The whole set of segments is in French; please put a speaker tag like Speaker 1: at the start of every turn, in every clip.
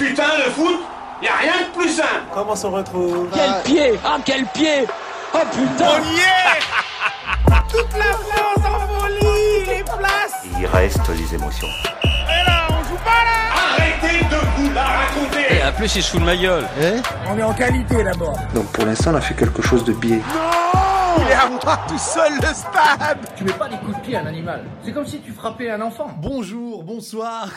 Speaker 1: Putain, le foot, y a rien de plus simple.
Speaker 2: Comment s'en retrouve
Speaker 3: Quel pied Ah quel pied Oh putain
Speaker 4: toute la France en folie, les places.
Speaker 5: Il reste les émotions.
Speaker 4: Et là, on joue pas là.
Speaker 1: Arrêtez de vous la raconter.
Speaker 3: En plus il se fout de ma gueule
Speaker 6: Donc pour l'instant, on a fait quelque chose de biais.
Speaker 7: Bonjour, bonsoir,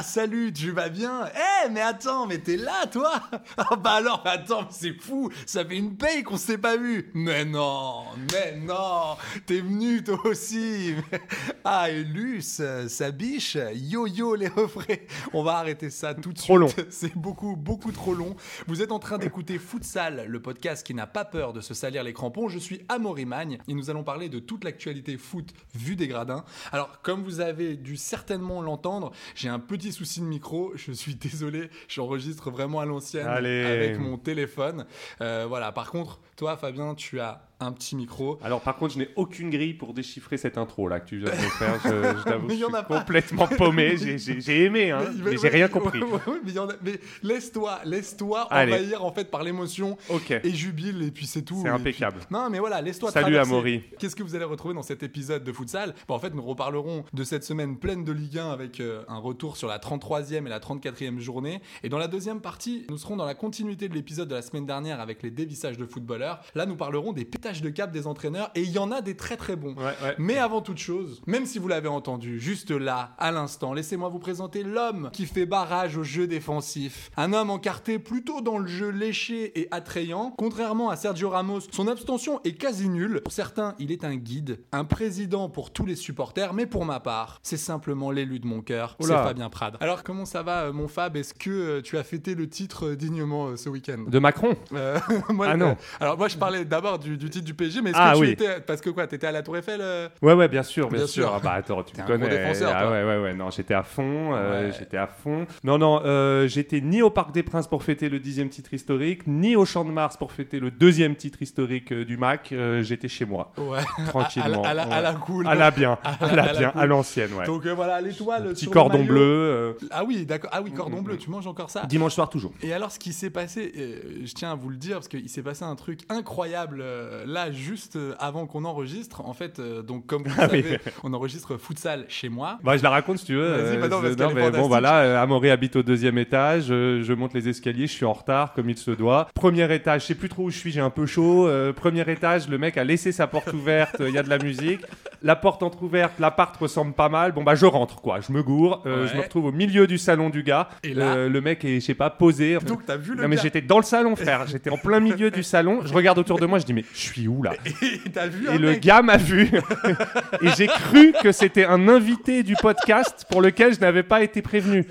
Speaker 7: salut, tu vas bien Eh, mais attends, mais t'es là, toi Ah bah alors, attends, mais c'est fou, ça fait une paye qu'on s'est pas vu Mais non, mais non, t'es venu toi aussi Ah, et Luce, euh, sa biche, yo-yo les refrais On va arrêter ça tout de
Speaker 8: Trop
Speaker 7: suite, c'est beaucoup, beaucoup trop long. Vous êtes en train d'écouter Futsal, le podcast qui n'a pas peur de se salir les crampons. Je suis Amaury Magne et nous allons parler de toute l'actualité foot vue des gradins. Alors, comme vous avez dû certainement l'entendre, j'ai un petit souci de micro. Je suis désolé, j'enregistre vraiment à l'ancienne
Speaker 8: Allez.
Speaker 7: avec mon téléphone. Euh, voilà, par contre, toi, Fabien, tu as un petit micro.
Speaker 8: Alors par contre, je n'ai aucune grille pour déchiffrer cette intro là que tu viens de me faire. Je, je t'avoue,
Speaker 7: Mais
Speaker 8: je
Speaker 7: il y
Speaker 8: suis
Speaker 7: en a pas.
Speaker 8: complètement paumé. J'ai j'ai- j'ai aimé, hein, mais, j'ai
Speaker 7: ouais,
Speaker 8: rien
Speaker 7: ouais,
Speaker 8: compris.
Speaker 7: ouais, ouais, mais il y en a- mais laisse-toi, laisse-toi
Speaker 8: Allez.
Speaker 7: envahir en fait par l'émotion
Speaker 8: Ok.
Speaker 7: et jubile et puis c'est tout.
Speaker 8: C'est
Speaker 7: Et
Speaker 8: impeccable.
Speaker 7: puis- non mais voilà, laisse-toi.
Speaker 8: Salut,
Speaker 7: traverser.
Speaker 8: Amaury.
Speaker 7: Qu'est-ce que vous allez retrouver dans cet épisode de Futsal Bah, En fait, nous reparlerons de cette semaine pleine de Ligue 1 avec euh, un retour sur la 33e et la 34e journée. Et dans la deuxième partie, nous serons dans la continuité de l'épisode de la semaine dernière avec les dévissages de footballeurs. Là, nous parlerons des pétages de cap des entraîneurs et il y en a des très très bons.
Speaker 8: Ouais, ouais.
Speaker 7: Mais avant toute chose, même si vous l'avez entendu juste là, à l'instant, laissez-moi vous présenter l'homme qui fait barrage au jeu défensif. Un homme encarté plutôt dans le jeu léché et attrayant. Contrairement à Sergio Ramos, son abstention est quasi nulle. Pour certains, il est un guide, un président pour tous les supporters, mais pour ma part, c'est simplement l'élu de mon cœur, c'est
Speaker 8: Oula.
Speaker 7: Fabien Prade. Alors comment ça va, euh, mon Fab Est-ce que euh, tu as fêté le titre euh, dignement euh, ce week-end
Speaker 8: De Macron
Speaker 7: Euh, moi,
Speaker 8: Ah
Speaker 7: euh,
Speaker 8: non.
Speaker 7: alors moi je parlais d'abord du, du titre du PSG, mais est-ce
Speaker 8: Ah
Speaker 7: que tu
Speaker 8: oui.
Speaker 7: étais parce que quoi, t'étais à la Tour Eiffel euh,
Speaker 8: Ouais, ouais, bien sûr, bien,
Speaker 7: Bien
Speaker 8: sûr.
Speaker 7: sûr.
Speaker 8: Ah bah attends, tu
Speaker 7: T'es
Speaker 8: me
Speaker 7: un gros
Speaker 8: connais.
Speaker 7: défenseur,
Speaker 8: ah
Speaker 7: toi.
Speaker 8: ouais, ouais, ouais. Non, j'étais à fond. euh,
Speaker 7: Ouais.
Speaker 8: J'étais à fond. Non, non, euh, j'étais ni au Parc des Princes pour fêter le dixième titre historique, ni au Champ de Mars pour fêter le deuxième titre historique euh, du Mac. Euh, j'étais chez moi,
Speaker 7: Ouais.
Speaker 8: tranquillement.
Speaker 7: À la- à la- à la cool.
Speaker 8: À la bien,
Speaker 7: À
Speaker 8: à
Speaker 7: la-
Speaker 8: la
Speaker 7: à la
Speaker 8: bien,
Speaker 7: cool.
Speaker 8: à l'ancienne, ouais.
Speaker 7: Donc euh, voilà, l'étoile.
Speaker 8: Petit
Speaker 7: sur le
Speaker 8: cordon
Speaker 7: maillot.
Speaker 8: bleu. mm, euh,
Speaker 7: Ah oui, d'accord. Ah oui, cordon bleu, tu manges encore ça.
Speaker 8: Dimanche soir toujours.
Speaker 7: Et alors, ce qui s'est passé, euh, je tiens à vous le dire, parce qu'il s'est passé un truc incroyable euh, là, juste euh, avant qu'on enregistre. En fait, euh, donc, comme vous le
Speaker 8: Ah oui.
Speaker 7: savez, on enregistre futsal chez moi.
Speaker 8: Bah, je la raconte si tu veux.
Speaker 7: Vas-y, bah non, parce
Speaker 8: c'est-
Speaker 7: qu'elle est
Speaker 8: mais bon,
Speaker 7: fantastique.
Speaker 8: voilà, euh, Amaury habite au deuxième étage. euh, je monte les escaliers, je suis en retard comme il se doit. Premier étage, je sais plus trop où je suis, j'ai un peu chaud. euh, premier étage, le mec a laissé sa porte ouverte, euh, il y a de la musique. La porte entrouverte, l'appart ressemble pas mal. Bon, bah, je rentre quoi, je me gourre. euh,
Speaker 7: Ouais.
Speaker 8: Je me retrouve au milieu du salon du gars.
Speaker 7: Et là-
Speaker 8: Euh, le mec est, je sais pas, posé.
Speaker 7: Donc, t'as vu le
Speaker 8: Non, mais
Speaker 7: gars
Speaker 8: j'étais dans le salon, frère. J'étais en plein milieu du salon. Je regarde autour de moi, je dis, mais je suis où là
Speaker 7: Et t'as vu
Speaker 8: et
Speaker 7: un
Speaker 8: le
Speaker 7: mec
Speaker 8: gars m'a vu. et j'ai cru que c'était un invité du podcast pour lequel je n'avais pas été prévenu.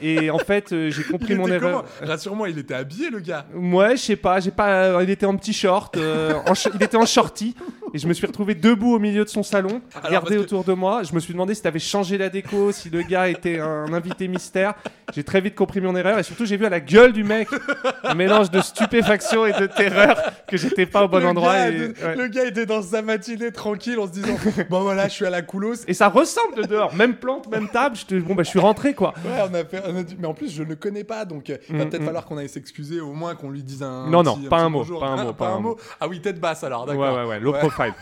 Speaker 8: Et en fait, euh, j'ai
Speaker 7: Il
Speaker 8: compris
Speaker 7: était
Speaker 8: mon erreur.
Speaker 7: comment Rassure-moi, il était habillé, le gars.
Speaker 8: Ouais, je sais pas, j'ai pas. euh, il était en petit short, euh, en sh- il était en shorty, et je me suis retrouvé debout au milieu de son salon, regardé
Speaker 7: parce que-
Speaker 8: autour de moi. Je me suis demandé si t'avais changé la déco, si le gars était un invité mystère. J'ai très vite compris mon erreur, et surtout j'ai vu à la gueule du mec un mélange de stupéfaction et de terreur que j'étais pas au bon
Speaker 7: le
Speaker 8: endroit.
Speaker 7: Gars,
Speaker 8: et...
Speaker 7: de-
Speaker 8: ouais.
Speaker 7: Le gars était dans sa matinée tranquille en se disant Bon, voilà, je suis à la coulosse.
Speaker 8: Et ça ressemble de dehors, même plante, même table. Je te... Bon, bah, je suis rentré quoi.
Speaker 7: Ouais, on a fait, on a dit- mais en plus je ne connais pas, donc euh, va peut-être falloir qu'on aille s'excuser, au moins qu'on lui dise un.
Speaker 8: Mm, Non,
Speaker 7: petit-
Speaker 8: non, pas
Speaker 7: petit
Speaker 8: un mot,
Speaker 7: bonjour.
Speaker 8: pas un mot, pas un mot.
Speaker 7: Ah oui, tête basse alors,
Speaker 8: Ouais,
Speaker 7: d'accord.
Speaker 8: ouais, ouais, low
Speaker 7: Ouais.
Speaker 8: profile.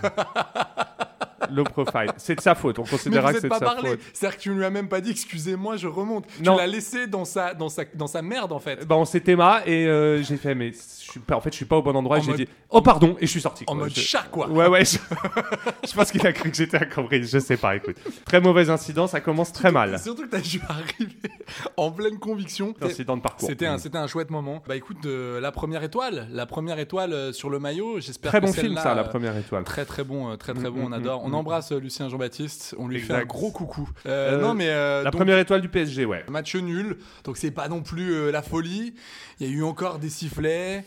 Speaker 8: low profile. C'est de sa faute, on
Speaker 7: Mais vous
Speaker 8: considérera que
Speaker 7: n'êtes
Speaker 8: c'est de
Speaker 7: pas
Speaker 8: sa
Speaker 7: parlé.
Speaker 8: faute.
Speaker 7: C'est-à-dire que tu ne lui as même pas dit, excusez-moi, je remonte.
Speaker 8: Non.
Speaker 7: Tu l'as laissé dans sa, dans, sa, dans sa merde en fait.
Speaker 8: Bah, on s'était marré et euh, j'ai fait, mais je suis pas, en fait, je suis pas au bon endroit.
Speaker 7: En
Speaker 8: et J'ai
Speaker 7: mode-
Speaker 8: dit, oh pardon, et je suis sorti.
Speaker 7: en
Speaker 8: quoi.
Speaker 7: mode
Speaker 8: Je-
Speaker 7: chat quoi.
Speaker 8: Ouais, ouais, je, je pense qu'il a cru que j'étais incompris. Je sais pas, écoute. Très mauvais incident, ça commence très mal.
Speaker 7: Surtout que t'as dû arriver en pleine conviction.
Speaker 8: Incident de parcours.
Speaker 7: C'était un,
Speaker 8: Mm.
Speaker 7: c'était un chouette moment. Bah écoute, euh, la première étoile, la première étoile euh, sur le maillot, j'espère
Speaker 8: Très
Speaker 7: que
Speaker 8: bon film,
Speaker 7: celle-là,
Speaker 8: ça, la
Speaker 7: euh,
Speaker 8: première étoile.
Speaker 7: Très très bon, euh, très très
Speaker 8: Mm,
Speaker 7: bon,
Speaker 8: mm,
Speaker 7: on adore,
Speaker 8: mm,
Speaker 7: On embrasse euh, Lucien Jean-Baptiste, on lui fait
Speaker 8: Exact.
Speaker 7: un gros coucou. Euh,
Speaker 8: Euh,
Speaker 7: non mais euh,
Speaker 8: La
Speaker 7: donc,
Speaker 8: première étoile du PSG, ouais.
Speaker 7: match nul, donc c'est pas non plus euh, la folie. Il y a eu encore des sifflets.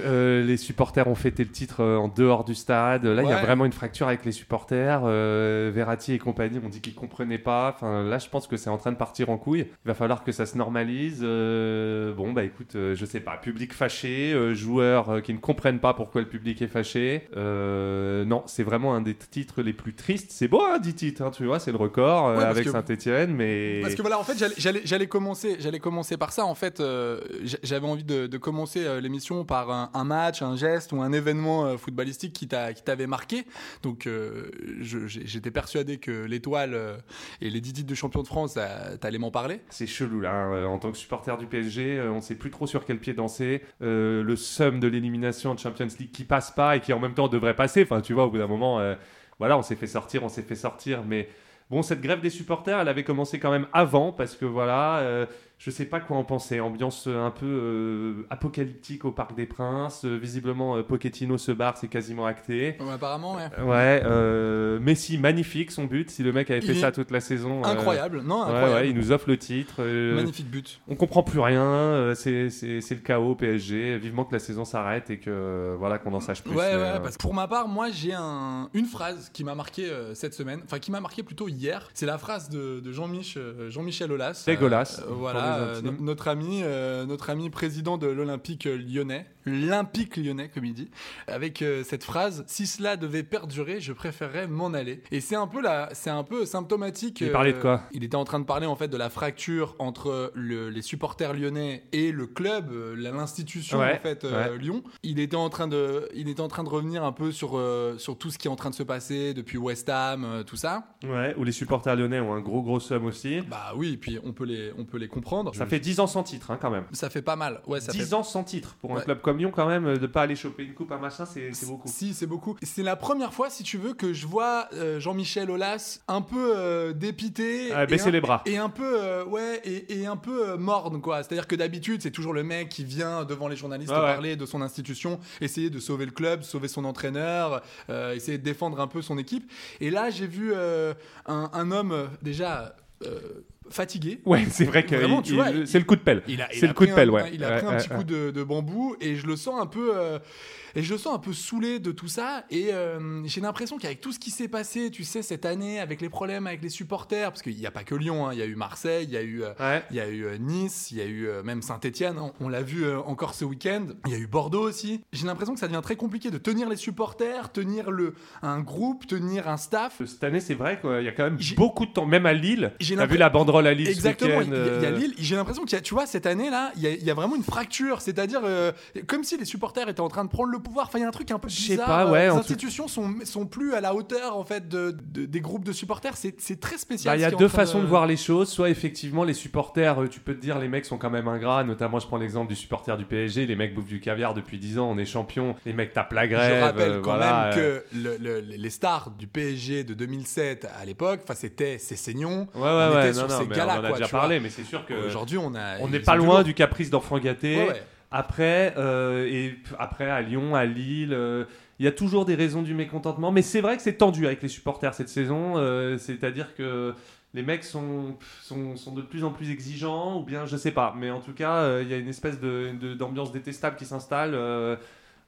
Speaker 8: Euh, les supporters ont fêté le titre euh, en dehors du stade. Là, il y a
Speaker 7: Ouais.
Speaker 8: vraiment une fracture avec les supporters. Euh, Verratti et compagnie ont dit qu'ils comprenaient pas. Enfin, là, je pense que c'est en train de partir en couille. Il va falloir que ça se normalise. Euh, bon, bah écoute, euh, je sais pas. Public fâché, euh, joueurs euh, qui ne comprennent pas pourquoi le public est fâché. Euh, non, c'est vraiment un des titres les plus tristes. C'est beau, hein, 10 titres, hein, tu vois, c'est le record euh,
Speaker 7: Ouais, parce
Speaker 8: avec
Speaker 7: que-
Speaker 8: Saint-Etienne, mais.
Speaker 7: Parce que voilà, en fait, j'allais- j'allais j'allais commencer, j'allais commencer par ça. En fait, euh, j'a- j'avais envie de, de commencer euh, l'émission par un, un match, un geste ou un événement euh, footballistique qui t'a- qui t'avait marqué. Donc, euh, je- j'ai- j'étais persuadé que l'étoile euh, et les 10 titres de champion de France, euh, t'allais m'en parler.
Speaker 8: C'est chelou là, hein. Euh, en tant que supporter du PSG, euh, on sait plus trop sur quel pied danser. Euh, le sum de l'élimination de Champions League qui passe pas et qui en même temps devrait passer. Enfin, tu vois, au bout d'un moment, euh, voilà, on s'est fait sortir, on s'est fait sortir. Mais bon, cette grève des supporters, elle avait commencé quand même avant parce que voilà, euh, je sais pas quoi en penser. Ambiance euh, un peu euh, apocalyptique au Parc des Princes. Euh, visiblement, euh, Pochettino se barre, c'est quasiment acté.
Speaker 7: Ouais, apparemment, ouais.
Speaker 8: Ouais, euh, Messi, magnifique son but. Si le mec avait fait
Speaker 7: Il est
Speaker 8: ça toute la saison. euh,
Speaker 7: Incroyable, non
Speaker 8: ouais,
Speaker 7: Incroyable.
Speaker 8: ouais, il nous offre le titre. euh,
Speaker 7: Magnifique but.
Speaker 8: on comprend plus rien, euh, c'est c'est- c'est le chaos au PSG. Vivement que la saison s'arrête et que euh, voilà qu'on en sache plus.
Speaker 7: Ouais,
Speaker 8: mais,
Speaker 7: ouais,
Speaker 8: euh,
Speaker 7: parce que pour ma part, moi j'ai un- une phrase qui m'a marqué euh, cette semaine, enfin qui m'a marqué plutôt hier. C'est la phrase de, de Jean-Mich, euh, Jean-Michel Aulas.
Speaker 8: Dégueulasse,
Speaker 7: Euh,
Speaker 8: pour
Speaker 7: voilà,
Speaker 8: les
Speaker 7: euh,
Speaker 8: intimes.
Speaker 7: no- notre, ami, euh, notre ami président de l'Olympique euh, lyonnais, l'Olympique lyonnais comme il dit, avec euh, cette phrase Si cela devait perdurer, je préférerais m'en aller. Et c'est un peu la, c'est un peu symptomatique. euh,
Speaker 8: Il parlait de quoi
Speaker 7: Il était en train de parler en fait de la fracture entre le- les supporters lyonnais et le club, euh, la- l'institution
Speaker 8: Ouais,
Speaker 7: en fait euh,
Speaker 8: ouais.
Speaker 7: Lyon. Il était en train de, il était en train de revenir un peu sur euh, sur tout ce qui est en train de se passer depuis West Ham, euh, tout ça.
Speaker 8: ouais, où les supporters lyonnais ont un gros gros somme aussi.
Speaker 7: Bah oui, et puis on peut les, on peut les comprendre.
Speaker 8: Ça fait 10 ans sans titre hein, quand même.
Speaker 7: ça fait pas mal. Ouais, ça
Speaker 8: 10
Speaker 7: fait.
Speaker 8: ans sans titre pour un
Speaker 7: Ouais.
Speaker 8: club comme Lyon quand même, euh, de pas aller choper une coupe un machin, c'est c'est beaucoup.
Speaker 7: Si, c'est beaucoup. C'est la première fois, si tu veux, que je vois euh, Jean-Michel Aulas un peu euh, dépité.
Speaker 8: Ah,
Speaker 7: et
Speaker 8: baisser
Speaker 7: un-
Speaker 8: les bras.
Speaker 7: Et un peu, euh, ouais, et, et un peu euh, morne, quoi. C'est-à-dire que d'habitude, c'est toujours le mec qui vient devant les journalistes
Speaker 8: Ouais, ouais.
Speaker 7: parler de son institution, essayer de sauver le club, sauver son entraîneur, euh, essayer de défendre un peu son équipe. Et là, j'ai vu euh, un, un homme euh, déjà euh, fatigué.
Speaker 8: Ouais, c'est vrai que
Speaker 7: Vraiment,
Speaker 8: il-
Speaker 7: tu vois,
Speaker 8: il-
Speaker 7: il-
Speaker 8: c'est le coup de pelle.
Speaker 7: Il a- il
Speaker 8: C'est
Speaker 7: a
Speaker 8: le coup
Speaker 7: pris
Speaker 8: de pelle,
Speaker 7: un-
Speaker 8: ouais.
Speaker 7: Il a
Speaker 8: Ouais,
Speaker 7: pris un
Speaker 8: ouais,
Speaker 7: petit
Speaker 8: ouais.
Speaker 7: coup de, de bambou et je le sens un peu, euh, et je le sens un peu saoulé de tout ça. Et euh, j'ai l'impression qu'avec tout ce qui s'est passé, tu sais, cette année, avec les problèmes avec les supporters, parce qu'il n'y a pas que Lyon, hein, il y a eu Marseille, il y a eu, euh,
Speaker 8: Ouais.
Speaker 7: il y a eu euh, Nice, il y a eu euh, même Saint-Etienne, on l'a vu euh, encore ce week-end, il y a eu Bordeaux aussi. J'ai l'impression que ça devient très compliqué de tenir les supporters, tenir le, un groupe, tenir un staff.
Speaker 8: Cette année, c'est vrai qu'il y a quand même
Speaker 7: J'ai-
Speaker 8: beaucoup de temps, même à Lille.
Speaker 7: J'ai
Speaker 8: T'as vu
Speaker 7: l'impr-
Speaker 8: la banderole à Lille ce
Speaker 7: Exactement, il y,
Speaker 8: week-end,
Speaker 7: a- il y a
Speaker 8: euh,
Speaker 7: Lille, j'ai l'impression qu'il y a, tu vois, cette année-là, il y, a- il y a vraiment une fracture, c'est-à-dire euh, comme si les supporters étaient en train de prendre le pouvoir, enfin il y a un truc un peu
Speaker 8: Je sais
Speaker 7: bizarre,
Speaker 8: pas,
Speaker 7: euh,
Speaker 8: ouais,
Speaker 7: les
Speaker 8: en tout-
Speaker 7: institutions sont, sont plus à la hauteur en fait de- de- des groupes de supporters, c'est c'est très spécial.
Speaker 8: Bah, Il y
Speaker 7: ce
Speaker 8: a
Speaker 7: qui est en
Speaker 8: deux
Speaker 7: train
Speaker 8: façons de... voir les choses. Soit effectivement, les supporters, euh, tu peux te dire, les mecs sont quand même ingrats. Notamment, je prends l'exemple du supporter du PSG. Les mecs bouffent du caviar depuis 10 ans. On est champion. Les mecs tapent la grève.
Speaker 7: Je rappelle
Speaker 8: euh,
Speaker 7: quand
Speaker 8: voilà,
Speaker 7: même
Speaker 8: euh,
Speaker 7: que le- le- les stars du PSG de 2007 à l'époque, enfin c'était ces saignons,
Speaker 8: Ouais,
Speaker 7: on
Speaker 8: ouais, ouais.
Speaker 7: était
Speaker 8: non,
Speaker 7: sur
Speaker 8: non,
Speaker 7: ces
Speaker 8: mais
Speaker 7: gars-là.
Speaker 8: on en a
Speaker 7: quoi,
Speaker 8: déjà
Speaker 7: tu vois.
Speaker 8: parlé, mais c'est sûr que.
Speaker 7: Aujourd'hui, on a.
Speaker 8: On
Speaker 7: ils
Speaker 8: n'est
Speaker 7: ont
Speaker 8: pas
Speaker 7: du
Speaker 8: loin
Speaker 7: lourd.
Speaker 8: du caprice d'enfant gâté.
Speaker 7: Ouais, ouais.
Speaker 8: Après, euh, et p- après à Lyon, à Lille, euh, il y a toujours des raisons du mécontentement. Mais c'est vrai que c'est tendu avec les supporters cette saison. euh, C'est-à-dire que les mecs sont, sont, sont de plus en plus exigeants, ou bien je sais pas. Mais en tout cas, euh, il y a une espèce de- de- d'ambiance détestable qui s'installe. euh,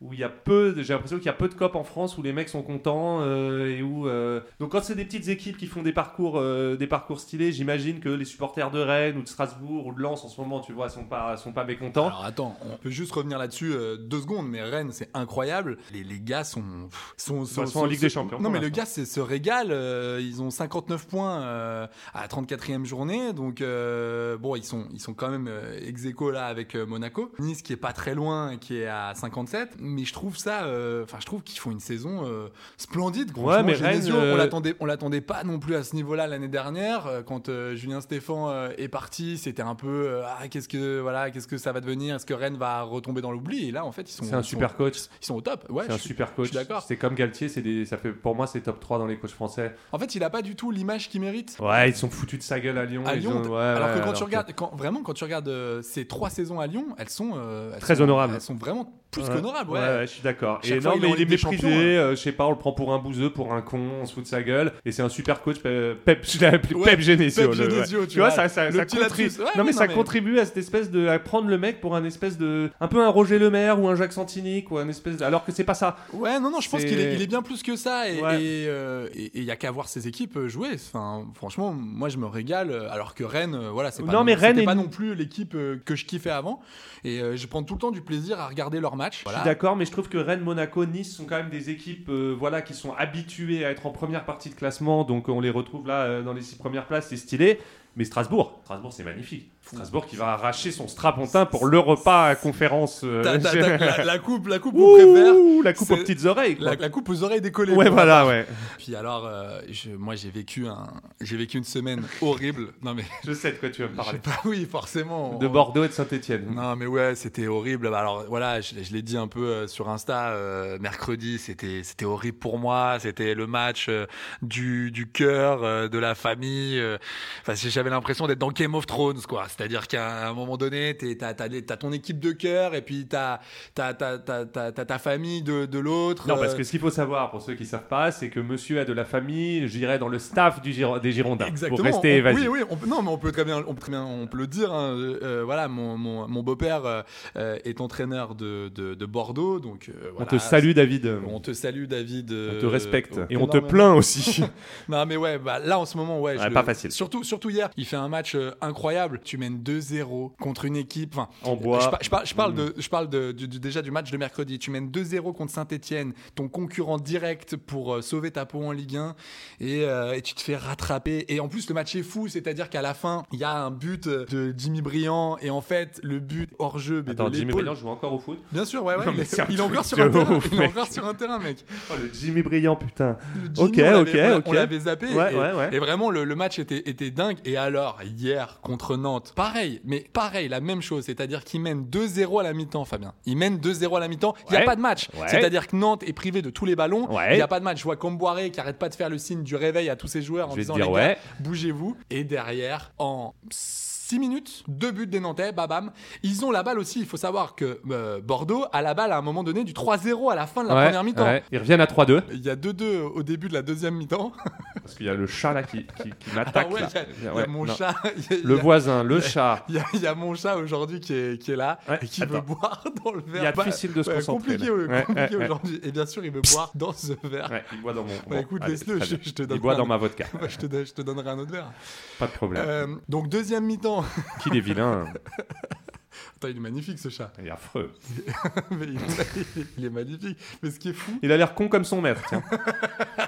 Speaker 8: où il y a peu, de- j'ai l'impression qu'il y a peu de copes en France où les mecs sont contents euh, et où euh, donc quand c'est des petites équipes qui font des parcours, euh, des parcours stylés, j'imagine que les supporters de Rennes ou de Strasbourg ou de Lens en ce moment, tu vois, sont pas sont pas mécontents.
Speaker 7: Alors attends, on peut juste revenir là-dessus euh, deux secondes, mais Rennes, c'est incroyable. Les, les gars sont, pff, sont,
Speaker 8: Bah, sont en Ligue des Champions,
Speaker 7: Non,
Speaker 8: pour
Speaker 7: mais le
Speaker 8: l'instant.
Speaker 7: gars c'est- se régale. euh, ils ont 59 points euh, à la 34e journée. Donc, euh, bon, ils sont, ils sont quand même euh, ex aequo, là avec euh, Monaco. Nice qui est pas très loin, et qui est à 57. Mais je trouve ça, euh, enfin, je trouve qu'ils font une saison euh, splendide. Franchement,
Speaker 8: mais
Speaker 7: Genesio,
Speaker 8: Rennes, euh,
Speaker 7: on l'attendait, on l'attendait pas non plus à ce niveau-là l'année dernière. Euh, Quand euh, Julien Stéphan euh, est parti, c'était un peu euh, ah, qu'est-ce que voilà, qu'est-ce que ça va devenir Est-ce que Rennes va retomber dans l'oubli Et là, en fait, ils sont
Speaker 8: C'est un
Speaker 7: ils sont-
Speaker 8: super coach.
Speaker 7: Ils sont au top. Ouais,
Speaker 8: c'est un
Speaker 7: je suis-
Speaker 8: super
Speaker 7: Je
Speaker 8: coach.
Speaker 7: suis d'accord.
Speaker 8: C'est comme Galtier, c'est des, ça fait pour moi c'est top 3 dans les coachs français.
Speaker 7: En fait, il a pas du tout l'image qu'il mérite.
Speaker 8: Ouais, ils sont foutus de sa gueule à Lyon.
Speaker 7: À
Speaker 8: ils
Speaker 7: Lyon,
Speaker 8: ont- ouais,
Speaker 7: alors
Speaker 8: ouais,
Speaker 7: que quand tu regardes, quand, vraiment, quand tu regardes euh, ces trois saisons à Lyon, elles sont euh, elles
Speaker 8: Très
Speaker 7: sont-
Speaker 8: honorables.
Speaker 7: Elles sont vraiment plus qu'honorable, ouais.
Speaker 8: je suis d'accord.
Speaker 7: Chaque
Speaker 8: Et
Speaker 7: fois,
Speaker 8: non,
Speaker 7: il
Speaker 8: mais
Speaker 7: est en
Speaker 8: il est
Speaker 7: Ligue des Champions,
Speaker 8: méprisé.
Speaker 7: hein.
Speaker 8: euh, je sais pas, on le prend pour un bouseux, pour un con, on se fout de sa gueule. Et c'est un super coach, Pe- Pep, je l'ai appelé
Speaker 7: Ouais,
Speaker 8: Pep Genesio.
Speaker 7: Pep
Speaker 8: le- ouais.
Speaker 7: Genesio, tu
Speaker 8: tu vois,
Speaker 7: vois,
Speaker 8: ça, ça,
Speaker 7: le
Speaker 8: ça
Speaker 7: petit
Speaker 8: contribue.
Speaker 7: lapsus. Ouais,
Speaker 8: non, mais
Speaker 7: ouais,
Speaker 8: ça
Speaker 7: non, mais-
Speaker 8: contribue à cette espèce de. à prendre le mec pour un espèce de. un peu un Roger Lemaire ou un Jacques Santini, quoi. Un espèce de- alors que c'est pas ça.
Speaker 7: Ouais, non, non, je pense
Speaker 8: C'est-
Speaker 7: qu'il est, il est bien plus que ça. Et il
Speaker 8: Ouais.
Speaker 7: y a qu'à voir ses équipes euh, jouer. Enfin, franchement, moi, je me régale. euh, Alors que Rennes, euh, voilà, c'est pas,
Speaker 8: Non, mais
Speaker 7: c'était
Speaker 8: Rennes est-
Speaker 7: pas non plus l'équipe euh, que je kiffais avant. Et euh, je prends tout le temps du plaisir à regarder leurs matchs.
Speaker 8: Je
Speaker 7: Voilà.
Speaker 8: suis d'accord, mais je trouve que Rennes, Monaco, Nice sont quand même des équipes euh, voilà, qui sont habituées à être en première partie de classement, donc on les retrouve là euh, dans les six premières places, c'est stylé. Mais Strasbourg, Strasbourg c'est magnifique. Strasbourg qui va arracher son strapontin pour l'Europa à conférence. euh,
Speaker 7: T'as- t'as- t'as- la, la coupe, la coupe au préfère.
Speaker 8: Ouh, la coupe aux
Speaker 7: c'est-
Speaker 8: petites oreilles. quoi.
Speaker 7: La, la coupe aux oreilles décollées.
Speaker 8: Ouais,
Speaker 7: pour ma
Speaker 8: voilà,
Speaker 7: part.
Speaker 8: ouais.
Speaker 7: Puis alors, euh, je- moi, j'ai vécu, un, j'ai vécu une semaine horrible. Non, mais
Speaker 8: Je sais de quoi tu vas me
Speaker 7: je
Speaker 8: parler.
Speaker 7: sais pas, oui, forcément.
Speaker 8: De
Speaker 7: on-
Speaker 8: Bordeaux et de Saint-Etienne.
Speaker 7: Non, mais ouais, c'était horrible. Bah, Alors voilà, je, je l'ai dit un peu euh, sur Insta euh, mercredi, c'était c'était horrible pour moi. C'était le match euh, du, du cœur, euh, de la famille. euh. Enfin, c'est- j'avais l'impression d'être dans Game of Thrones, quoi. C'est-à-dire qu'à un moment donné, t'es- t'as as, ton équipe de cœur et puis t'as t'as- t'as- t'as- t'as- t'as ta famille de, de l'autre.
Speaker 8: Non, parce
Speaker 7: euh,
Speaker 8: que ce qu'il faut savoir, pour ceux qui savent pas, c'est que monsieur a de la famille, je dirais, dans le staff du Giro- des Girondins.
Speaker 7: Exactement.
Speaker 8: Pour
Speaker 7: On-
Speaker 8: rester évasif.
Speaker 7: Oui, oui. on peut- non, mais on peut très bien, on peut, très bien- on peut le dire. hein, euh, euh, voilà, mon, mon, mon beau-père euh, euh, est entraîneur de, de, de Bordeaux, donc euh,
Speaker 8: On
Speaker 7: voilà,
Speaker 8: te salue, David.
Speaker 7: On te salue, David.
Speaker 8: On
Speaker 7: euh,
Speaker 8: te respecte.
Speaker 7: euh,
Speaker 8: Et on te
Speaker 7: énormément.
Speaker 8: plaint aussi.
Speaker 7: Non, mais ouais, bah, là en ce moment, ouais.
Speaker 8: Ouais, pas facile.
Speaker 7: Surtout, surtout hier, il fait un match euh, incroyable. Tu mènes 2-0 contre une équipe. Enfin,
Speaker 8: En bois.
Speaker 7: Je, par- je par- je parle,
Speaker 8: Mm.
Speaker 7: de, je parle de- du- du- déjà du match de mercredi. Tu mènes 2-0 contre Saint-Etienne, ton concurrent direct pour euh, sauver ta peau en Ligue 1. Et, euh, et tu te fais rattraper. Et en plus, le match est fou. C'est-à-dire qu'à la fin, il y a un but euh, de Jimmy Briand. Et en fait, le but hors jeu. mais
Speaker 8: Attends,
Speaker 7: de
Speaker 8: Jimmy
Speaker 7: l'épaule.
Speaker 8: Brillant joue encore au foot.
Speaker 7: Bien sûr, ouais, ouais.
Speaker 8: Non,
Speaker 7: il
Speaker 8: mais
Speaker 7: est-
Speaker 8: c'est un
Speaker 7: il est encore
Speaker 8: truc
Speaker 7: sur
Speaker 8: de
Speaker 7: un terrain.
Speaker 8: ouf,
Speaker 7: Il est
Speaker 8: mec.
Speaker 7: encore sur un terrain, mec.
Speaker 8: Oh, le Jimmy Brillant, putain.
Speaker 7: Jimmy,
Speaker 8: Ok,
Speaker 7: on l'avait-
Speaker 8: ok,
Speaker 7: on l'a-
Speaker 8: ok.
Speaker 7: On l'avait zappé.
Speaker 8: Ouais,
Speaker 7: et,
Speaker 8: ouais, ouais.
Speaker 7: et vraiment, le, le match était, était dingue. Et alors, hier, contre Nantes, pareil, mais pareil, la même chose. C'est-à-dire qu'ils mènent 2-0 à la mi-temps, Fabien. Ils mènent 2-0 à la mi-temps. Il n'y
Speaker 8: Ouais.
Speaker 7: a pas de match.
Speaker 8: Ouais.
Speaker 7: C'est-à-dire que Nantes est privé de tous les ballons. Il
Speaker 8: Ouais.
Speaker 7: n'y a pas de match. Je vois Comboiré qui arrête pas de faire le signe du réveil à tous ses joueurs en
Speaker 8: Je vais te
Speaker 7: disant
Speaker 8: dire,
Speaker 7: les gars,
Speaker 8: ouais.
Speaker 7: bougez-vous. Et derrière, en 6 minutes, deux buts des Nantais, babam. Ils ont la balle aussi. Il faut savoir que euh, Bordeaux a la balle à un moment donné du 3-0 à la fin de la
Speaker 8: Ouais,
Speaker 7: première mi-temps.
Speaker 8: ouais. Ils reviennent à 3-2.
Speaker 7: Il y a 2-2 au début de la deuxième mi-temps.
Speaker 8: Parce qu'il y a le chat là qui, qui, qui
Speaker 7: Ah
Speaker 8: m'attaque.
Speaker 7: ouais,
Speaker 8: là.
Speaker 7: il y a- il y, a
Speaker 8: Ouais,
Speaker 7: mon
Speaker 8: non.
Speaker 7: chat. il y a-
Speaker 8: Le
Speaker 7: il y a-
Speaker 8: voisin, le chat.
Speaker 7: Il y, a, il y a mon chat aujourd'hui qui est, qui est là
Speaker 8: Ouais,
Speaker 7: et qui veut
Speaker 8: attends.
Speaker 7: boire dans le verre. Bah,
Speaker 8: Il y a difficile de se concentrer,
Speaker 7: Compliqué,
Speaker 8: là.
Speaker 7: euh,
Speaker 8: Ouais,
Speaker 7: compliqué
Speaker 8: ouais, ouais.
Speaker 7: aujourd'hui. Et bien sûr, il veut boire dans ce verre.
Speaker 8: Ouais, il boit dans mon.
Speaker 7: Bah, écoute,
Speaker 8: allez,
Speaker 7: laisse-le,
Speaker 8: très
Speaker 7: je-
Speaker 8: bien.
Speaker 7: je te donne
Speaker 8: Il boit
Speaker 7: plein
Speaker 8: dans
Speaker 7: de-
Speaker 8: ma vodka.
Speaker 7: Bah, je, te, don- je te donnerai un autre verre.
Speaker 8: Pas de problème.
Speaker 7: Euh, donc, deuxième mi-temps.
Speaker 8: Qu'il est vilain,
Speaker 7: Attends, il est magnifique ce chat.
Speaker 8: il est affreux.
Speaker 7: Mais il, il est magnifique. Mais ce qui est fou.
Speaker 8: Il a l'air con comme son maître, tiens.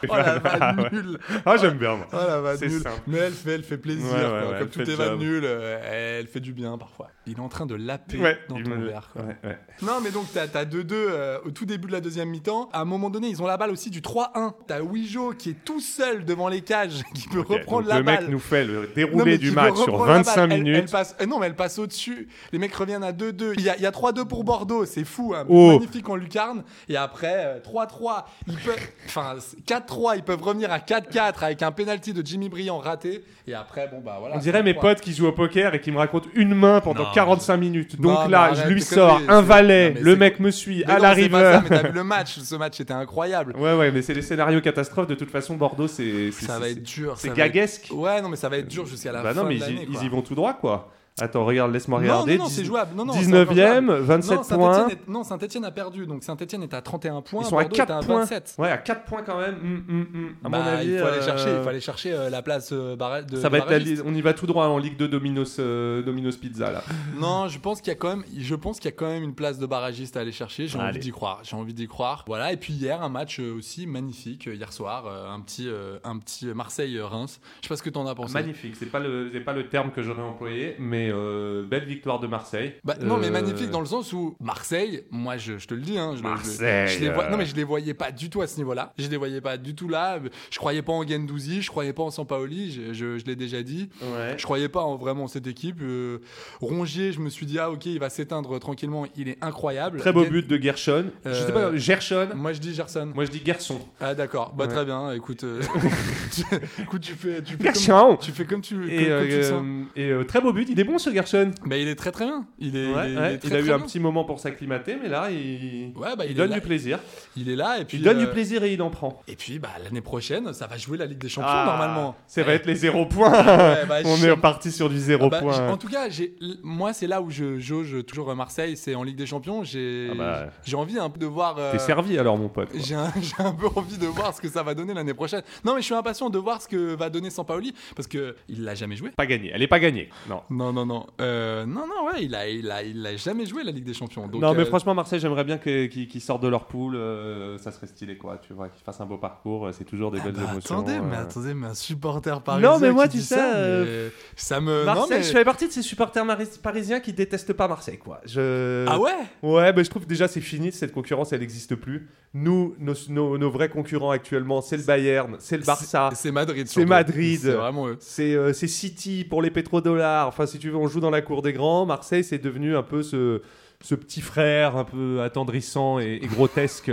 Speaker 7: Oh la vanne
Speaker 8: Ah ouais.
Speaker 7: nulle.
Speaker 8: Ah, j'aime bien, moi.
Speaker 7: Oh la vanne
Speaker 8: C'est
Speaker 7: nulle.
Speaker 8: simple.
Speaker 7: Mais elle fait, elle fait plaisir.
Speaker 8: Ouais, ouais,
Speaker 7: quoi.
Speaker 8: ouais,
Speaker 7: Comme
Speaker 8: elle fait le
Speaker 7: toutes les vannes
Speaker 8: job.
Speaker 7: nulles, euh, elle fait du bien parfois. Il est en train de laper
Speaker 8: Ouais,
Speaker 7: dans
Speaker 8: il
Speaker 7: ton
Speaker 8: me-
Speaker 7: verre. quoi.
Speaker 8: ouais, ouais.
Speaker 7: Non, mais donc t'as t'as 2-2 euh, au tout début de la deuxième mi-temps. À un moment donné, ils ont la balle aussi du 3-1. T'as Ouijo qui est tout seul devant les cages, qui peut
Speaker 8: Ok,
Speaker 7: reprendre
Speaker 8: donc
Speaker 7: la
Speaker 8: le
Speaker 7: balle.
Speaker 8: mec nous fait le
Speaker 7: Non,
Speaker 8: déroulé
Speaker 7: mais
Speaker 8: du
Speaker 7: qui
Speaker 8: match
Speaker 7: veut
Speaker 8: sur
Speaker 7: reprendre la
Speaker 8: 25
Speaker 7: balle. Elle-
Speaker 8: minutes.
Speaker 7: Elle, passe, euh, non, mais elle passe au-dessus. Les mecs reviennent à 2-2. Il y a, il y a 3-2 pour Bordeaux, c'est fou. hein.
Speaker 8: Oh.
Speaker 7: Magnifique en lucarne. Et après, euh, 3-3. Ils peuvent- Enfin, c'est 4-3, ils peuvent revenir à 4-4 avec un penalty de Jimmy Briand raté. Et après, bon, bah voilà.
Speaker 8: On dirait mes
Speaker 7: 3-3.
Speaker 8: potes qui jouent au poker et qui me racontent une main pendant
Speaker 7: Non,
Speaker 8: 45 minutes. Donc
Speaker 7: non,
Speaker 8: là,
Speaker 7: arrête,
Speaker 8: je lui
Speaker 7: c'est
Speaker 8: sors
Speaker 7: connerie,
Speaker 8: un
Speaker 7: c'est-
Speaker 8: valet,
Speaker 7: non, mais
Speaker 8: le
Speaker 7: c'est-
Speaker 8: mec me suit
Speaker 7: Mais
Speaker 8: à
Speaker 7: non,
Speaker 8: la
Speaker 7: c'est pas
Speaker 8: river.
Speaker 7: ça, Mais t'as vu le match, ce match était incroyable.
Speaker 8: Ouais, ouais, mais c'est les scénarios catastrophes. De toute façon, Bordeaux, c'est. c'est-
Speaker 7: Ça va
Speaker 8: c'est-
Speaker 7: être dur.
Speaker 8: C'est
Speaker 7: ça va être-
Speaker 8: gaguesque.
Speaker 7: Ouais, non, mais ça va être dur jusqu'à la
Speaker 8: Bah
Speaker 7: fin.
Speaker 8: non, mais
Speaker 7: de
Speaker 8: ils, y-
Speaker 7: l'année,
Speaker 8: ils
Speaker 7: quoi.
Speaker 8: y vont tout droit, quoi. Attends, regarde, laisse-moi
Speaker 7: Non,
Speaker 8: regarder.
Speaker 7: non, non, c'est
Speaker 8: Dix-
Speaker 7: jouable. Non, non, c'est
Speaker 8: 19e,
Speaker 7: encore jouable.
Speaker 8: 27
Speaker 7: non,
Speaker 8: points.
Speaker 7: Saint-Etienne est- Non, Saint-Etienne a perdu. Donc Saint-Etienne est à 31 points.
Speaker 8: Ils sont
Speaker 7: Bordeaux
Speaker 8: à
Speaker 7: est
Speaker 8: 4 points.
Speaker 7: 27.
Speaker 8: Ouais, à 4 points quand même. Hum, hum, hum. À mon
Speaker 7: Bah,
Speaker 8: avis,
Speaker 7: il faut aller
Speaker 8: euh,
Speaker 7: chercher, il faut aller chercher euh, la place euh, barra- de.
Speaker 8: Ça va être la
Speaker 7: barragiste.
Speaker 8: li- on y va tout droit en Ligue 2 Domino's, euh, Domino's Pizza là.
Speaker 7: Non, je pense qu'il y a quand même, je pense qu'il y a quand même une place de barragiste à aller chercher. J'ai envie
Speaker 8: Allez.
Speaker 7: d'y croire. J'ai envie d'y croire. Voilà. Et puis hier, un match euh, aussi magnifique. euh, Hier soir, euh, un petit, euh, un petit Marseille-Reims. Je sais pas ce que t'en as pensé.
Speaker 8: Magnifique, c'est pas le c'est pas le terme que j'aurais employé, mais euh, belle victoire de Marseille.
Speaker 7: Bah, Non, mais
Speaker 8: Euh,
Speaker 7: magnifique dans le sens où Marseille, moi je, je te le dis, hein, je, le- je-
Speaker 8: Marseille,
Speaker 7: je les vois-
Speaker 8: euh.
Speaker 7: non, mais je les voyais pas du tout à ce niveau-là. Je les voyais pas du tout là. Je croyais pas en Gendouzi, je croyais pas en Sampaoli, je, je, je l'ai déjà dit.
Speaker 8: Ouais.
Speaker 7: Je croyais pas en vraiment cette équipe. Euh, Rongier, je me suis dit, ah ok, il va s'éteindre tranquillement, il est incroyable.
Speaker 8: Très beau
Speaker 7: Gen-
Speaker 8: but de Gershon. Je sais pas,
Speaker 7: Euh,
Speaker 8: Gershon.
Speaker 7: Moi je dis Gerson.
Speaker 8: Moi je dis Gerson.
Speaker 7: Ah d'accord, bah
Speaker 8: Ouais.
Speaker 7: très bien, écoute, euh, tu, écoute, tu fais, tu fais
Speaker 8: Gershon.
Speaker 7: comme tu, fais comme tu,
Speaker 8: Et,
Speaker 7: comme- comme tu le
Speaker 8: euh,
Speaker 7: sens.
Speaker 8: et, euh, très beau but, il est bon bon ce Gershon.
Speaker 7: Mais il est très très bien. Il, est,
Speaker 8: Ouais,
Speaker 7: il, est- il
Speaker 8: ouais.
Speaker 7: est très,
Speaker 8: Il a
Speaker 7: très
Speaker 8: eu un
Speaker 7: bien.
Speaker 8: petit moment pour s'acclimater, mais là, il,
Speaker 7: Ouais, bah,
Speaker 8: il
Speaker 7: il est
Speaker 8: donne
Speaker 7: là.
Speaker 8: du plaisir.
Speaker 7: Il est là et puis.
Speaker 8: Il donne du
Speaker 7: euh,
Speaker 8: plaisir et il en prend.
Speaker 7: Et puis bah, l'année prochaine, ça va jouer la Ligue des Champions
Speaker 8: Ah,
Speaker 7: normalement.
Speaker 8: Ça va
Speaker 7: Eh,
Speaker 8: être les zéro points.
Speaker 7: Ouais, bah,
Speaker 8: On
Speaker 7: je-
Speaker 8: est reparti sur du zéro
Speaker 7: Ah bah, j- En
Speaker 8: point.
Speaker 7: tout cas, j'ai- l- moi, c'est là où je jauge toujours à Marseille, c'est en Ligue des Champions. J'ai
Speaker 8: Ah bah.
Speaker 7: j'ai envie un peu de voir. euh,
Speaker 8: T'es servi alors, mon pote. quoi.
Speaker 7: J'ai un, j'ai un peu envie de voir ce que ça va donner l'année prochaine. Non, mais je suis impatient de voir ce que va donner Sampaoli parce que il l'a jamais joué.
Speaker 8: Pas gagné. Elle est pas gagnée. Non.
Speaker 7: Non, non, non. Euh, non, non, ouais, il a, il, a, il a jamais joué la Ligue des Champions. Donc,
Speaker 8: non, mais
Speaker 7: euh,
Speaker 8: franchement, Marseille, j'aimerais bien que- qu'ils qu'ils sortent de leur poule. euh, ça serait stylé, quoi. Tu vois, qu'ils fassent un beau parcours. euh, C'est toujours des
Speaker 7: ah
Speaker 8: belles
Speaker 7: bah,
Speaker 8: émotions.
Speaker 7: attendez, mais
Speaker 8: euh.
Speaker 7: attendez, mais un supporter parisien.
Speaker 8: mais moi,
Speaker 7: qui
Speaker 8: tu
Speaker 7: dit
Speaker 8: sais,
Speaker 7: ça,
Speaker 8: euh,
Speaker 7: mais ça me. non,
Speaker 8: Marseille,
Speaker 7: mais-
Speaker 8: je fais partie de ces supporters maris- parisiens qui détestent pas Marseille, quoi. Je...
Speaker 7: Ah ouais
Speaker 8: Ouais, bah, je trouve déjà c'est fini, cette concurrence, elle n'existe plus. Nous, nos, nos- nos vrais concurrents actuellement, c'est le Bayern, c'est le Barça,
Speaker 7: C'est- C'est Madrid.
Speaker 8: Ah, c'est
Speaker 7: surtout.
Speaker 8: Madrid.
Speaker 7: C'est vraiment eux.
Speaker 8: c'est euh, c'est City pour les pétrodollars. Enfin, si tu veux, on joue dans la cour des grands. Marseille, c'est devenu un peu ce, ce petit frère un peu attendrissant et, et grotesque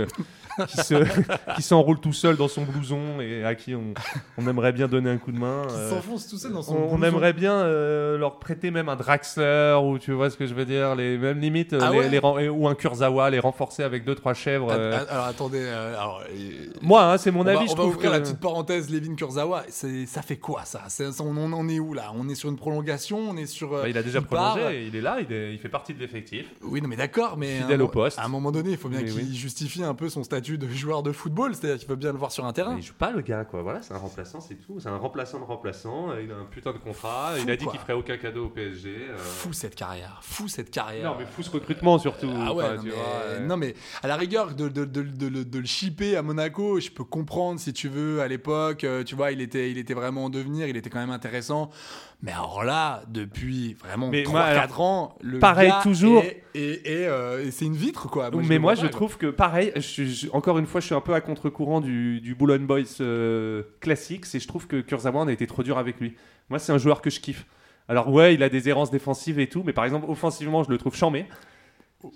Speaker 8: qui se- qui s'enroule tout seul dans son blouson et à qui on, on aimerait bien donner un coup de main.
Speaker 7: Ils
Speaker 8: euh,
Speaker 7: s'enfoncent tout seul dans son.
Speaker 8: on, on
Speaker 7: blouson.
Speaker 8: aimerait bien euh, leur prêter même un Draxler ou tu vois ce que je veux dire, les mêmes limites, euh,
Speaker 7: Ah
Speaker 8: les-
Speaker 7: ouais
Speaker 8: les ren- ou un Kurzawa, les renforcer avec deux trois chèvres.
Speaker 7: Ah,
Speaker 8: euh.
Speaker 7: ah, Alors attendez. euh, alors, euh,
Speaker 8: Moi, hein, c'est mon
Speaker 7: on va-
Speaker 8: avis.
Speaker 7: on
Speaker 8: je
Speaker 7: va,
Speaker 8: trouve
Speaker 7: ouvrir
Speaker 8: que-
Speaker 7: la petite parenthèse, Levin Kurzawa. C'est- Ça fait quoi ça C'est- ça, on, on en est où là On est sur une prolongation, on est sur. euh,
Speaker 8: Bah, il a déjà
Speaker 7: part.
Speaker 8: prolongé, il est là, il, est- il fait partie de l'effectif.
Speaker 7: Oui, non, mais d'accord, mais.
Speaker 8: Fidèle
Speaker 7: à un
Speaker 8: au poste.
Speaker 7: mo- À un moment donné, il faut bien
Speaker 8: Mais
Speaker 7: qu'il
Speaker 8: oui.
Speaker 7: justifie un peu son statut de joueur de football, c'est-à-dire qu'il faut bien le voir sur un terrain.
Speaker 8: Il joue pas le gars, quoi. Voilà, c'est un remplaçant, c'est tout. C'est un remplaçant de remplaçant. euh, Il a un putain de contrat. il a dit
Speaker 7: quoi.
Speaker 8: qu'il ferait aucun cadeau au PSG. euh.
Speaker 7: Fou cette carrière, fou cette carrière.
Speaker 8: Non, mais fou ce recrutement surtout.
Speaker 7: Ah ouais,
Speaker 8: Enfin,
Speaker 7: non,
Speaker 8: tu
Speaker 7: mais,
Speaker 8: vois, euh,
Speaker 7: non, mais à la rigueur de, de- de- de- de- de le shipper à Monaco, je peux comprendre si tu veux à l'époque, euh, tu vois, il était, il était vraiment en devenir, il était quand même intéressant. Mais alors là, depuis vraiment
Speaker 8: Mais moi, alors,
Speaker 7: 3-4 ans, le
Speaker 8: pareil,
Speaker 7: gars
Speaker 8: toujours.
Speaker 7: est- est- est, euh, et c'est une vitre quoi.
Speaker 8: mais
Speaker 7: le
Speaker 8: moi,
Speaker 7: vois
Speaker 8: je
Speaker 7: pas, quoi.
Speaker 8: trouve que pareil, je- je- encore une fois, je suis un peu à contre-courant du, du Boulogne Boys euh, classique. C'est je trouve que Kurzawa, on a été trop dur avec lui. Moi, c'est un joueur que je kiffe. Alors, ouais, il a des errances défensives et tout, mais par exemple, offensivement, je le trouve charmé.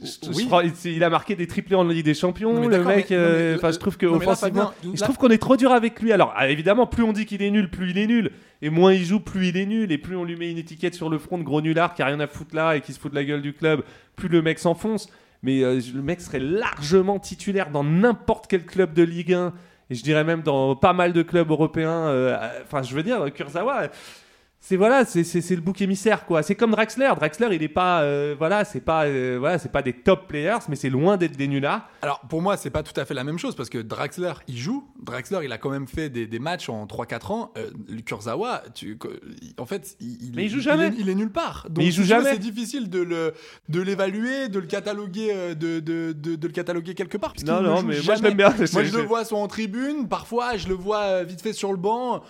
Speaker 8: Je- je
Speaker 7: Oui.
Speaker 8: crois- il- il a marqué des triplés en Ligue des Champions,
Speaker 7: Non, mais
Speaker 8: le
Speaker 7: d'accord,
Speaker 8: mec.
Speaker 7: mais- non, mais-
Speaker 8: euh, Enfin, je trouve que
Speaker 7: non, mais là,
Speaker 8: offensivement,
Speaker 7: Fabien,
Speaker 8: je
Speaker 7: là-
Speaker 8: trouve qu'on est trop dur avec lui. Alors, ah, évidemment, plus on dit qu'il est nul, plus il est nul, et moins il joue, plus il est nul, et plus on lui met une étiquette sur le front de gros nullard qui a rien à foutre là et qui se fout de la gueule du club, plus le mec s'enfonce. Mais euh, je- le mec serait largement titulaire dans n'importe quel club de Ligue 1, et je dirais même dans pas mal de clubs européens. euh, euh, Enfin, je veux dire, Kurzawa. euh, c'est voilà, c'est- c'est c'est le bouc émissaire quoi. C'est comme Draxler. Draxler, il est pas euh, voilà, c'est pas euh, voilà, c'est pas des top players, mais c'est loin d'être des nullards.
Speaker 7: Alors pour moi, c'est pas tout à fait la même chose parce que Draxler, il joue. Draxler, il a quand même fait des, des matchs en 3-4 ans. Euh, Kurzawa, tu, que- il- en fait, il,
Speaker 8: Mais il joue
Speaker 7: est-
Speaker 8: jamais.
Speaker 7: est- Il est, nulle part. Donc,
Speaker 8: Mais il
Speaker 7: si
Speaker 8: joue
Speaker 7: tu veux,
Speaker 8: jamais.
Speaker 7: C'est difficile de le de l'évaluer, de le cataloguer, euh, de, de, de, de le cataloguer quelque part. puisqu'il
Speaker 8: Non,
Speaker 7: ne
Speaker 8: non,
Speaker 7: joue
Speaker 8: mais moi,
Speaker 7: jamais.
Speaker 8: je l'aime bien.
Speaker 7: Moi,
Speaker 8: C'est-
Speaker 7: je le
Speaker 8: c'est-
Speaker 7: vois soit en tribune, parfois je le vois euh, vite fait sur le banc.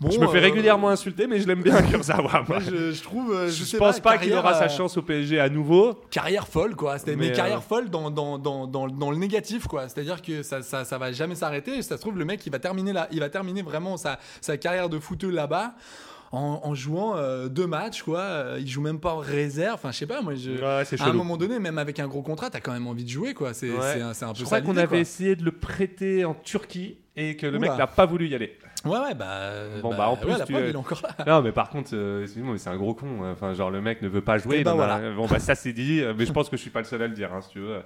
Speaker 7: Bon,
Speaker 8: je me fais
Speaker 7: euh,
Speaker 8: régulièrement insulter, mais je l'aime bien Kurzawa. moi.
Speaker 7: moi, Je, je trouve. euh,
Speaker 8: Je,
Speaker 7: Je, sais
Speaker 8: pense pas, qu'il
Speaker 7: carrière,
Speaker 8: aura sa
Speaker 7: euh,
Speaker 8: chance au PSG à nouveau.
Speaker 7: carrière folle quoi c'était mais,
Speaker 8: Mais,
Speaker 7: carrière
Speaker 8: euh,
Speaker 7: folle dans dans, dans, dans, dans le négatif quoi c'est à dire que ça, ça ça va jamais s'arrêter Et ça se trouve le mec il va terminer là il va terminer vraiment sa, sa carrière de footeux là bas en, en jouant euh, deux matchs quoi Euh, il joue même pas en réserve enfin je sais pas moi je
Speaker 8: Ouais, c'est
Speaker 7: à un
Speaker 8: chelou.
Speaker 7: moment donné même avec un gros contrat t'as quand même envie de jouer quoi c'est
Speaker 8: Ouais.
Speaker 7: c'est un, c'est un peu
Speaker 8: je crois
Speaker 7: ça
Speaker 8: qu'on
Speaker 7: l'idée,
Speaker 8: avait essayé de le prêter en Turquie et que le mec
Speaker 7: Oula.
Speaker 8: n'a pas voulu y aller.
Speaker 7: quoi. ouais ouais bah
Speaker 8: Bon,
Speaker 7: bah,
Speaker 8: bah, en
Speaker 7: ouais,
Speaker 8: plus,
Speaker 7: la
Speaker 8: tu-
Speaker 7: preuve, il est encore là
Speaker 8: Non, mais par contre, euh, excusez-moi, mais c'est un gros con. Enfin, genre, le mec ne veut pas jouer.
Speaker 7: Eh ben
Speaker 8: non,
Speaker 7: voilà.
Speaker 8: non, Bon, bah, ça, c'est dit. euh, Mais je pense que je suis pas le seul à le dire, hein, si tu veux.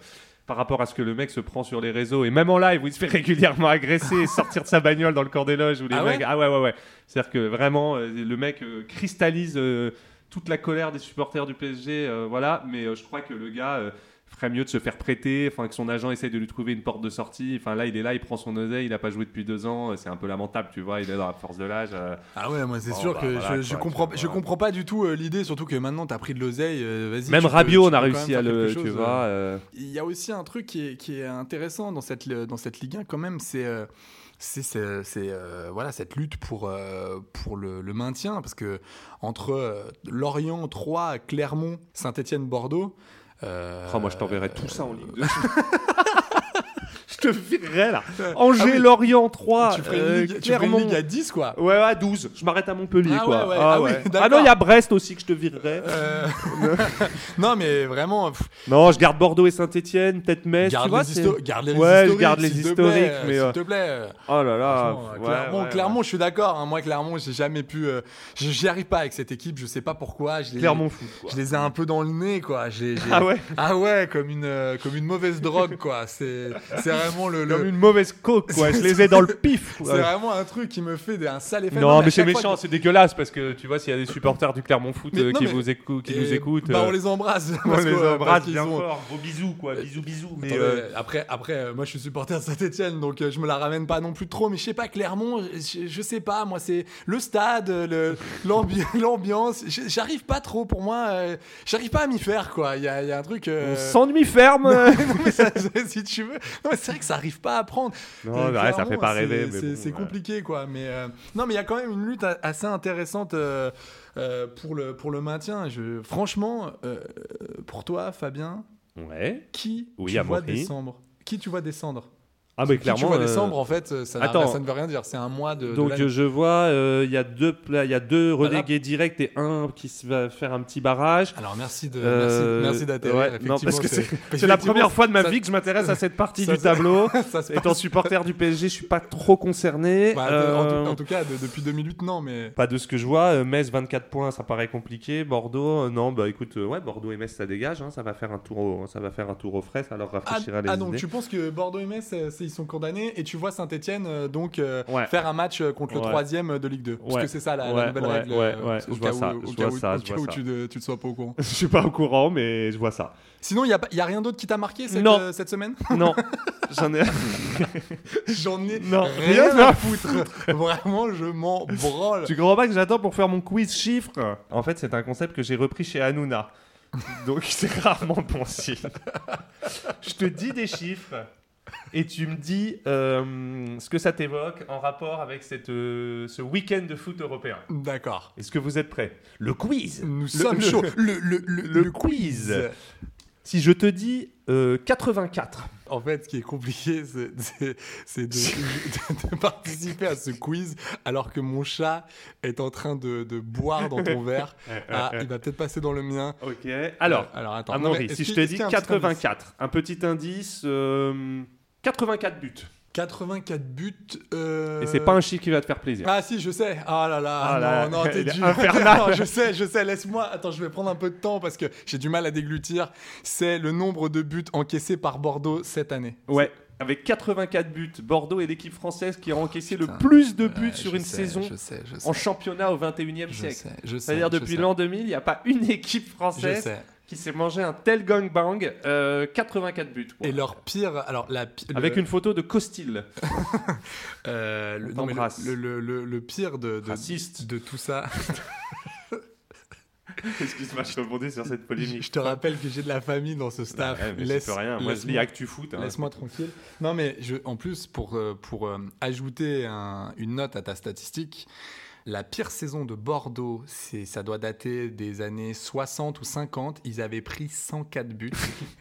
Speaker 8: Par rapport à ce que le mec se prend sur les réseaux et même en live où il se fait régulièrement agresser et sortir de sa bagnole dans le corps des loges ou les
Speaker 7: Ah
Speaker 8: mecs.
Speaker 7: ouais
Speaker 8: ah ouais, ouais, ouais. C'est-à-dire que vraiment, euh, le mec euh, cristallise euh, toute la colère des supporters du PSG. euh, voilà, mais euh, je crois que le gars. euh, ferait mieux de se faire prêter, enfin que son agent essaye de lui trouver une porte de sortie. Enfin là, il est là, il prend son oseille, il n'a pas joué depuis deux ans, euh, c'est un peu lamentable, tu vois. Il est dans la force de l'âge. euh,
Speaker 7: ah ouais moi c'est
Speaker 8: Bon,
Speaker 7: sûr
Speaker 8: bah,
Speaker 7: que
Speaker 8: voilà,
Speaker 7: je, je
Speaker 8: quoi,
Speaker 7: comprends
Speaker 8: tu
Speaker 7: je
Speaker 8: vois.
Speaker 7: comprends pas du tout euh, l'idée surtout que maintenant t'as pris de l'oseille euh, vas-y
Speaker 8: Même
Speaker 7: tu peux-
Speaker 8: Rabiot, on
Speaker 7: tu
Speaker 8: a
Speaker 7: peux quand
Speaker 8: réussi
Speaker 7: même
Speaker 8: à
Speaker 7: faire
Speaker 8: le,
Speaker 7: quelque
Speaker 8: tu
Speaker 7: chose,
Speaker 8: vois.
Speaker 7: euh.
Speaker 8: euh,
Speaker 7: Il y a aussi un truc qui est, qui est intéressant dans cette, dans cette Ligue 1 quand même, c'est euh, c'est c'est- c'est, euh, voilà cette lutte pour, euh, pour le, le maintien, parce que entre euh, Lorient, 3, Clermont, Saint-Étienne, Bordeaux. euh,
Speaker 8: Oh, moi, je t'enverrai tout ça en ligne. Je te virerai là. Angers, Lorient 3,
Speaker 7: Ah Tu ferais une
Speaker 8: euh,
Speaker 7: ligue- tu ferais une
Speaker 8: Clermont.
Speaker 7: ligue à 10, quoi.
Speaker 8: Ouais, ouais, 12. Je m'arrête à Montpellier,
Speaker 7: Ah
Speaker 8: quoi.
Speaker 7: ouais, ouais. Ah oui, d'accord.
Speaker 8: ah non, il y a Brest aussi que je te virerai.
Speaker 7: Euh, non, mais vraiment, pff,
Speaker 8: Non, je garde Bordeaux et Saint-Etienne, peut-être Metz.
Speaker 7: garde,
Speaker 8: Eh, tu vois,
Speaker 7: les
Speaker 8: c'est-
Speaker 7: histo- garde les
Speaker 8: ouais, je
Speaker 7: historiques,
Speaker 8: garde les
Speaker 7: s'il te
Speaker 8: historiques,
Speaker 7: plaît, euh,
Speaker 8: mais.
Speaker 7: S'il
Speaker 8: euh,
Speaker 7: te plaît. euh,
Speaker 8: Oh là là.
Speaker 7: franchement, euh,
Speaker 8: ouais,
Speaker 7: Clermont,
Speaker 8: ouais,
Speaker 7: Clermont,
Speaker 8: ouais.
Speaker 7: je suis d'accord. hein. Moi, Clermont, j'ai jamais pu. euh, j- J'y arrive pas avec cette équipe. Je sais pas pourquoi. Je les,
Speaker 8: Clermont foot, quoi.
Speaker 7: Je les ai un peu dans le nez, quoi. J'ai- j'ai-
Speaker 8: Ah ouais
Speaker 7: Ah ouais, comme une, euh, comme une mauvaise drogue, quoi. C'est c'est vraiment le. le-
Speaker 8: Comme une mauvaise coke, quoi. je les ai dans le pif.
Speaker 7: C'est
Speaker 8: ouais.
Speaker 7: vraiment un truc qui me fait des- un sale effet.
Speaker 8: Non, mais
Speaker 7: à
Speaker 8: c'est
Speaker 7: chaque fois
Speaker 8: méchant,
Speaker 7: que-
Speaker 8: c'est dégueulasse parce que tu vois, s'il y a des supporters du Clermont Foot
Speaker 7: Mais
Speaker 8: euh,
Speaker 7: non,
Speaker 8: qui,
Speaker 7: mais-
Speaker 8: vous écou- qui
Speaker 7: Et-
Speaker 8: nous écoutent.
Speaker 7: bah,
Speaker 8: euh,
Speaker 7: on les embrasse. Ah
Speaker 8: on
Speaker 7: parce
Speaker 8: les
Speaker 7: que- euh, parce
Speaker 8: embrasse
Speaker 7: qu'ils
Speaker 8: bien
Speaker 7: ont-
Speaker 8: fort. Gros bisous, quoi. Bisous, bisous. Mais.
Speaker 7: Attendez,
Speaker 8: euh,
Speaker 7: Après, après euh, moi je suis supporter de Saint-Etienne, donc euh, je me la ramène pas non plus trop, mais je sais pas, Clermont, je, je sais pas, moi c'est le stade, euh, le- l'ambi- l'ambiance, je- j'arrive pas trop pour moi, euh, j'arrive pas à m'y faire quoi, il y a, il y a un truc... euh,
Speaker 8: On s'ennuie ferme euh.
Speaker 7: non, mais ça, si tu veux. Non, mais c'est vrai que ça arrive pas à prendre. Euh,
Speaker 8: Non, mais ouais, ça
Speaker 7: clairement,
Speaker 8: fait pas
Speaker 7: c'est-
Speaker 8: rêver, mais
Speaker 7: C'est
Speaker 8: bon,
Speaker 7: c'est
Speaker 8: ouais.
Speaker 7: compliqué, quoi. Mais euh, non, mais il y a quand même une lutte a- assez intéressante euh, euh, pour le pour le maintien. Je, franchement, euh, pour toi, Fabien,
Speaker 8: Ouais.
Speaker 7: qui
Speaker 8: Oui,
Speaker 7: tu
Speaker 8: à
Speaker 7: vois
Speaker 8: Maurice.
Speaker 7: descendre Qui tu vois descendre
Speaker 8: Ah, mais
Speaker 7: Qui tu
Speaker 8: clairement.
Speaker 7: vois
Speaker 8: euh,
Speaker 7: descendre, en fait, ça, n'a-
Speaker 8: attends.
Speaker 7: ça ne veut rien dire. C'est un mois de. Bah, de
Speaker 8: Donc
Speaker 7: l'année.
Speaker 8: euh, je vois, euh, il y a deux, pla- il y a deux relégués directs et un qui se va faire un petit barrage.
Speaker 7: Alors merci de
Speaker 8: Euh,
Speaker 7: merci, merci d'atterrir.
Speaker 8: ouais, non, parce que c'est
Speaker 7: Bah, effectivement,
Speaker 8: c'est la première fois de ma
Speaker 7: ça-
Speaker 8: vie que je m'intéresse à cette partie
Speaker 7: ça
Speaker 8: du
Speaker 7: se-
Speaker 8: tableau.
Speaker 7: ça se
Speaker 8: Étant
Speaker 7: passe.
Speaker 8: supporter du PSG, je suis pas trop concerné.
Speaker 7: Bah, de- en,
Speaker 8: Euh,
Speaker 7: tout, en tout cas, de- depuis 2008, non, mais.
Speaker 8: Pas de ce que je vois. Euh, Metz 24 points, ça paraît compliqué. Bordeaux, euh, non, bah écoute, euh, ouais, Bordeaux et Metz, ça dégage. hein, ça va faire un tour, au, ça va faire un tour aux frais, ça leur
Speaker 7: Ah,
Speaker 8: rafraîchira les
Speaker 7: ah,
Speaker 8: idées.
Speaker 7: donc tu penses que Bordeaux et Metz, euh, c'est- ils sont condamnés et tu vois Saint-Etienne donc euh,
Speaker 8: Ouais.
Speaker 7: faire un match euh, contre le
Speaker 8: Ouais.
Speaker 7: troisième euh, de Ligue 2 Parce
Speaker 8: Ouais.
Speaker 7: que c'est ça la, la
Speaker 8: Ouais,
Speaker 7: nouvelle
Speaker 8: ouais,
Speaker 7: règle.
Speaker 8: ouais,
Speaker 7: euh,
Speaker 8: ouais,
Speaker 7: au
Speaker 8: je
Speaker 7: cas
Speaker 8: vois ça,
Speaker 7: où- Au
Speaker 8: je
Speaker 7: cas
Speaker 8: vois
Speaker 7: où-
Speaker 8: ça,
Speaker 7: au
Speaker 8: je
Speaker 7: cas
Speaker 8: vois
Speaker 7: où
Speaker 8: ça.
Speaker 7: tu ne tu ne sois pas au courant.
Speaker 8: je suis pas au courant, mais je vois ça.
Speaker 7: Sinon, il n'y a, pas- il y a rien d'autre qui t'a marqué cette,
Speaker 8: Non.
Speaker 7: euh, cette semaine
Speaker 8: Non, j'en ai.
Speaker 7: J'en ai
Speaker 8: Non,
Speaker 7: rien,
Speaker 8: rien
Speaker 7: à
Speaker 8: à
Speaker 7: foutre. Vraiment, je m'en branle.
Speaker 8: Tu comprends pas que j'attends pour faire mon quiz chiffre En fait, c'est un concept que j'ai repris chez Hanouna. Donc c'est rarement bon signe. Je te dis des chiffres et tu me dis euh, ce que ça t'évoque en rapport avec cette, euh, ce week-end de foot européen.
Speaker 7: D'accord.
Speaker 8: Est-ce que vous êtes prêts Le quiz
Speaker 7: Nous
Speaker 8: Le-
Speaker 7: sommes
Speaker 8: le-
Speaker 7: chauds. Le, le, le,
Speaker 8: le
Speaker 7: le quiz.
Speaker 8: quiz. Si je te dis euh, 84,
Speaker 7: En fait, ce qui est compliqué, c'est- c'est c'est de, de- de participer à ce quiz alors que mon chat est en train de, de boire dans ton verre. Ah, il va peut-être passer dans le mien.
Speaker 8: ok. Ah, Alors,
Speaker 7: Euh, alors, attends. Non, mais
Speaker 8: Amaury,
Speaker 7: est-ce
Speaker 8: si je
Speaker 7: qu'il-
Speaker 8: te
Speaker 7: est-ce
Speaker 8: dis
Speaker 7: qu'il y a un petit indice
Speaker 8: 84, un petit indice, euh, 84 buts.
Speaker 7: 84 buts. euh,
Speaker 8: Et c'est pas un chiffre qui va te faire plaisir.
Speaker 7: Ah si, je sais. Ah là là.
Speaker 8: Ah là
Speaker 7: non,
Speaker 8: là,
Speaker 7: non, t'es
Speaker 8: il est
Speaker 7: dur.
Speaker 8: infernal.
Speaker 7: Non, je sais, je sais. Laisse-moi. Attends, je vais prendre un peu de temps parce que j'ai du mal à déglutir. C'est le nombre de buts encaissés par Bordeaux cette année.
Speaker 8: Ouais. Avec 84 buts, Bordeaux est l'équipe française qui a encaissé le plus de buts
Speaker 7: Ouais,
Speaker 8: sur
Speaker 7: Euh, je
Speaker 8: une
Speaker 7: sais,
Speaker 8: saison
Speaker 7: Je sais, je sais.
Speaker 8: en championnat au 21e
Speaker 7: Je
Speaker 8: siècle.
Speaker 7: sais, je sais,
Speaker 8: C'est-à-dire
Speaker 7: je
Speaker 8: depuis
Speaker 7: sais.
Speaker 8: l'an 2000, il n'y a pas une équipe
Speaker 7: Je
Speaker 8: française
Speaker 7: sais.
Speaker 8: qui s'est mangé un tel gangbang. euh, 84 buts. quoi.
Speaker 7: Et leur pire, alors la pi- le-
Speaker 8: Avec une photo de Costil.
Speaker 7: euh, le,
Speaker 8: On
Speaker 7: non, mais le-
Speaker 8: t'embrasse.
Speaker 7: le, le- le- le pire de, de-
Speaker 8: Raciste.
Speaker 7: de tout ça.
Speaker 8: Excuse-moi, je Bah, rebondis sur cette Eh,
Speaker 7: je te rappelle que j'ai de la famille dans ce staff. Laisse- laisse-moi-
Speaker 8: Foot. hein.
Speaker 7: Laisse-moi tranquille. Non, mais je, en plus, pour, euh, pour euh, ajouter un- une note à ta statistique, la pire saison de Bordeaux, c'est, ça doit dater des années 60 ou 50. Ils avaient pris 104 buts.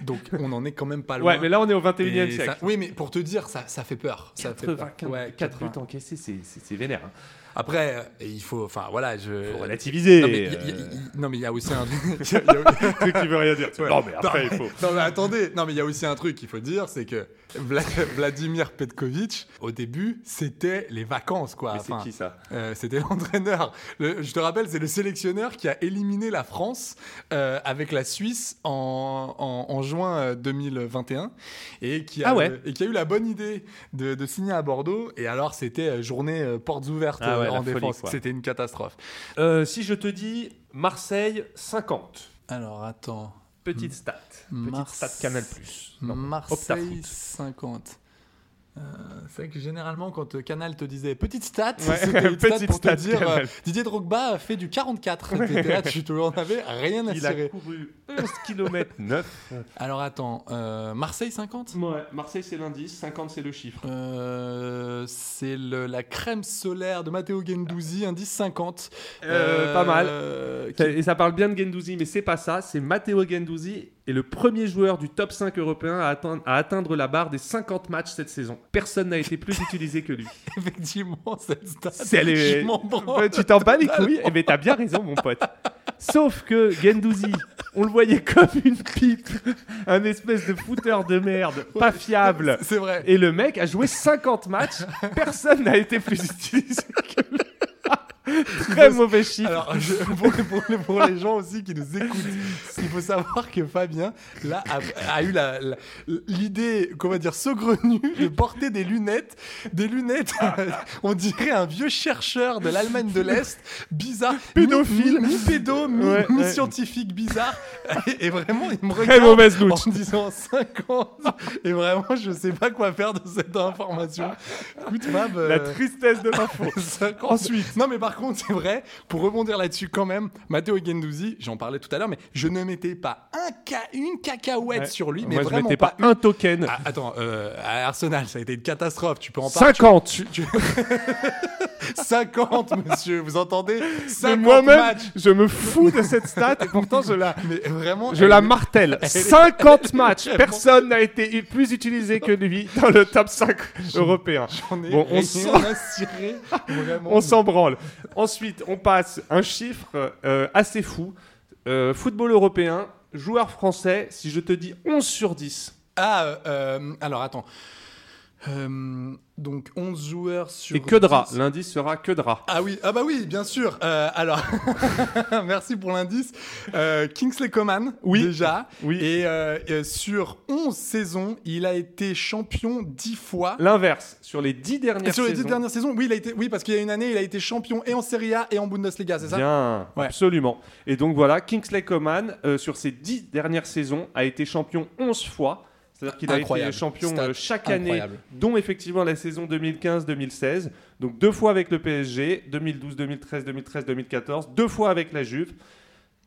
Speaker 7: Donc, on en est quand même pas loin.
Speaker 8: Ouais, mais là on est au
Speaker 7: Et
Speaker 8: 21e
Speaker 7: ça-
Speaker 8: siècle.
Speaker 7: oui, mais pour te dire, ça, ça fait peur. Ça fait peur.
Speaker 8: 84
Speaker 7: Ouais,
Speaker 8: 4
Speaker 7: 80.
Speaker 8: buts encaissés, c'est- c'est c'est vénère. hein.
Speaker 7: Après, euh, il faut. Enfin, voilà, je.
Speaker 8: Faut relativiser.
Speaker 7: Non, mais il y a- il y a-
Speaker 8: euh,
Speaker 7: il- non, mais il y a aussi un. il y a- il y a-
Speaker 8: truc qui veut rien dire. tu vois. Bah. Non, mais après, il faut.
Speaker 7: Non mais attendez, non mais il y a aussi un truc qu'il faut dire, c'est que Vla- Vladimir Petkovic, au début, c'était les vacances quoi.
Speaker 8: Mais c'est
Speaker 7: Enfin,
Speaker 8: qui, ça
Speaker 7: euh, C'était l'entraîneur. Le- je te rappelle, c'est le sélectionneur qui a éliminé la France euh, avec la Suisse en, en- en juin euh, 2021 et qui a,
Speaker 8: Ah ouais.
Speaker 7: et qui a eu la bonne idée de, de signer à Bordeaux. Et alors c'était euh, journée euh, portes ouvertes
Speaker 8: Ah ouais,
Speaker 7: euh, en
Speaker 8: la folie,
Speaker 7: défense.
Speaker 8: quoi.
Speaker 7: C'était une catastrophe.
Speaker 8: Euh, si je te dis Marseille 50,
Speaker 7: Alors attends,
Speaker 8: petite stat, petite
Speaker 7: Marse-
Speaker 8: stat Canal Non,
Speaker 7: Marseille
Speaker 8: Optafoot.
Speaker 7: 50. Euh, c'est vrai que généralement, quand euh, Canal te disait petite stat,
Speaker 8: Ouais,
Speaker 7: c'était une stat
Speaker 8: petite
Speaker 7: pour
Speaker 8: stat,
Speaker 7: te dire euh,
Speaker 8: Canal.
Speaker 7: Didier Drogba a fait du 44. T'étais là, tu te- en avais rien à
Speaker 8: Il a
Speaker 7: cirer.
Speaker 8: couru 11 km 9.
Speaker 7: Alors attends, euh, Marseille 50
Speaker 8: Ouais, Marseille c'est l'indice, 50 c'est le chiffre.
Speaker 7: Euh, c'est le- la crème solaire de Matteo Gendouzi, indice 50.
Speaker 8: Euh, pas mal.
Speaker 7: euh, qui-
Speaker 8: Et ça parle bien de Gendouzi, mais c'est pas ça, c'est Matteo Gendouzi est le premier joueur du top 5 européen à atteindre, à atteindre la barre des 50 matchs cette saison. Personne n'a été plus utilisé que lui.
Speaker 7: Effectivement, cette stat.
Speaker 8: C'est les-
Speaker 7: Je m'en branle.
Speaker 8: Ouais, tu t'en bats les couilles, Eh, mais t'as bien raison, mon pote. Sauf que Gendouzi, on le voyait comme une pipe, un espèce de fouteur de merde, pas fiable.
Speaker 7: C'est vrai.
Speaker 8: Et le mec a joué 50 matchs, personne n'a été plus utilisé que lui. Très mauvais chiffre.
Speaker 7: Alors, je- pour, les, pour les- pour les gens aussi qui nous écoutent, il faut savoir que Fabien, là, a, a eu la- la- l'idée, comment dire, saugrenue de porter des lunettes. Des lunettes, on dirait un vieux chercheur de l'Allemagne de l'Est, bizarre. mi-
Speaker 8: Pédophile.
Speaker 7: Mi, mi pédo, mi,
Speaker 8: Ouais,
Speaker 7: mi
Speaker 8: ouais.
Speaker 7: scientifique, bizarre. Et, et vraiment, il me regarde
Speaker 8: mauvaise loot.
Speaker 7: en disant 50. Et vraiment, je sais pas quoi faire de cette information. Écoute, Fab.
Speaker 8: La
Speaker 7: euh,
Speaker 8: tristesse de l'info.
Speaker 7: Ensuite. Non, mais par contre, c'est vrai, pour rebondir là-dessus quand même, Matteo Gendouzi, j'en parlais tout à l'heure, mais je ne mettais pas un ca- une cacahuète sur lui, mais
Speaker 8: Moi, je
Speaker 7: vraiment
Speaker 8: mettais pas,
Speaker 7: une.
Speaker 8: un token.
Speaker 7: Ah, attends, euh, à Arsenal, ça a été une catastrophe, tu peux en parler.
Speaker 8: 50. tu-
Speaker 7: 50, monsieur, vous entendez
Speaker 8: Mais
Speaker 7: 50
Speaker 8: moi-même,
Speaker 7: matchs.
Speaker 8: je me fous de cette stat et pourtant je la,
Speaker 7: Mais vraiment,
Speaker 8: je
Speaker 7: elle
Speaker 8: la
Speaker 7: est-
Speaker 8: martèle.
Speaker 7: elle est-
Speaker 8: 50 matchs. Personne n'a été u- plus utilisé que lui dans le top 5 européen.
Speaker 7: On est
Speaker 8: Bon, on
Speaker 7: rien
Speaker 8: s'en-
Speaker 7: à cirer, vraiment.
Speaker 8: on s'en branle. Ensuite, on passe un chiffre euh, assez fou. Euh, football européen, joueur français, si je te dis 11 sur 10
Speaker 7: Ah, euh, euh, alors attends. Euh, donc 11 joueurs sur.
Speaker 8: et que de rats,
Speaker 7: 10.
Speaker 8: l'indice sera que de rats.
Speaker 7: Ah oui, ah bah oui, bien sûr. Euh, alors, merci pour l'indice. Euh, Kingsley Coman,
Speaker 8: Oui.
Speaker 7: déjà.
Speaker 8: Oui.
Speaker 7: Et euh, euh, sur 11 saisons, il a été champion 10 fois.
Speaker 8: L'inverse, sur les 10
Speaker 7: Et
Speaker 8: dernières
Speaker 7: sur les 10
Speaker 8: saisons-
Speaker 7: dernières saisons, oui, il a été, oui, parce qu'il y a une année, il a été champion et en Serie A et en Bundesliga, c'est ça
Speaker 8: Bien,
Speaker 7: Ouais.
Speaker 8: absolument. Et donc voilà, Kingsley Coman, euh, sur ses dix dernières saisons, a été champion 11 fois. C'est-à-dire qu'il a été
Speaker 7: Incroyable.
Speaker 8: champion
Speaker 7: Stat
Speaker 8: euh, chaque année,
Speaker 7: incroyable.
Speaker 8: dont effectivement la saison 2015-2016. Donc deux fois avec le PSG, 2012, 2013, 2013, 2014, deux fois avec la Juve.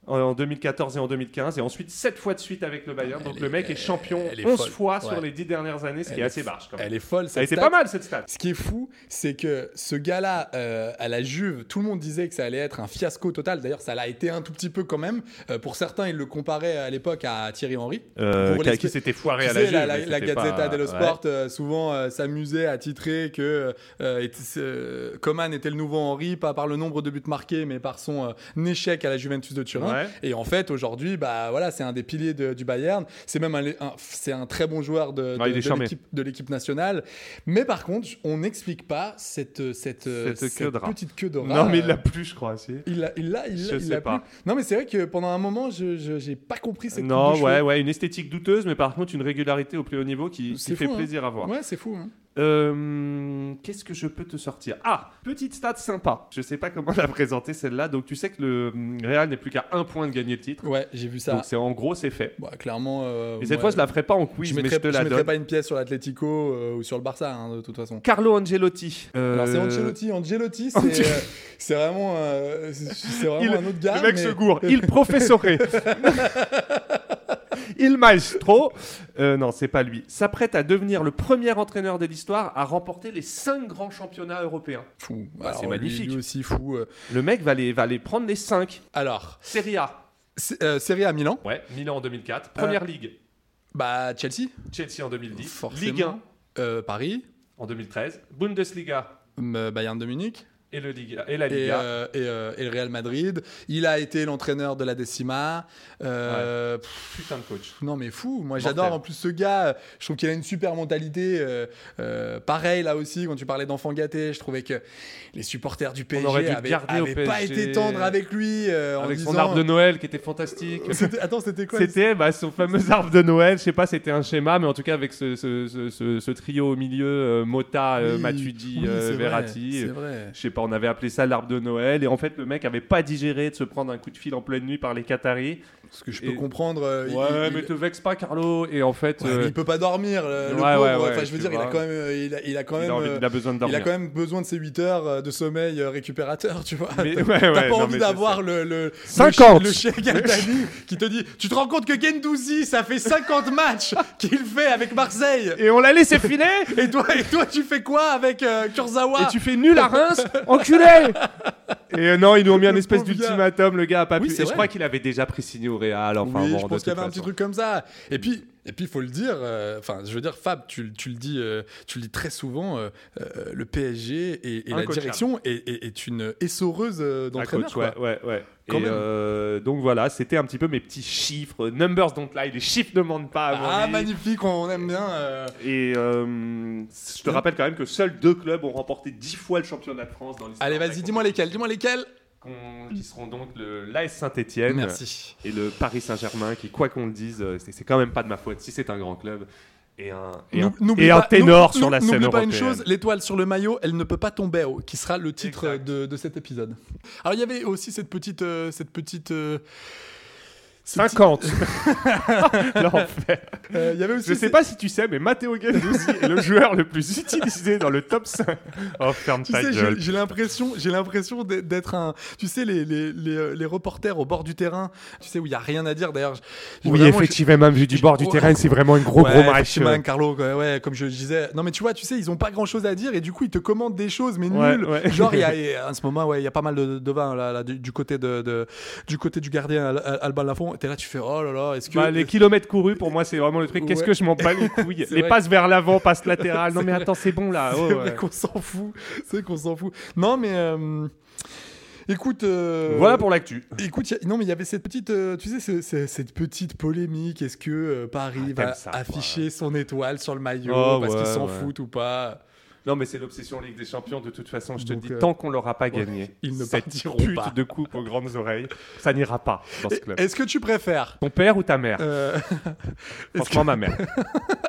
Speaker 8: euh, En 2014 et en 2015, et ensuite 7 fois de suite avec le Bayern. Donc le mec est champion
Speaker 7: elle est
Speaker 8: 11
Speaker 7: folle.
Speaker 8: fois
Speaker 7: Ouais.
Speaker 8: sur les 10 dernières années, ce qui est assez barge quand même.
Speaker 7: Elle est folle,
Speaker 8: Ça a
Speaker 7: cette
Speaker 8: été
Speaker 7: stat.
Speaker 8: pas mal cette stat.
Speaker 7: Ce qui est fou, c'est que ce gars-là, euh, à la Juve, tout le monde disait que ça allait être un fiasco total. D'ailleurs, ça l'a été un tout petit peu quand même. Euh, pour certains, ils le comparaient à l'époque à Thierry Henry.
Speaker 8: Euh,
Speaker 7: Pour
Speaker 8: qui-
Speaker 7: l'esp-
Speaker 8: qui s'était foiré
Speaker 7: Tu
Speaker 8: à la
Speaker 7: sais,
Speaker 8: Juve,
Speaker 7: La, la,
Speaker 8: mais
Speaker 7: la
Speaker 8: c'était pas-
Speaker 7: Gazzetta dello
Speaker 8: ouais.
Speaker 7: Sport euh, souvent euh, s'amusait à titrer que euh, était- euh, Coman était le nouveau Henry, pas par le nombre de buts marqués, mais par son euh, échec à la Juventus de Turin.
Speaker 8: Ouais.
Speaker 7: Et en fait, aujourd'hui, bah voilà, c'est un des piliers de- du Bayern. C'est même un, un- c'est un très bon joueur de, de-
Speaker 8: Ouais, il est
Speaker 7: de
Speaker 8: charmé.
Speaker 7: l'équipe- de l'équipe nationale. Mais par contre, on n'explique pas cette cette, euh,
Speaker 8: Cette queue
Speaker 7: cette
Speaker 8: de rat.
Speaker 7: petite queue de rat.
Speaker 8: Non, mais il
Speaker 7: euh,
Speaker 8: l'a plus, je crois. si.
Speaker 7: il l'a, il l'a, il l'a-
Speaker 8: Je
Speaker 7: il
Speaker 8: sais
Speaker 7: l'a
Speaker 8: pas.
Speaker 7: plus. Non, mais c'est vrai que pendant un moment, je, je- j'ai pas compris cette coupe de
Speaker 8: Non,
Speaker 7: cheveux.
Speaker 8: ouais, ouais, une esthétique douteuse, mais par contre une régularité au plus haut niveau qui, qui
Speaker 7: C'est
Speaker 8: fait
Speaker 7: fou, hein.
Speaker 8: plaisir à voir.
Speaker 7: Ouais, c'est fou. hein.
Speaker 8: Euh, Qu'est-ce que je peux te sortir Ah, petite stat sympa. Je sais pas comment la présenter celle-là. Donc tu sais que le hum, Real n'est plus qu'à un point de gagner le titre.
Speaker 7: Ouais, j'ai vu ça.
Speaker 8: Donc c'est en gros c'est fait.
Speaker 7: Bah, clairement. euh,
Speaker 8: Et cette
Speaker 7: ouais,
Speaker 8: fois je la ferai pas en quiz,
Speaker 7: je
Speaker 8: mais
Speaker 7: mettrais,
Speaker 8: je te la
Speaker 7: mettrais
Speaker 8: donne.
Speaker 7: pas une pièce sur l'Atlético euh, ou sur le Barça, hein, de toute façon.
Speaker 8: Carlo Angelotti. Euh,
Speaker 7: Alors, c'est Ancelotti. Ancelotti, c'est,
Speaker 8: Angel-
Speaker 7: euh, c'est vraiment, euh, c'est- c'est vraiment
Speaker 8: Il-
Speaker 7: un autre gars.
Speaker 8: Le mec
Speaker 7: mais-
Speaker 8: se gourre. Il professore. Il maestro. Euh, non, c'est pas lui. S'apprête à devenir le premier entraîneur de l'histoire à remporter les cinq grands championnats européens.
Speaker 7: Fou.
Speaker 8: Bah,
Speaker 7: Bah,
Speaker 8: c'est
Speaker 7: Alors, lui-
Speaker 8: magnifique.
Speaker 7: Lui aussi fou. euh.
Speaker 8: Le mec va les, va les prendre les 5.
Speaker 7: Alors,
Speaker 8: Serie A. Euh.
Speaker 7: c'est- euh, Serie A Milan,
Speaker 8: Ouais, Milan en 2004. Première Ligue.
Speaker 7: bah Chelsea,
Speaker 8: Chelsea en 2010.
Speaker 7: forcément.
Speaker 8: Ligue 1
Speaker 7: Euh, Paris,
Speaker 8: en 2013. Bundesliga
Speaker 7: euh, Bayern de Munich.
Speaker 8: et, le Liga, et la
Speaker 7: et,
Speaker 8: Liga.
Speaker 7: euh, et, euh, et le Real Madrid. Il a été l'entraîneur de la Decima. Euh, pff,
Speaker 8: Putain de coach.
Speaker 7: non mais fou, moi
Speaker 8: Mortel.
Speaker 7: j'adore en plus ce gars, euh, je trouve qu'il a une super mentalité, euh, euh, pareil là aussi quand tu parlais d'enfant gâté, je trouvais que les supporters du PSG
Speaker 8: aurait dû le
Speaker 7: avaient,
Speaker 8: garder au
Speaker 7: avaient pas
Speaker 8: PSG.
Speaker 7: été tendres avec lui euh, en
Speaker 8: Avec
Speaker 7: disant... euh,
Speaker 8: son arbre de Noël qui était fantastique.
Speaker 7: C'était- Attends c'était quoi
Speaker 8: C'était bah, son fameux arbre de Noël, je sais pas, c'était un schéma, mais en tout cas avec ce, ce- ce- ce- ce trio au milieu, euh, Mota, euh,
Speaker 7: Oui,
Speaker 8: Matuidi,
Speaker 7: oui,
Speaker 8: euh,
Speaker 7: c'est vrai,
Speaker 8: Verratti.
Speaker 7: c'est vrai.
Speaker 8: Je sais pas, on avait appelé ça l'arbre de Noël, et en fait le mec avait pas digéré de se prendre un coup de fil en pleine nuit par les Qataris,
Speaker 7: Ce que je
Speaker 8: Et-
Speaker 7: peux comprendre. euh, il-
Speaker 8: Ouais,
Speaker 7: il-
Speaker 8: mais
Speaker 7: il-
Speaker 8: te vexe pas, Carlo. Et en fait,
Speaker 7: Ouais, mais
Speaker 8: euh,
Speaker 7: il peut pas dormir, euh, le, le
Speaker 8: ouais,
Speaker 7: pauvre.
Speaker 8: ouais, ouais,
Speaker 7: enfin, je
Speaker 8: tu
Speaker 7: veux dire, il a
Speaker 8: vois.
Speaker 7: quand même, euh, il a, il a quand
Speaker 8: il,
Speaker 7: même,
Speaker 8: a envie-
Speaker 7: euh,
Speaker 8: il a besoin de
Speaker 7: il
Speaker 8: dormir.
Speaker 7: a quand même besoin de ses 8 heures euh, de sommeil euh, récupérateur, tu vois.
Speaker 8: Mais-
Speaker 7: T'as-
Speaker 8: ouais,
Speaker 7: T'as
Speaker 8: ouais,
Speaker 7: pas
Speaker 8: non,
Speaker 7: envie
Speaker 8: mais ça,
Speaker 7: d'avoir le, le,
Speaker 8: 50.
Speaker 7: le chien Galtani qui te dit Tu te rends compte que Gendouzi, ça fait 50 matchs qu'il fait avec Marseille
Speaker 8: Et on l'a laissé filer
Speaker 7: et toi, et toi, tu fais quoi avec euh, Kurzawa
Speaker 8: Et tu fais nul à Reims Enculé Et euh, non, ils nous ont mis un
Speaker 7: Le
Speaker 8: espèce
Speaker 7: pauvre gars.
Speaker 8: d'ultimatum, le gars a pas
Speaker 7: Oui,
Speaker 8: pu.
Speaker 7: c'est
Speaker 8: Et je
Speaker 7: vrai.
Speaker 8: crois qu'il avait déjà pré-signé au Real. Enfin,
Speaker 7: oui,
Speaker 8: bon,
Speaker 7: je
Speaker 8: de
Speaker 7: pense qu'il y
Speaker 8: toute
Speaker 7: avait un petit
Speaker 8: façon.
Speaker 7: truc comme ça. Et puis, et puis, il faut le dire. euh, Enfin, je veux dire, Fab, tu, tu le dis, euh, tu le dis très souvent. euh, euh, le PSG et, et la
Speaker 8: Incoachable.
Speaker 7: direction est, est- est une essoreuse euh,
Speaker 8: Un
Speaker 7: d'entraîneur.
Speaker 8: coach,
Speaker 7: quoi.
Speaker 8: ouais, ouais, ouais.
Speaker 7: Quand
Speaker 8: Et
Speaker 7: même.
Speaker 8: euh, donc voilà, c'était un petit peu mes petits chiffres. Numbers don't lie, les chiffres ne mentent pas. à mon
Speaker 7: Ah,
Speaker 8: avis.
Speaker 7: magnifique, on aime bien. euh,
Speaker 8: Et euh, je te rappelle quand même que seuls deux clubs ont remporté dix fois le championnat de France dans l'histoire.
Speaker 7: Allez,
Speaker 8: de la
Speaker 7: vas-y, dis-moi
Speaker 8: compétition.
Speaker 7: lesquels, dis-moi lesquels.
Speaker 8: Qu'on- Qui seront donc le l'AS Saint-Etienne.
Speaker 7: Merci.
Speaker 8: et euh, le Paris Saint-Germain qui, quoi qu'on le dise, euh, c'est c'est quand même pas de ma faute si c'est un grand club et un, et un,
Speaker 7: N'ou- n'oublie
Speaker 8: et un
Speaker 7: pas-
Speaker 8: ténor
Speaker 7: n'ou-
Speaker 8: sur la
Speaker 7: n'oublie
Speaker 8: scène
Speaker 7: pas
Speaker 8: européenne.
Speaker 7: une chose, l'étoile sur le maillot, elle ne peut pas tomber, oh, qui sera le titre
Speaker 8: Exact.
Speaker 7: de, de cet épisode. Alors il y avait aussi cette petite, euh, cette petite, euh, ce petit-
Speaker 8: 50 L'enfer.
Speaker 7: euh, il y avait aussi.
Speaker 8: Je sais
Speaker 7: cette-
Speaker 8: pas si tu sais, mais Matteo Guendouzi est le joueur le plus utilisé dans le top 5. Oh, ferme
Speaker 7: Tu
Speaker 8: ta
Speaker 7: sais,
Speaker 8: gueule.
Speaker 7: j'ai- j'ai l'impression, j'ai l'impression d'être- d'être un. Tu sais, les, les, les, euh, les reporters au bord du terrain, tu sais où il y a rien à dire. D'ailleurs, je- je-
Speaker 8: Oui,
Speaker 7: vraiment, je-
Speaker 8: effectivement, même vu du bord du
Speaker 7: Ouais.
Speaker 8: terrain, c'est vraiment un gros,
Speaker 7: Ouais,
Speaker 8: gros match. euh.
Speaker 7: effectivement, Carlo, quoi, ouais, comme je le disais. Non, mais tu vois, tu sais, ils ont pas grand chose à dire et du coup, ils te commandent des choses, mais
Speaker 8: Ouais,
Speaker 7: nulles.
Speaker 8: ouais.
Speaker 7: Genre, il y a, et en ce moment, ouais, il y a pas mal de, de vin là, là, du, du côté de, de- du côté du gardien Al- Al- Alban Lafont. Et t'es là, tu fais, oh là là, est-ce que.
Speaker 8: Bah, les kilomètres courus, pour moi, c'est vraiment le truc. Qu'est-ce
Speaker 7: Ouais.
Speaker 8: que je m'en bats les couilles
Speaker 7: C'est
Speaker 8: Les
Speaker 7: vrai.
Speaker 8: passes vers l'avant, passes latérales. Non, mais attends, c'est bon là. oh,
Speaker 7: C'est vrai
Speaker 8: ouais.
Speaker 7: qu'on s'en fout. C'est vrai qu'on s'en fout. Non, mais. euh, Écoute, euh,
Speaker 8: Voilà pour l'actu.
Speaker 7: Écoute, y a- non, mais il y avait cette petite, euh, tu sais, ce- ce- cette petite polémique. Est-ce que euh, Paris
Speaker 8: Ah,
Speaker 7: va
Speaker 8: t'aimes ça, toi.
Speaker 7: afficher son étoile sur le maillot
Speaker 8: Oh,
Speaker 7: parce
Speaker 8: ouais,
Speaker 7: qu'ils s'en
Speaker 8: ouais.
Speaker 7: foutent ou pas
Speaker 8: Non, mais c'est l'obsession Ligue des Champions, de toute façon, je te
Speaker 7: Donc,
Speaker 8: dis,
Speaker 7: euh,
Speaker 8: tant qu'on l'aura pas gagné,
Speaker 7: ils ne
Speaker 8: cette
Speaker 7: partiront
Speaker 8: pute
Speaker 7: pas.
Speaker 8: de coupe aux grandes oreilles, ça n'ira pas dans ce club.
Speaker 7: Est-ce que tu préfères
Speaker 8: Ton père ou ta mère
Speaker 7: euh, est-ce
Speaker 8: Franchement, ma mère.
Speaker 7: que-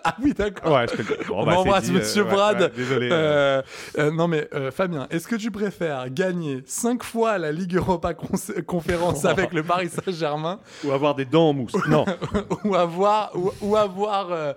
Speaker 7: Ah oui, d'accord.
Speaker 8: Ouais, je te le dis. Bon,
Speaker 7: On
Speaker 8: bah, c'est
Speaker 7: embrasse
Speaker 8: dit, euh,
Speaker 7: Monsieur
Speaker 8: ouais,
Speaker 7: Brad.
Speaker 8: ouais, désolé. euh,
Speaker 7: Euh, euh, non mais euh, Fabien, est-ce que tu préfères gagner 5 fois la Ligue Europa cons- conférence avec le Paris Saint-Germain
Speaker 8: Ou avoir des dents en mousse. Non.
Speaker 7: ou avoir ou, ou avoir euh,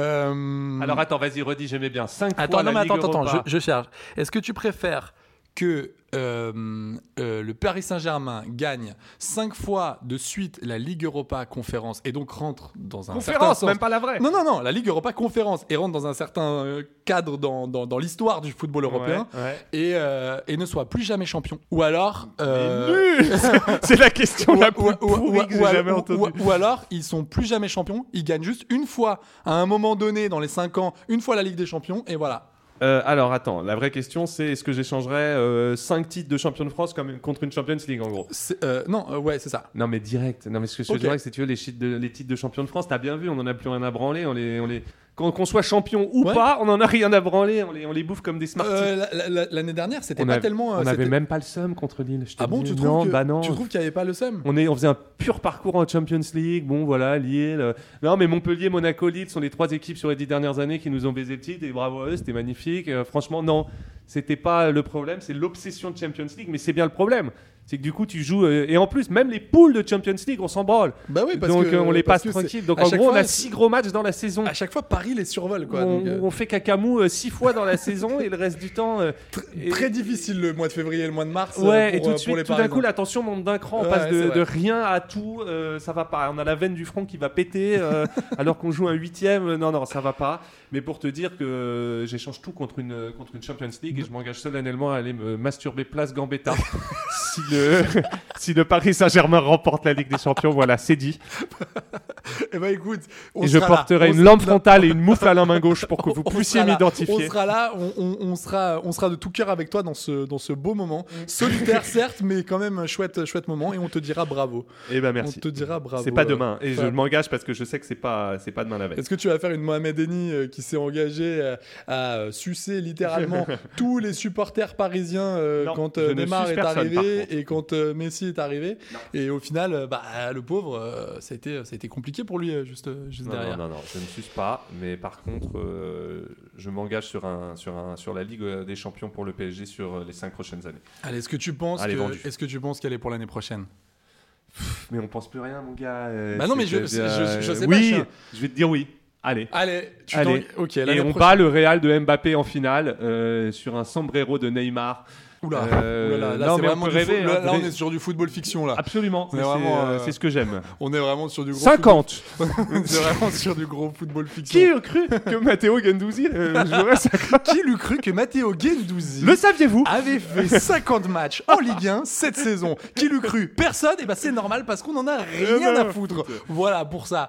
Speaker 7: euh,
Speaker 8: Alors attends, vas-y, redis, j'aimais bien. 5 fois.
Speaker 7: Attends, non,
Speaker 8: la
Speaker 7: mais
Speaker 8: Ligue
Speaker 7: attends, attends,
Speaker 8: Europa.
Speaker 7: je, je cherche. Est-ce que tu préfères que euh, euh, le Paris Saint-Germain gagne 5 fois de suite la Ligue Europa Conférence et donc rentre dans un certain
Speaker 8: Conférence,
Speaker 7: sens
Speaker 8: même pas la vraie.
Speaker 7: Non, non, non, la Ligue Europa Conférence et rentre dans un certain euh, cadre dans, dans- dans l'histoire du football européen
Speaker 8: Ouais, ouais.
Speaker 7: Et, euh, et ne soit plus jamais champion. Ou alors... euh,
Speaker 8: Nul C'est la question la plus
Speaker 7: ou, ou-
Speaker 8: pourrie
Speaker 7: ou-
Speaker 8: que j'ai
Speaker 7: ou-
Speaker 8: jamais
Speaker 7: ou-
Speaker 8: entendue.
Speaker 7: ou- ou alors, ils sont plus jamais champions, ils gagnent juste une fois, à un moment donné, dans les 5 ans, une fois la Ligue des Champions, et voilà.
Speaker 8: Euh, alors attends, la vraie question c'est est-ce que j'échangerais 5 titres de champion de France comme- contre une Champions League en gros
Speaker 7: C'est- euh, non, euh, ouais, c'est ça.
Speaker 8: Non mais direct. Non mais ce que je veux
Speaker 7: Ok.
Speaker 8: dire, c'est que tu veux les, chites de- les titres de champion de France, t'as bien vu, on en a plus rien à branler, on les, on les... Qu'on, qu'on soit champion ou
Speaker 7: Ouais.
Speaker 8: pas, on en a rien à branler, on les, on les bouffe comme des smarties.
Speaker 7: Euh, la- la- la- L'année dernière, c'était
Speaker 8: on
Speaker 7: pas
Speaker 8: avait-
Speaker 7: tellement. euh,
Speaker 8: on avait
Speaker 7: c'était-
Speaker 8: même pas le seum contre Lille. Je te
Speaker 7: Ah bon,
Speaker 8: dis.
Speaker 7: tu
Speaker 8: non,
Speaker 7: trouves que-
Speaker 8: bah non.
Speaker 7: tu trouves qu'il n'y avait pas le seum
Speaker 8: On, est, on faisait un pur parcours en Champions League. Bon, voilà, Lille. euh, Non, mais Montpellier, Monaco, Lille sont les trois équipes sur les dix dernières années qui nous ont baisé le titre. Et bravo à eux, c'était magnifique. Euh, franchement, non, c'était pas le problème. C'est l'obsession de Champions League. Mais c'est bien le problème. C'est que du coup, tu joues. euh, et en plus, même les poules de Champions League, on s'en branle.
Speaker 7: Bah oui, parce
Speaker 8: Donc,
Speaker 7: que-
Speaker 8: euh, on les
Speaker 7: parce
Speaker 8: passe
Speaker 7: que c'est-
Speaker 8: tranquille. Donc,
Speaker 7: à
Speaker 8: en
Speaker 7: chaque
Speaker 8: gros, on
Speaker 7: fois,
Speaker 8: a
Speaker 7: c'est-
Speaker 8: six gros matchs dans la saison.
Speaker 7: À chaque fois, Paris les survole, quoi.
Speaker 8: on,
Speaker 7: donc, euh,
Speaker 8: on fait cacamou euh, six fois dans la saison et le reste du temps. euh, et-
Speaker 7: Très difficile le mois de février et le mois de mars.
Speaker 8: Ouais,
Speaker 7: euh,
Speaker 8: et
Speaker 7: pour,
Speaker 8: tout
Speaker 7: euh,
Speaker 8: de
Speaker 7: pour les
Speaker 8: suite, tout d'un coup,
Speaker 7: Parisiens.
Speaker 8: la tension monte d'un cran. On
Speaker 7: Ouais,
Speaker 8: passe
Speaker 7: c'est
Speaker 8: de,
Speaker 7: vrai.
Speaker 8: de rien à tout. euh, ça va pas. On a la veine du front qui va péter euh, alors qu'on joue un huitième. euh, Non, non, ça va pas. Mais pour te dire que euh, j'échange tout contre une, euh, contre une Champions League et je m'engage solennellement à aller me masturber place Gambetta si, le, si le Paris Saint-Germain remporte la Ligue des Champions. Voilà, c'est dit.
Speaker 7: Eh ben, écoute, on
Speaker 8: Et je
Speaker 7: sera là.
Speaker 8: porterai
Speaker 7: On
Speaker 8: une
Speaker 7: se-
Speaker 8: lampe
Speaker 7: non,
Speaker 8: frontale et une moufle à la main gauche pour que vous
Speaker 7: on
Speaker 8: puissiez
Speaker 7: sera là.
Speaker 8: m'identifier.
Speaker 7: On sera là, on, on- on sera, on sera de tout cœur avec toi dans ce, dans ce beau moment.
Speaker 8: Mm.
Speaker 7: Solitaire, certes, mais quand même un chouette, chouette moment. Et on te dira bravo.
Speaker 8: Eh ben merci.
Speaker 7: On te dira bravo.
Speaker 8: C'est pas
Speaker 7: euh,
Speaker 8: demain. Et je
Speaker 7: Fab.
Speaker 8: m'engage parce que je sais que c'est pas, c'est pas demain la veille.
Speaker 7: Est-ce que tu vas faire une Mohamed Eni euh, qui s'est engagé euh, à euh, sucer littéralement tous les supporters parisiens euh,
Speaker 8: Non,
Speaker 7: quand
Speaker 8: je
Speaker 7: euh,
Speaker 8: ne
Speaker 7: Neymar
Speaker 8: suce
Speaker 7: est
Speaker 8: personne, par contre.
Speaker 7: arrivé et quand euh, Messi est arrivé Et au final, euh, bah, le pauvre, euh, ça, a été, ça a été compliqué pour lui euh, juste, euh, juste
Speaker 8: Non,
Speaker 7: derrière.
Speaker 8: Non, non, non, je ne suce pas, mais par contre, euh, je m'engage sur, un, sur, un, sur la Ligue euh, des Champions pour le PSG sur euh, les cinq prochaines années.
Speaker 7: Allez, est-ce que tu penses
Speaker 8: Allez,
Speaker 7: que-
Speaker 8: vendu.
Speaker 7: est-ce que tu penses qu'elle est pour l'année prochaine
Speaker 8: Pff, mais on pense plus rien, mon gars. euh,
Speaker 7: Bah non,
Speaker 8: c'est
Speaker 7: mais je-
Speaker 8: que,
Speaker 7: je-
Speaker 8: euh,
Speaker 7: je- je sais pas,
Speaker 8: Oui,
Speaker 7: chien.
Speaker 8: je vais te dire oui. Allez.
Speaker 7: Allez, tu
Speaker 8: Allez.
Speaker 7: t'en- Ok,
Speaker 8: Et
Speaker 7: l'année
Speaker 8: on
Speaker 7: prochaine.
Speaker 8: bat le Real de Mbappé en finale euh, sur un sombrero de Neymar.
Speaker 7: Oula,
Speaker 8: Euh,
Speaker 7: oula, là, là,
Speaker 8: non,
Speaker 7: c'est
Speaker 8: mais on
Speaker 7: vraiment
Speaker 8: peut
Speaker 7: du
Speaker 8: rêver,
Speaker 7: foot-
Speaker 8: hein,
Speaker 7: là, là, on
Speaker 8: peut-
Speaker 7: est sur du football fiction là.
Speaker 8: Absolument.
Speaker 7: Mais
Speaker 8: C'est
Speaker 7: vraiment,
Speaker 8: euh,
Speaker 7: euh,
Speaker 8: c'est ce que j'aime.
Speaker 7: On est vraiment sur du gros.
Speaker 8: 50
Speaker 7: football- on est vraiment sur du gros football fiction.
Speaker 8: Qui eût cru que Matteo Gandouzi euh, jouerait 50
Speaker 7: Qui l'eût cru que Matteo Guendouzi
Speaker 8: Le saviez-vous
Speaker 7: avait fait 50 matchs en Ligue 1 cette saison Qui l'eût cru Personne. Et bah c'est normal parce qu'on en a
Speaker 8: Eh
Speaker 7: rien
Speaker 8: ben,
Speaker 7: à foutre. Voilà pour ça.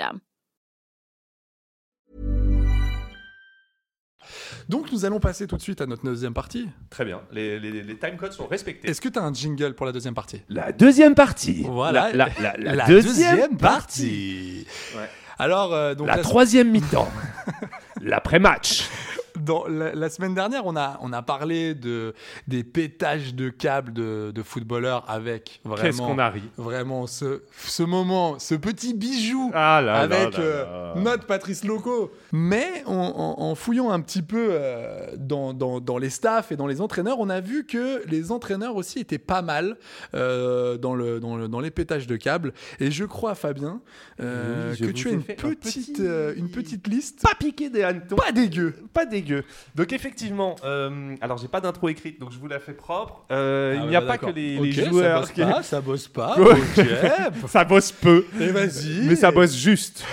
Speaker 7: Donc nous allons passer tout de suite à notre deuxième partie.
Speaker 8: Très bien. Les, les, les time codes sont respectés.
Speaker 7: Est-ce que t'as un jingle pour la deuxième partie
Speaker 8: La deuxième partie.
Speaker 7: Voilà.
Speaker 8: La, la- la- la
Speaker 7: La
Speaker 8: deuxième,
Speaker 7: deuxième
Speaker 8: partie.
Speaker 7: partie.
Speaker 8: Ouais.
Speaker 7: Alors euh, donc
Speaker 8: La
Speaker 7: la-
Speaker 8: troisième mi-temps. L'après-match.
Speaker 7: Dans la, la semaine dernière, on a, on a parlé de, des pétages de câbles de, de footballeurs avec vraiment.
Speaker 8: Qu'est-ce qu'on a ri
Speaker 7: Vraiment, ce, ce moment, ce petit bijou
Speaker 8: Ah là là
Speaker 7: avec
Speaker 8: là
Speaker 7: euh,
Speaker 8: là.
Speaker 7: notre Patrice Loco. Mais en, en- en fouillant un petit peu euh, dans, dans- dans les staffs et dans les entraîneurs, on a vu que les entraîneurs aussi étaient pas mal euh, dans, le, dans, le- dans les pétages de câbles. Et je crois, Fabien, euh,
Speaker 8: Oui, je
Speaker 7: que
Speaker 8: vous
Speaker 7: tu as
Speaker 8: ai
Speaker 7: une
Speaker 8: fait un
Speaker 7: petite,
Speaker 8: petit-
Speaker 7: euh, une petite liste.
Speaker 8: Pas piqué des hannetons.
Speaker 7: Pas dégueu.
Speaker 8: Pas dégueu. Donc effectivement, euh, alors j'ai pas d'intro écrite, donc je vous la fais propre. Euh,
Speaker 7: Ah
Speaker 8: il
Speaker 7: ouais,
Speaker 8: n'y a
Speaker 7: bah
Speaker 8: pas que
Speaker 7: d'accord.
Speaker 8: les,
Speaker 7: Ok,
Speaker 8: les joueurs.
Speaker 7: Ça bosse
Speaker 8: qui-
Speaker 7: pas, ça bosse pas.
Speaker 8: Ouais.
Speaker 7: ok.
Speaker 8: Ça bosse peu.
Speaker 7: Et vas-y.
Speaker 8: Mais ça bosse juste.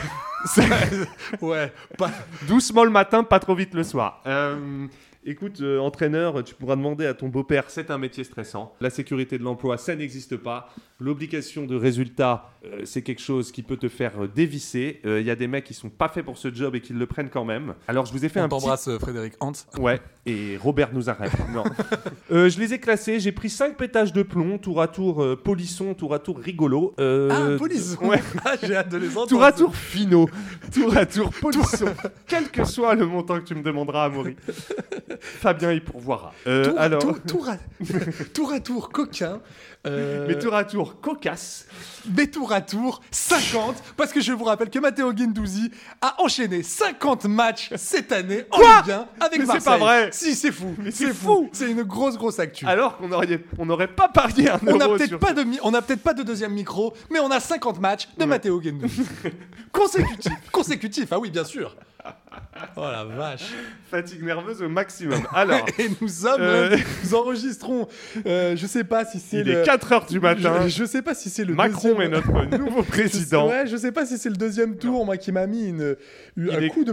Speaker 7: ouais. pas-
Speaker 8: Doucement le matin, pas trop vite le soir. Euh, écoute, euh, entraîneur, tu pourras demander à ton beau-père, c'est un métier stressant. La sécurité de l'emploi, ça n'existe pas. L'obligation de résultat, euh, c'est quelque chose qui peut te faire euh, dévisser. Euh, Il y a des mecs qui sont pas faits pour ce job et qui le prennent quand même. Alors je vous ai fait
Speaker 7: On
Speaker 8: un petit...
Speaker 7: t'embrasse, euh, Frédéric Hans.
Speaker 8: Ouais, et Robert nous arrête. Non. Euh, je les ai classés, j'ai pris 5 pétages de plomb, tour à tour euh, polisson, tour à tour rigolo. euh,
Speaker 7: Ah, police.
Speaker 8: Ouais.
Speaker 7: Ah, j'ai hâte de les entendre.
Speaker 8: Tour à tour finaux, tour à tour polisson, quel que soit le montant que tu me demanderas, Amaury. Fabien y pourvoira. Euh,
Speaker 7: Tour,
Speaker 8: alors,
Speaker 7: tour- tour à, tour à tour coquin, euh,
Speaker 8: mais tour à tour cocasse.
Speaker 7: mais tour à tour 50, parce que je vous rappelle que Matteo Guindouzi a enchaîné 50 matchs cette année en
Speaker 8: Quoi
Speaker 7: Ligue 1 avec
Speaker 8: Mais c'est
Speaker 7: Marseille.
Speaker 8: pas vrai.
Speaker 7: Si, c'est fou.
Speaker 8: Mais c'est
Speaker 7: C'est
Speaker 8: fou.
Speaker 7: fou. C'est une grosse, grosse actu.
Speaker 8: Alors qu'on aurait, on n'aurait pas parié un
Speaker 7: on n'a
Speaker 8: euro
Speaker 7: peut-être
Speaker 8: sur-
Speaker 7: pas, de mi- on a peut-être pas de deuxième micro, mais on a 50 matchs de Matteo Guendouzi. Consécutif. Consécutif, ah oui, bien sûr. Oh la vache.
Speaker 8: fatigue nerveuse au maximum. Alors,
Speaker 7: Et nous sommes,
Speaker 8: Euh.
Speaker 7: lundi, nous enregistrons, euh, je sais pas si c'est
Speaker 8: il
Speaker 7: le...
Speaker 8: est 4 heures du matin.
Speaker 7: euh, Je, je sais pas si c'est le
Speaker 8: Macron
Speaker 7: deuxième-
Speaker 8: est notre nouveau président.
Speaker 7: Ouais, je sais pas si c'est le deuxième tour, moi, qui m'a mis une, une- un
Speaker 8: est-
Speaker 7: coup de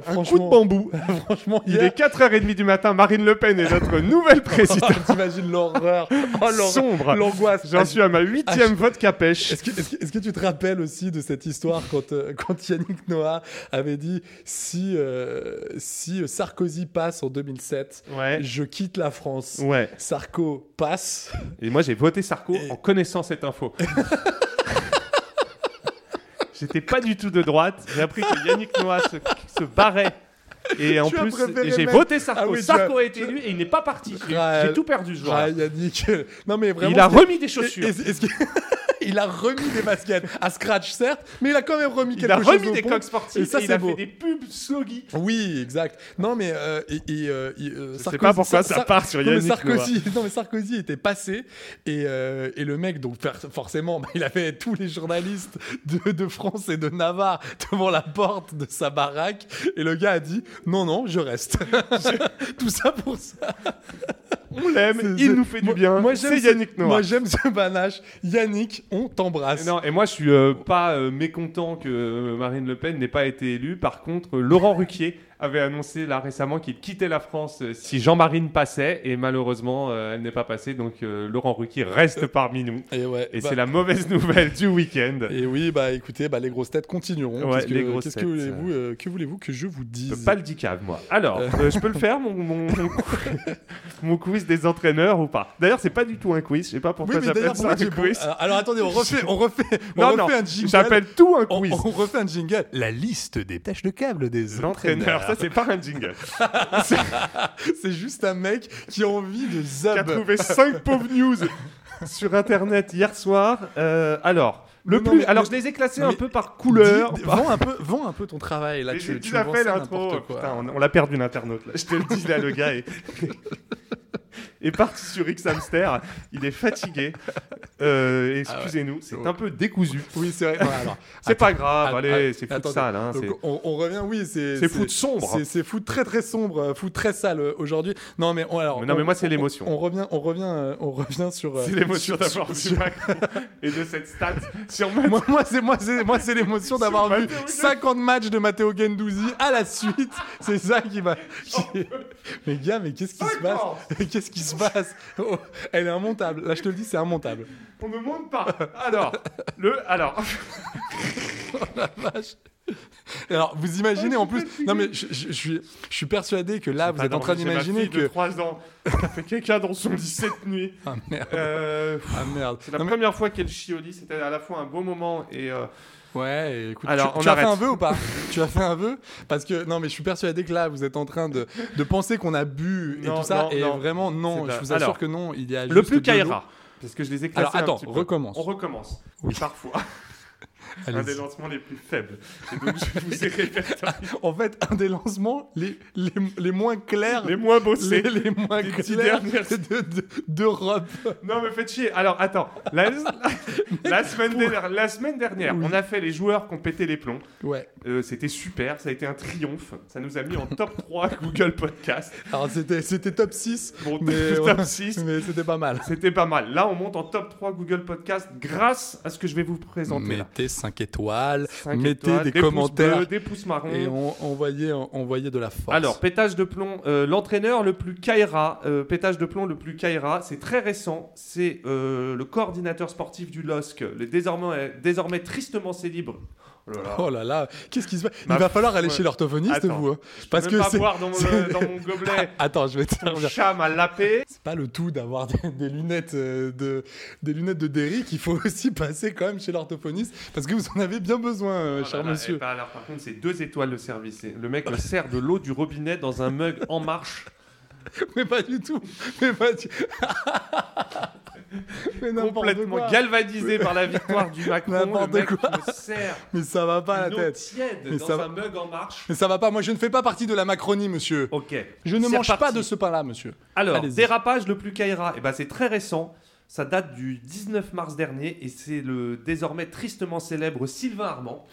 Speaker 8: Un coup
Speaker 7: franchement.
Speaker 8: de bambou.
Speaker 7: Franchement,
Speaker 8: Il est 4h30 du matin, Marine Le Pen est notre nouvelle présidente.
Speaker 7: T'imagines l'horreur. Oh, l'horreur.
Speaker 8: Sombre.
Speaker 7: L'angoisse.
Speaker 8: J'en suis à ma huitième
Speaker 7: Ah,
Speaker 8: vote qu'à pêche.
Speaker 7: Est-ce que, est-ce que- est-ce que tu te rappelles aussi de cette histoire quand, euh, quand Yannick Noah avait dit si, euh, si Sarkozy passe en 2007,
Speaker 8: Ouais.
Speaker 7: je quitte la France.
Speaker 8: Ouais.
Speaker 7: Sarko passe.
Speaker 8: Et moi, j'ai voté Sarko en connaissant cette info. J'étais pas du tout de droite. J'ai appris que Yannick Noah se, se barrait. Et en
Speaker 7: Tu as
Speaker 8: plus,
Speaker 7: préféré
Speaker 8: et j'ai
Speaker 7: mettre-
Speaker 8: voté Sarko.
Speaker 7: Ah oui, tu
Speaker 8: Sarko
Speaker 7: as-
Speaker 8: a été élu et il n'est pas parti. J'ai-
Speaker 7: Raël.
Speaker 8: J'ai tout perdu ce jour-là.
Speaker 7: Ah, Yannick. Non, mais vraiment.
Speaker 8: Il a
Speaker 7: c'est-
Speaker 8: remis des chaussures.
Speaker 7: Est-ce- est-ce que- il a remis des baskets à scratch, certes, mais il a quand même remis
Speaker 8: Il
Speaker 7: quelque
Speaker 8: a
Speaker 7: chose.
Speaker 8: remis
Speaker 7: au
Speaker 8: des
Speaker 7: bon.
Speaker 8: coques sportives
Speaker 7: Et ça,
Speaker 8: et il
Speaker 7: c'est
Speaker 8: a
Speaker 7: beau.
Speaker 8: fait des pubs sloggy.
Speaker 7: Oui, exact. Non, mais euh, et, et, euh, et, euh,
Speaker 8: sais
Speaker 7: Sarkozy-
Speaker 8: pas pourquoi
Speaker 7: Sar-
Speaker 8: ça part sur
Speaker 7: Non, mais
Speaker 8: Yannick
Speaker 7: Sarkozy, non, mais Sarkozy était passé et, euh, et le mec, donc per- forcément, bah, il avait tous les journalistes de, de France et de Navarre devant la porte de sa baraque et le gars a dit non, non, je reste. Tout ça pour ça.
Speaker 8: On l'aime,
Speaker 7: C'est-
Speaker 8: il
Speaker 7: c'est-
Speaker 8: nous fait
Speaker 7: moi-
Speaker 8: du bien.
Speaker 7: moi, j'aime
Speaker 8: C'est
Speaker 7: ce-
Speaker 8: Yannick Noah.
Speaker 7: Moi j'aime ce panache. Yannick, on
Speaker 8: Et
Speaker 7: t'embrasse.
Speaker 8: Non, et moi je suis euh, pas euh, mécontent que euh, Marine Le Pen n'ait pas été élue. Par contre, euh, Laurent Ruquier avait annoncé là récemment qu'il quittait la France euh, si Jean-Marine passait. Et malheureusement, euh, elle n'est pas passée. Donc euh, Laurent Ruquier reste parmi nous.
Speaker 7: Et ouais.
Speaker 8: Et
Speaker 7: bah-
Speaker 8: c'est la mauvaise nouvelle du week-end.
Speaker 7: Et oui, bah écoutez, bah, les grosses têtes continueront.
Speaker 8: Ouais,
Speaker 7: Qu'est-ce que-
Speaker 8: les grosses
Speaker 7: Qu'est-ce que
Speaker 8: têtes,
Speaker 7: voulez-vous euh, que, voulez que je vous
Speaker 8: Je
Speaker 7: dise
Speaker 8: peux pas le dicave, moi. Alors, euh, je peux le faire, mon, mon, mon quiz, mon quiz des entraîneurs ou pas D'ailleurs, c'est pas du tout un quiz. Je sais pas
Speaker 7: Oui,
Speaker 8: pourquoi
Speaker 7: mais
Speaker 8: j'appelle
Speaker 7: d'ailleurs,
Speaker 8: ça
Speaker 7: pourquoi
Speaker 8: un
Speaker 7: tu-
Speaker 8: quiz.
Speaker 7: bon, euh, alors attendez, on refait, on refait, on
Speaker 8: non,
Speaker 7: refait
Speaker 8: non,
Speaker 7: un jingle.
Speaker 8: j'appelle tout un
Speaker 7: on,
Speaker 8: quiz.
Speaker 7: on refait un jingle. La liste des tâches de câble des
Speaker 8: L'entraîneur,
Speaker 7: entraîneurs.
Speaker 8: ça c'est pas un jingle.
Speaker 7: C'est juste un mec qui a envie de
Speaker 8: Qui a
Speaker 7: zab.
Speaker 8: trouvé 5 pauvres news sur internet hier soir. Euh, alors, le
Speaker 7: Non, non,
Speaker 8: plus.
Speaker 7: mais-
Speaker 8: alors,
Speaker 7: mais-
Speaker 8: je les ai classés
Speaker 7: non,
Speaker 8: un
Speaker 7: mais
Speaker 8: peu par couleur. Ah,
Speaker 7: Dis-
Speaker 8: par-
Speaker 7: vends, un peu, vends un peu ton travail là.
Speaker 8: Mais
Speaker 7: tu,
Speaker 8: j'ai
Speaker 7: tu
Speaker 8: dit la
Speaker 7: vends
Speaker 8: fait,
Speaker 7: ça
Speaker 8: l'intro.
Speaker 7: n'importe quoi.
Speaker 8: Putain, on, on l'a perdu l'internaute là. Je te le dis là, le gars est, est parti sur X Hamster. Il est fatigué. Euh,
Speaker 7: Ah
Speaker 8: Excusez-nous, c'est un peu décousu.
Speaker 7: Oui, c'est vrai. Ouais, alors,
Speaker 8: C'est pas grave,
Speaker 7: Ah,
Speaker 8: allez,
Speaker 7: ah,
Speaker 8: c'est foot
Speaker 7: attendez.
Speaker 8: sale. Hein,
Speaker 7: Donc,
Speaker 8: c'est-
Speaker 7: on, on revient, oui, c'est.
Speaker 8: C'est foot sombre.
Speaker 7: c'est- C'est foot très très sombre, euh, foot très sale euh, aujourd'hui. Non mais on, alors.
Speaker 8: Mais non, mais
Speaker 7: on-
Speaker 8: moi, c'est
Speaker 7: on-
Speaker 8: l'émotion.
Speaker 7: On, revient, on revient, euh, on revient sur. euh,
Speaker 8: c'est l'émotion
Speaker 7: sur-
Speaker 8: d'avoir
Speaker 7: sur-
Speaker 8: vu
Speaker 7: sur-
Speaker 8: Macron et de cette stat sur ma
Speaker 7: Moi, moi, c'est moi, c'est moi, c'est l'émotion d'avoir
Speaker 8: Sur
Speaker 7: vu
Speaker 8: Matteo Gendouzi.
Speaker 7: 50 matchs de Matteo Gendouzi à la suite. C'est ça qui m'a. qui- Mais gars, mais qu'est-ce qui se passe
Speaker 8: Encore
Speaker 7: Qu'est-ce qui se passe Oh, Elle est immontable. Là, je te le dis, c'est immontable.
Speaker 8: On ne monte pas. Alors, le. Alors.
Speaker 7: Et Alors, vous imaginez
Speaker 8: Oh,
Speaker 7: en
Speaker 8: je suis
Speaker 7: plus.
Speaker 8: fatigué.
Speaker 7: Non, mais je, je- je suis, je suis persuadé que là, vous êtes en
Speaker 8: Attends,
Speaker 7: train
Speaker 8: j'ai ma
Speaker 7: d'imaginer
Speaker 8: fille de
Speaker 7: que.
Speaker 8: 3 ans qui a fait caca dans son lit cette nuit.
Speaker 7: Ah merde.
Speaker 8: Euh, pff,
Speaker 7: Ah merde.
Speaker 8: c'est la
Speaker 7: Non, mais-
Speaker 8: première fois qu'elle chie au lit. C'était à la fois un beau moment et. euh,
Speaker 7: Ouais, et écoute,
Speaker 8: Alors,
Speaker 7: tu,
Speaker 8: on
Speaker 7: tu as fait
Speaker 8: arrête.
Speaker 7: un vœu ou pas Tu as fait un vœu Parce que, non, mais je suis persuadé que là, vous êtes en train de, de penser qu'on a bu et
Speaker 8: Non,
Speaker 7: tout ça,
Speaker 8: non,
Speaker 7: et
Speaker 8: non.
Speaker 7: vraiment, non,
Speaker 8: C'est de la-
Speaker 7: je vous assure
Speaker 8: Alors,
Speaker 7: que non, il y a
Speaker 8: Le
Speaker 7: juste
Speaker 8: plus
Speaker 7: de l'eau.
Speaker 8: Kaira. Parce que je les ai classés.
Speaker 7: Alors, attends,
Speaker 8: un petit peu.
Speaker 7: recommence.
Speaker 8: On recommence.
Speaker 7: Oui.
Speaker 8: Parfois, un des
Speaker 7: Allez-y.
Speaker 8: lancements les plus faibles. Et donc, je vous ai répertorié
Speaker 7: En fait, un des lancements les, les, les moins clairs,
Speaker 8: les moins bossés.
Speaker 7: les, les moins
Speaker 8: des dix
Speaker 7: clairs
Speaker 8: dernières-
Speaker 7: de- de- d'Europe.
Speaker 8: Non, mais faites chier. Alors, attends. La, la- la semaine, dernière, la semaine dernière, on a fait les joueurs qui ont pété les plombs.
Speaker 7: ouais.
Speaker 8: Euh, C'était super. Ça a été un triomphe. Ça nous a mis en top 3 Google Podcast.
Speaker 7: Alors, c'était c'était top 6.
Speaker 8: Bon,
Speaker 7: mais,
Speaker 8: top 6.
Speaker 7: Mais c'était pas mal.
Speaker 8: C'était pas mal. Là, on monte en top 3 Google Podcast grâce à ce que je vais vous présenter. là.
Speaker 7: 5 étoiles,
Speaker 8: Cinq étoiles, pouces bleus, des pouces marrons.
Speaker 7: et on, envoyez, envoyez de la force.
Speaker 8: Alors, pétage de plomb, euh, l'entraîneur le plus Kaira, euh, pétage de plomb le plus Kaira, c'est très récent, c'est euh, le coordinateur sportif du LOSC, le désormais, désormais tristement célibre. Oh là là.
Speaker 7: Oh là là, qu'est-ce qui se passe Il
Speaker 8: Ma-
Speaker 7: va falloir aller
Speaker 8: ouais.
Speaker 7: chez l'orthophoniste,
Speaker 8: Attends,
Speaker 7: vous. hein,
Speaker 8: je peux
Speaker 7: parce
Speaker 8: même
Speaker 7: que
Speaker 8: pas
Speaker 7: c'est-
Speaker 8: boire dans mon, euh,
Speaker 7: c'est-
Speaker 8: dans mon gobelet.
Speaker 7: Attends, je vais te
Speaker 8: Mon
Speaker 7: dire.
Speaker 8: chat m'a lapé.
Speaker 7: C'est pas le tout d'avoir des, des lunettes euh, de des lunettes de Derrick. Il faut aussi passer quand même chez l'orthophoniste parce que vous en avez bien besoin, euh,
Speaker 8: Oh là
Speaker 7: cher
Speaker 8: là,
Speaker 7: monsieur.
Speaker 8: eh ben alors, par contre, c'est deux étoiles de service. Le mec me sert de l'eau du robinet dans un mug en marche.
Speaker 7: Mais pas du tout. Mais pas du. Mais n'importe
Speaker 8: complètement
Speaker 7: quoi.
Speaker 8: galvanisé par la victoire du Macron.
Speaker 7: N'importe
Speaker 8: le mec
Speaker 7: quoi.
Speaker 8: me sert
Speaker 7: Mais ça va pas
Speaker 8: une
Speaker 7: la
Speaker 8: eau
Speaker 7: tête.
Speaker 8: tiède
Speaker 7: Mais
Speaker 8: dans
Speaker 7: ça va-
Speaker 8: un mug en marche.
Speaker 7: Mais ça va pas. Moi, je ne fais pas partie de la Macronie, monsieur.
Speaker 8: Ok.
Speaker 7: Je ne
Speaker 8: C'est
Speaker 7: mange pas
Speaker 8: reparti.
Speaker 7: de ce pain-là, monsieur.
Speaker 8: Alors,
Speaker 7: Allez-y.
Speaker 8: dérapage le plus Kaira, eh ben, c'est très récent. Ça date du 19 mars dernier et c'est le désormais tristement célèbre Sylvain Armand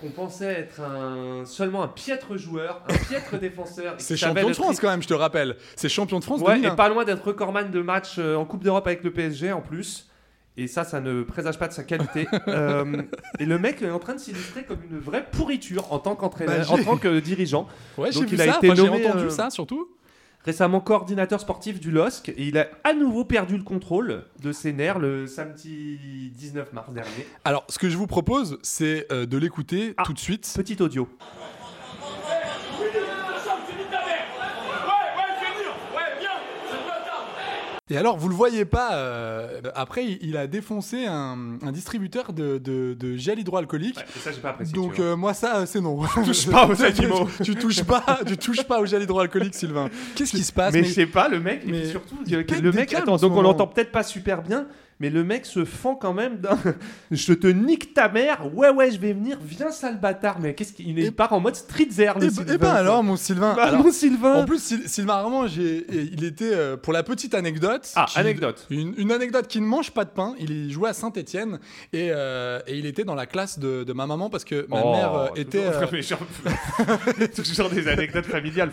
Speaker 8: qu'on pensait être un, seulement un piètre joueur, un piètre défenseur. et qui
Speaker 7: C'est
Speaker 8: savait
Speaker 7: champion de
Speaker 8: le tri-
Speaker 7: France quand même, je te rappelle. C'est champion de France.
Speaker 8: Ouais,
Speaker 7: 2001.
Speaker 8: et pas loin d'être recordman de match euh, en Coupe d'Europe avec le PSG en plus. Et ça, ça ne présage pas de sa qualité. Euh, et le mec est en train de s'illustrer comme une vraie pourriture en tant qu'entraîneur,
Speaker 7: Bah,
Speaker 8: en
Speaker 7: j'ai-
Speaker 8: tant que dirigeant.
Speaker 7: Ouais, j'ai
Speaker 8: Donc,
Speaker 7: vu
Speaker 8: il a
Speaker 7: ça.
Speaker 8: été
Speaker 7: Enfin, j'ai
Speaker 8: nommé,
Speaker 7: entendu
Speaker 8: euh,
Speaker 7: ça surtout.
Speaker 8: Récemment coordinateur sportif du LOSC, et il a à nouveau perdu le contrôle de ses nerfs le samedi 19 mars dernier.
Speaker 7: Alors, ce que je vous propose, c'est euh, de l'écouter
Speaker 8: Ah.
Speaker 7: tout de suite.
Speaker 8: Petit audio.
Speaker 7: Et alors, vous le voyez pas. euh, après, il il a défoncé un, un distributeur de, de- de gel hydroalcoolique.
Speaker 8: et ça, j'ai pas apprécié.
Speaker 7: Donc euh, moi ça euh, c'est non. Tu touches
Speaker 8: pas aux animaux.
Speaker 7: tu, touches pas, tu touches pas au gel hydroalcoolique Sylvain. Qu'est-ce qui se passe
Speaker 8: mais,
Speaker 7: mais-
Speaker 8: je sais pas, le mec, et
Speaker 7: mais
Speaker 8: puis surtout,
Speaker 7: il
Speaker 8: euh,
Speaker 7: pète
Speaker 8: le
Speaker 7: des
Speaker 8: mec,
Speaker 7: câbles
Speaker 8: attends,
Speaker 7: en ce
Speaker 8: donc on
Speaker 7: moment.
Speaker 8: l'entend peut-être pas super bien, mais le mec se fend quand même d'un Je te nique ta mère, ouais, ouais, je vais venir, viens, sale bâtard, mais qu'est-ce qu'il il
Speaker 7: Et-
Speaker 8: part en mode street zère, le
Speaker 7: Eh ben-
Speaker 8: Sylvain.
Speaker 7: eh ben
Speaker 8: quoi.
Speaker 7: alors mon Sylvain.
Speaker 8: Bah,
Speaker 7: alors-
Speaker 8: mon Sylvain
Speaker 7: En plus, Syl- Sylvain Armand, j'ai- il était, euh, pour la petite anecdote...
Speaker 8: Ah,
Speaker 7: qui-
Speaker 8: anecdote.
Speaker 7: Une, une anecdote qui ne mange pas de pain. Il jouait à Saint-Etienne et, euh, et il était dans la classe de, de ma maman parce que ma
Speaker 8: Oh,
Speaker 7: mère euh,
Speaker 8: toujours-
Speaker 7: était... euh,
Speaker 8: mais genre- toujours des anecdotes familiales.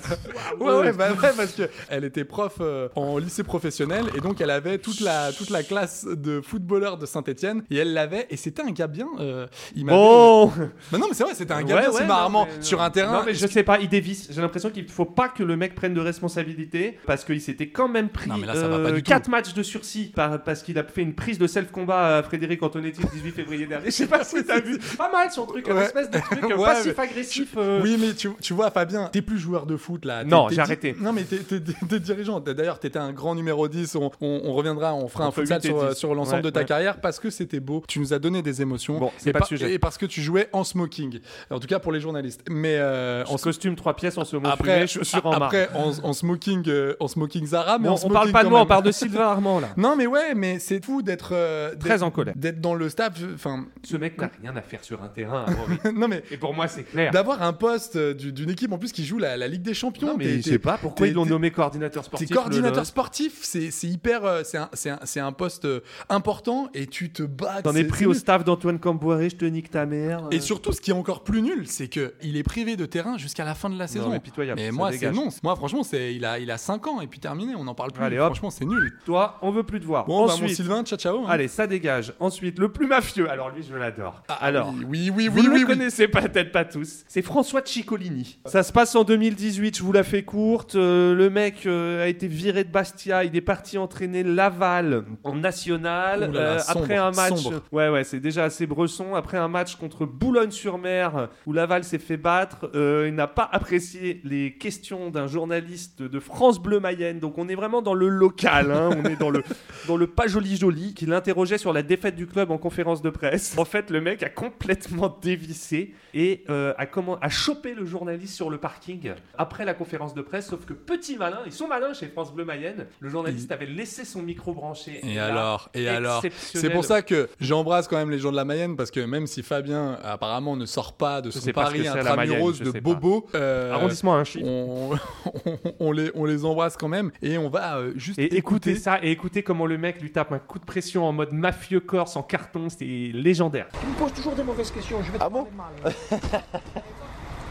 Speaker 7: Ouais, ouais, bah ouais, parce que elle était prof euh, en lycée professionnel et donc elle avait toute la toute la classe de footballeur de Saint-Etienne et elle l'avait et c'était un gars bien. euh, il m'avait-
Speaker 8: Bon
Speaker 7: Mais non, mais c'est vrai, c'était un
Speaker 8: Oh. Ouais,
Speaker 7: gars bien.
Speaker 8: ouais,
Speaker 7: c'est
Speaker 8: non,
Speaker 7: marrant
Speaker 8: mais- euh,
Speaker 7: sur un terrain.
Speaker 8: Non, mais je sais pas, il dévisse. J'ai l'impression qu'il faut pas que le mec prenne de responsabilité parce qu'il s'était quand même pris
Speaker 7: Non, mais là, ça va pas du tout.
Speaker 8: 4 matchs de sursis par- parce qu'il a fait une prise de self-combat à Frédéric Antonetti le 18 février dernier. Je sais pas si t'as vu. Pas mal son truc, une
Speaker 7: Ouais.
Speaker 8: espèce de truc euh,
Speaker 7: Ouais,
Speaker 8: passif-agressif. euh,
Speaker 7: Oui, mais tu, tu vois, Fabien, t'es plus joueur de foot là. T'es-
Speaker 8: Non,
Speaker 7: t'es
Speaker 8: j'ai
Speaker 7: di-
Speaker 8: arrêté.
Speaker 7: Non, mais t'es- t'es t'es- t'es dirigeant. T'as- D'ailleurs, t'étais un grand numéro 10. On, on- on reviendra, on fera un
Speaker 8: Entre
Speaker 7: futsal
Speaker 8: huit et
Speaker 7: sur, euh,
Speaker 8: dix.
Speaker 7: sur l'ensemble
Speaker 8: Ouais,
Speaker 7: de ta
Speaker 8: ouais.
Speaker 7: carrière parce que c'était beau. Tu nous as donné des émotions.
Speaker 8: Bon, c'est
Speaker 7: Et
Speaker 8: pas le sujet.
Speaker 7: Et parce que tu jouais en smoking. En tout cas, pour les journalistes. Mais euh, en
Speaker 8: En costume, trois pièces, en saumon fumé,
Speaker 7: après,
Speaker 8: chaussures en marque.
Speaker 7: après en, en smoking, euh, en smoking Zara, mais
Speaker 8: Bon,
Speaker 7: en
Speaker 8: on
Speaker 7: smoking
Speaker 8: parle pas de
Speaker 7: quand
Speaker 8: moi, on
Speaker 7: même.
Speaker 8: parle de Sylvain Armand là.
Speaker 7: Non, mais ouais, mais c'est fou d'être euh, d'être-
Speaker 8: Très en colère.
Speaker 7: d'être dans le staff. Enfin,
Speaker 8: Ce mec n'a rien à faire sur un terrain. à Rory.
Speaker 7: non mais
Speaker 8: Et pour moi, c'est clair.
Speaker 7: d'avoir un poste euh, du- d'une équipe en plus qui joue la, la Ligue des Champions.
Speaker 8: Non, mais
Speaker 7: t'es-
Speaker 8: je
Speaker 7: t'es-
Speaker 8: sais pas pourquoi
Speaker 7: t'es-
Speaker 8: ils l'ont
Speaker 7: t'es-
Speaker 8: nommé coordinateur
Speaker 7: T'es
Speaker 8: sportif. le-
Speaker 7: coordinateur
Speaker 8: le-
Speaker 7: sportif, c'est c'est hyper, euh, c'est un, c'est un- c'est un poste euh, important et tu te bats.
Speaker 8: T'en
Speaker 7: c'est-
Speaker 8: es pris
Speaker 7: c'est
Speaker 8: au
Speaker 7: nul.
Speaker 8: staff d'Antoine Camboiré, je te nique ta mère.
Speaker 7: Et surtout, ce qui est encore plus nul, c'est que il est privé de terrain jusqu'à la fin de la saison.
Speaker 8: mais pitoyable, ça
Speaker 7: moi, c'est
Speaker 8: dégage.
Speaker 7: non. Moi, franchement, c'est il a, il a 5 ans et puis terminé, on n'en parle plus.
Speaker 8: Allez, hop.
Speaker 7: franchement, c'est nul.
Speaker 8: Toi, on veut plus te voir.
Speaker 7: Bon, bah, mon
Speaker 8: Ensuite,
Speaker 7: Sylvain, ciao, ciao. hein.
Speaker 8: allez, ça dégage. Ensuite, le plus mafieux. Alors lui, je l'adore.
Speaker 7: Ah,
Speaker 8: Alors.
Speaker 7: Oui, oui, oui,
Speaker 8: Vous
Speaker 7: oui.
Speaker 8: ne
Speaker 7: oui,
Speaker 8: le connaissez peut-être pas tous. C'est François Ciccolini. Ça se passe en 2018, je vous la fais courte. Euh, le mec euh, a été viré de Bastia, il est parti entraîner Laval en national. euh,
Speaker 7: Ouh là là, sombre,
Speaker 8: après un match.
Speaker 7: sombre.
Speaker 8: Ouais, ouais, c'est déjà assez bresson. Après un match contre Boulogne-sur-Mer où Laval s'est fait battre, euh, il n'a pas apprécié les questions d'un journaliste de France Bleu Mayenne. Donc on est vraiment dans le local, hein. on est dans le, dans le pas joli joli, qui l'interrogeait sur la défaite du club en conférence de presse. En fait, le mec a complètement dévissé et euh, a, comment, a chopé le journaliste sur le parking après la conférence de presse. Sauf que petit malin, ils sont malins chez France Bleu Mayenne, le journaliste avait laissé son micro branché.
Speaker 7: Et
Speaker 8: là,
Speaker 7: alors, et alors, c'est
Speaker 8: exceptionnel.
Speaker 7: pour ça que j'embrasse quand même les gens de la Mayenne parce que même si Fabien apparemment ne sort pas de son
Speaker 8: sais pas ce que
Speaker 7: pari
Speaker 8: c'est, la Mayenne,
Speaker 7: intramuros
Speaker 8: je
Speaker 7: de
Speaker 8: sais pas.
Speaker 7: Bobo, euh,
Speaker 8: Arrondissement à un chiffre.
Speaker 7: on, on- on les, on les embrasse quand même et on va euh, juste
Speaker 8: Et
Speaker 7: écouter.
Speaker 8: écoutez ça, et écoutez comment le mec lui tape un coup de pression en mode mafieux corse en carton, c'est légendaire.
Speaker 6: Tu me poses toujours des mauvaises questions, je vais te ah bon mal.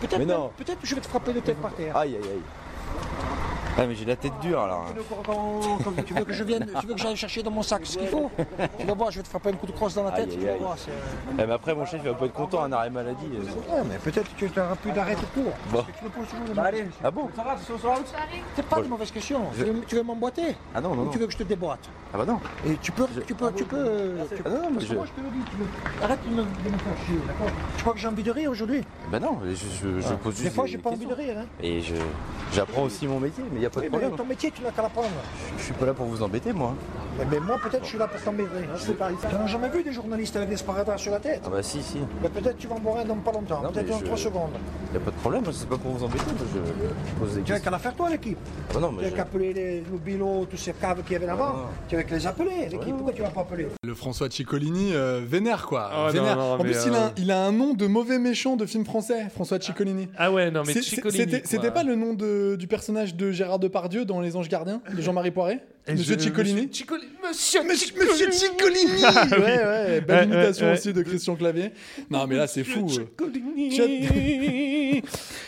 Speaker 6: peut-être
Speaker 5: Mais non.
Speaker 6: même- peut-être que je vais te frapper de tête par terre.
Speaker 5: Aïe, aïe, aïe. Ah, mais j'ai la tête dure, alors.
Speaker 6: Tu veux qu'on- qu'on- qu'on- tu veux que je vienne, tu veux que j'aille chercher dans mon sac ce qu'il faut Tu vas voir, je vais te frapper un coup de crosse dans la tête.
Speaker 5: Aïe,
Speaker 6: tu
Speaker 5: aïe,
Speaker 6: vas
Speaker 5: aïe.
Speaker 6: voir, c'est-
Speaker 5: Eh, mais après, mon chef, il va pas être content, un arrêt maladie. euh.
Speaker 6: Ouais, mais peut-être que tu auras plus d'arrêt de cours. Parce que tu me poses toujours des mauvaises questions.
Speaker 5: Ah bon
Speaker 6: C'est pas des mauvaises questions. Tu veux, tu veux m'emboîter
Speaker 5: Ah non, non,
Speaker 6: Ou
Speaker 5: non.
Speaker 6: tu veux que je te déboîte
Speaker 5: Ah bah non.
Speaker 6: Et tu peux, tu peux, tu peux. euh, tu-
Speaker 5: Ah non, non, mais je...
Speaker 6: Moi, je te le dis, tu veux- arrête de me, de me faire chier, d'accord Tu crois que j'ai envie de rire aujourd'hui
Speaker 5: Bah non, je, je, je pose juste
Speaker 6: Ah. Des fois, j'ai
Speaker 5: des
Speaker 6: pas envie de
Speaker 5: questions.
Speaker 6: rire. Hein.
Speaker 5: Et je... J'apprends aussi mon métier, mais y a pas de
Speaker 6: Oui, mais
Speaker 5: problème.
Speaker 6: ton métier, tu n'as qu'à l'apprendre.
Speaker 5: Je suis pas là pour vous embêter, moi.
Speaker 6: Mais, mais moi, peut-être, je suis là pour t'embêter. Hein, c'est pareil. Tu n'as jamais vu des journalistes avec des sparadraps sur la tête
Speaker 5: Ah bah si, si.
Speaker 6: Mais Peut-être tu vas en boire un dans pas longtemps,
Speaker 5: Non,
Speaker 6: peut-être
Speaker 5: mais
Speaker 6: dans
Speaker 5: je-
Speaker 6: 3 secondes.
Speaker 5: Y a pas de problème, c'est pas pour vous embêter, moi, je je pose des
Speaker 6: Tu n'as
Speaker 5: questions.
Speaker 6: qu'à la faire toi, l'équipe.
Speaker 5: Ah bah non,
Speaker 6: Tu
Speaker 5: mais
Speaker 6: n'as
Speaker 5: je... Ah.
Speaker 6: qu'à appeler les Loubilo, tous ces caves qu'il y avait là-bas. Tu n'as qu'à les appeler, l'équipe. Pourquoi tu ne vas pas appeler
Speaker 7: Le François Ciccolini euh, vénère quoi.
Speaker 8: Ah, non,
Speaker 7: Vénère.
Speaker 8: non,
Speaker 7: en
Speaker 8: mais,
Speaker 7: plus, il,
Speaker 8: euh,
Speaker 7: a, il a un nom de mauvais méchant de film français, François Ciccolini.
Speaker 8: Ah ouais, non
Speaker 7: C'est- c'est- C'était c'était pas le nom de- du personnage de Gérard Depardieu dans Les Anges Gardiens, de Jean-Marie Poiré Monsieur Ciccolini
Speaker 8: Monsieur
Speaker 7: Monsieur, Monsieur Ciccolini Ouais, ouais,
Speaker 8: Ouais, ouais,
Speaker 7: belle imitation
Speaker 8: ouais.
Speaker 7: aussi de Christian Clavier. Non, mais là, c'est fou. euh.
Speaker 8: Ciccolini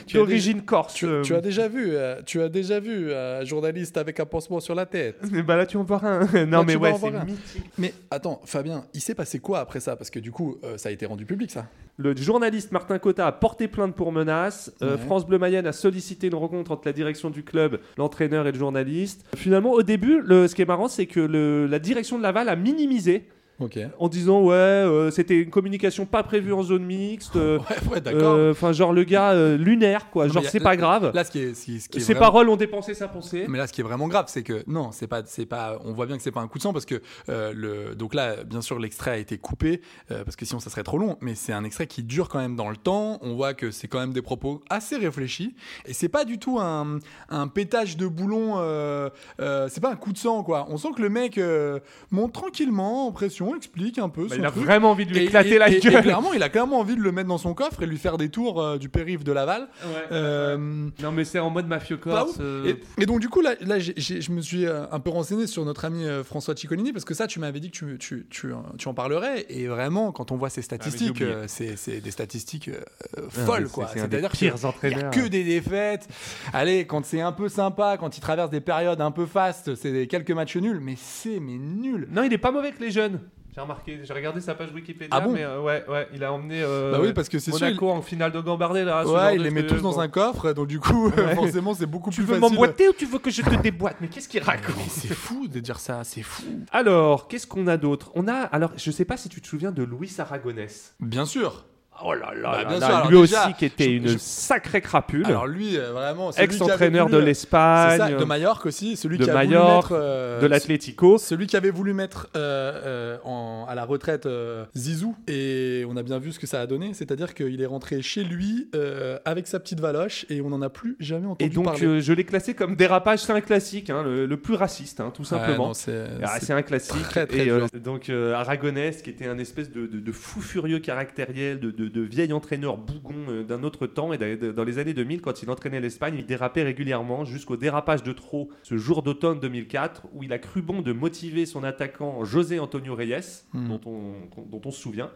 Speaker 7: Tu as
Speaker 8: D'origine corse.
Speaker 7: Tu, tu as déjà vu, euh, tu as déjà vu euh, un journaliste avec un pansement sur la tête.
Speaker 8: Mais bah là, tu en vois un. non,
Speaker 7: Là,
Speaker 8: mais
Speaker 7: tu vas
Speaker 8: ouais,
Speaker 7: en voir
Speaker 8: c'est
Speaker 7: un.
Speaker 8: mythique.
Speaker 7: Mais attends, Fabien, il s'est passé quoi après ça Parce que du coup, euh, ça a été rendu public, ça.
Speaker 8: Le journaliste Martin Cotta a porté plainte pour menace. Euh,
Speaker 7: Ouais.
Speaker 8: France Bleu Mayenne a sollicité une rencontre entre la direction du club, l'entraîneur et le journaliste. Finalement, au début, le, ce qui est marrant, c'est que le- la direction de Laval a minimisé
Speaker 7: Ok. Ouais,
Speaker 8: en disant ouais, euh, c'était une communication pas prévue en zone mixte. euh,
Speaker 7: ouais, Oh, d'accord.
Speaker 8: euh, Enfin, genre le gars euh, lunaire, quoi.
Speaker 7: Non,
Speaker 8: Genre
Speaker 7: mais y a-
Speaker 8: c'est pas grave.
Speaker 7: Là, ce qui est, ce qui- ce qui est
Speaker 8: Ses
Speaker 7: vraiment-
Speaker 8: paroles ont dépensé sa pensée.
Speaker 7: Mais là, ce qui est vraiment grave, c'est que non, c'est pas, c'est pas. On voit bien que c'est pas un coup de sang parce que euh, le. Donc là, bien sûr, l'extrait a été coupé euh, parce que sinon, ça serait trop long. Mais c'est un extrait qui dure quand même dans le temps. On voit que c'est quand même des propos assez réfléchis et c'est pas du tout un, un pétage de boulon. euh, euh, c'est pas un coup de sang quoi. On sent que le mec euh, monte tranquillement en pression. explication, explique un peu.
Speaker 8: Bah,
Speaker 7: son
Speaker 8: il a
Speaker 7: truc.
Speaker 8: vraiment envie de lui
Speaker 7: Et-
Speaker 8: éclater
Speaker 7: et-
Speaker 8: la
Speaker 7: et- et
Speaker 8: gueule.
Speaker 7: clairement, il a clairement envie de le mettre dans son coffre et lui faire des tours euh, du périph' de Laval. Euh,
Speaker 8: Non, mais c'est en mode mafieux
Speaker 7: pas
Speaker 8: corse.
Speaker 7: ouf.
Speaker 8: euh,
Speaker 7: Et, et donc du coup là, là j'ai- j'ai- je me suis euh, un peu renseigné sur notre ami euh, François Ciccolini parce que ça tu m'avais dit que tu, tu, tu, en- tu en parlerais et vraiment quand on voit ces statistiques
Speaker 8: Ah, oublié.
Speaker 7: euh, c'est c'est des statistiques euh,
Speaker 8: Ah,
Speaker 7: euh,
Speaker 8: mais
Speaker 7: folles
Speaker 8: c'est-
Speaker 7: quoi.
Speaker 8: c'est un des
Speaker 7: C'est-à-dire qu'il
Speaker 8: pires
Speaker 7: y a
Speaker 8: entraîneurs.
Speaker 7: que des défaites. Allez quand c'est un peu sympa, quand il traverse des périodes un peu fastes, c'est des- quelques matchs nuls mais c'est mais nul.
Speaker 8: Non, il est pas mauvais avec les jeunes. J'ai remarqué, j'ai regardé sa page Wikipédia,
Speaker 7: Ah bon
Speaker 8: mais euh, ouais, ouais, il a emmené euh,
Speaker 7: Bah oui, parce que c'est sûr,
Speaker 8: Monaco en finale de Gambardella. là. Ah, ce genre
Speaker 7: Ouais, il
Speaker 8: de
Speaker 7: les met
Speaker 8: truc,
Speaker 7: tous dans
Speaker 8: bon.
Speaker 7: un coffre donc du coup
Speaker 8: Ouais.
Speaker 7: forcément c'est beaucoup
Speaker 8: Tu
Speaker 7: plus
Speaker 8: veux
Speaker 7: facile.
Speaker 8: m'emboîter ou tu veux que je te déboîte Mais qu'est-ce qu'il raconte
Speaker 7: Mais c'est fou de dire ça, c'est fou.
Speaker 8: Alors, qu'est-ce qu'on a d'autre On a, alors, je sais pas si tu te souviens de Louis Aragonès.
Speaker 7: Bien sûr.
Speaker 8: Oh là là,
Speaker 7: Bah,
Speaker 8: là
Speaker 7: bien
Speaker 8: là,
Speaker 7: sûr, alors
Speaker 8: lui
Speaker 7: déjà,
Speaker 8: aussi qui était
Speaker 7: je-
Speaker 8: une
Speaker 7: je-
Speaker 8: sacrée crapule.
Speaker 7: Alors lui, euh, vraiment, celui qui avait
Speaker 8: Ex-entraîneur
Speaker 7: voulu-
Speaker 8: de l'Espagne.
Speaker 7: C'est ça, de Majorque aussi, celui
Speaker 8: de
Speaker 7: qui a voulu
Speaker 8: Majorque,
Speaker 7: mettre, euh,
Speaker 8: de l'Atlético.
Speaker 7: Celui qui avait voulu mettre euh, euh, en- à la retraite euh, Zizou. Et on a bien vu ce que ça a donné. C'est-à-dire qu'il est rentré chez lui euh, avec sa petite valoche et on n'en a plus jamais entendu
Speaker 8: Et donc,
Speaker 7: parler.
Speaker 8: euh, je l'ai classé comme dérapage, c'est un classique, hein, le, le plus raciste, hein, tout simplement.
Speaker 7: non, c'est-
Speaker 8: Ah,
Speaker 7: Euh, c'est
Speaker 8: c'est un classique.
Speaker 7: très, très
Speaker 8: et euh,
Speaker 7: dur.
Speaker 8: donc euh, Aragonès, qui était un espèce de, de- de fou furieux caractériel, de, de- de vieil entraîneur bougon euh, d'un autre temps. Et d'a- dans les années 2000, quand il entraînait l'Espagne, il dérapait régulièrement jusqu'au dérapage de trop ce jour d'automne 2004, où il a cru bon de motiver son attaquant José Antonio Reyes,
Speaker 7: Hmm.
Speaker 8: dont, on, qu'on- dont on se souvient.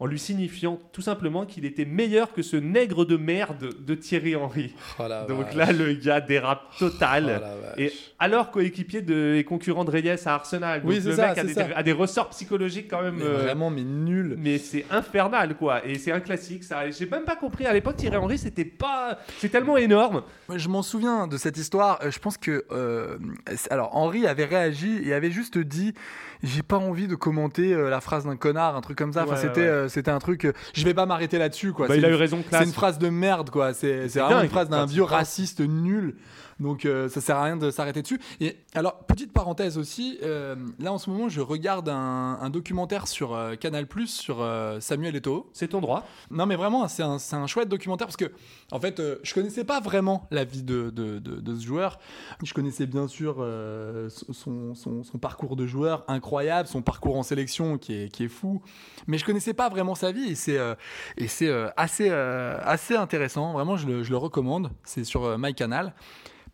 Speaker 8: En lui signifiant tout simplement qu'il était meilleur que ce nègre de merde de Thierry Henry.
Speaker 7: Oh la
Speaker 8: Donc
Speaker 7: vache.
Speaker 8: là, le gars dérape total.
Speaker 7: Oh la vache.
Speaker 8: et alors coéquipier de, et concurrent de Reyes à Arsenal.
Speaker 7: Oui,
Speaker 8: Donc
Speaker 7: c'est
Speaker 8: le
Speaker 7: ça,
Speaker 8: mec a
Speaker 7: c'est
Speaker 8: des,
Speaker 7: ça.
Speaker 8: a des ressorts psychologiques quand même.
Speaker 7: Mais
Speaker 8: euh,
Speaker 7: Vraiment, mais nul.
Speaker 8: mais c'est infernal quoi. Et c'est un classique ça. Et J'ai même pas compris. À l'époque, Thierry Henry, c'était pas. C'est tellement énorme.
Speaker 7: Ouais, Je m'en souviens de cette histoire. Euh, Je pense que euh, c'est- alors Henri avait réagi et avait juste dit j'ai pas envie de commenter euh, la phrase d'un connard, un truc comme ça. Enfin,
Speaker 8: Ouais,
Speaker 7: c'était
Speaker 8: ouais.
Speaker 7: euh, c'était un truc. euh, je vais pas m'arrêter là-dessus quoi.
Speaker 8: Bah,
Speaker 7: C'est
Speaker 8: il a
Speaker 7: une-
Speaker 8: eu raison, classe.
Speaker 7: C'est une phrase de merde quoi. C'est c'est
Speaker 8: C'est
Speaker 7: vraiment une
Speaker 8: dingue,
Speaker 7: phrase d'un
Speaker 8: quand tu
Speaker 7: vieux
Speaker 8: penses.
Speaker 7: raciste nul. Donc euh, ça sert à rien de s'arrêter dessus. Et alors petite parenthèse aussi. euh, là en ce moment je regarde un, un documentaire sur euh, Canal sur euh, Samuel Eto'o.
Speaker 8: C'est ton droit.
Speaker 7: Non, mais vraiment, c'est un, c'est un chouette documentaire parce que, en fait, euh, je connaissais pas vraiment la vie de, de, de- de ce joueur. Je connaissais bien sûr euh, son, son- son parcours de joueur incroyable, son parcours en sélection qui est, qui est fou, mais je connaissais pas vraiment sa vie et c'est euh, et c'est, euh, assez, euh, assez intéressant. Vraiment, je le, je le recommande. C'est sur euh, MyCanal.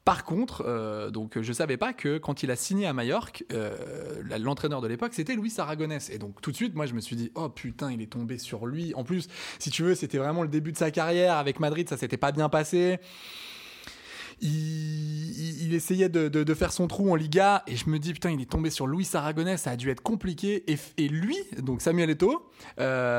Speaker 7: Par contre, euh, donc je savais pas que quand il a signé à Majorque, euh, la- l'entraîneur de l'époque c'était Luis Aragonès. Et donc tout de suite, moi je me suis dit oh putain, il est tombé sur lui. En plus, si tu veux, c'était vraiment le début de sa carrière avec Madrid, ça s'était pas bien passé. Il, il- il essayait de, de- de faire son trou en Liga et je me dis putain, il est tombé sur Luis Aragonès, ça a dû être compliqué. Et, f- et lui, donc Samuel Eto'o,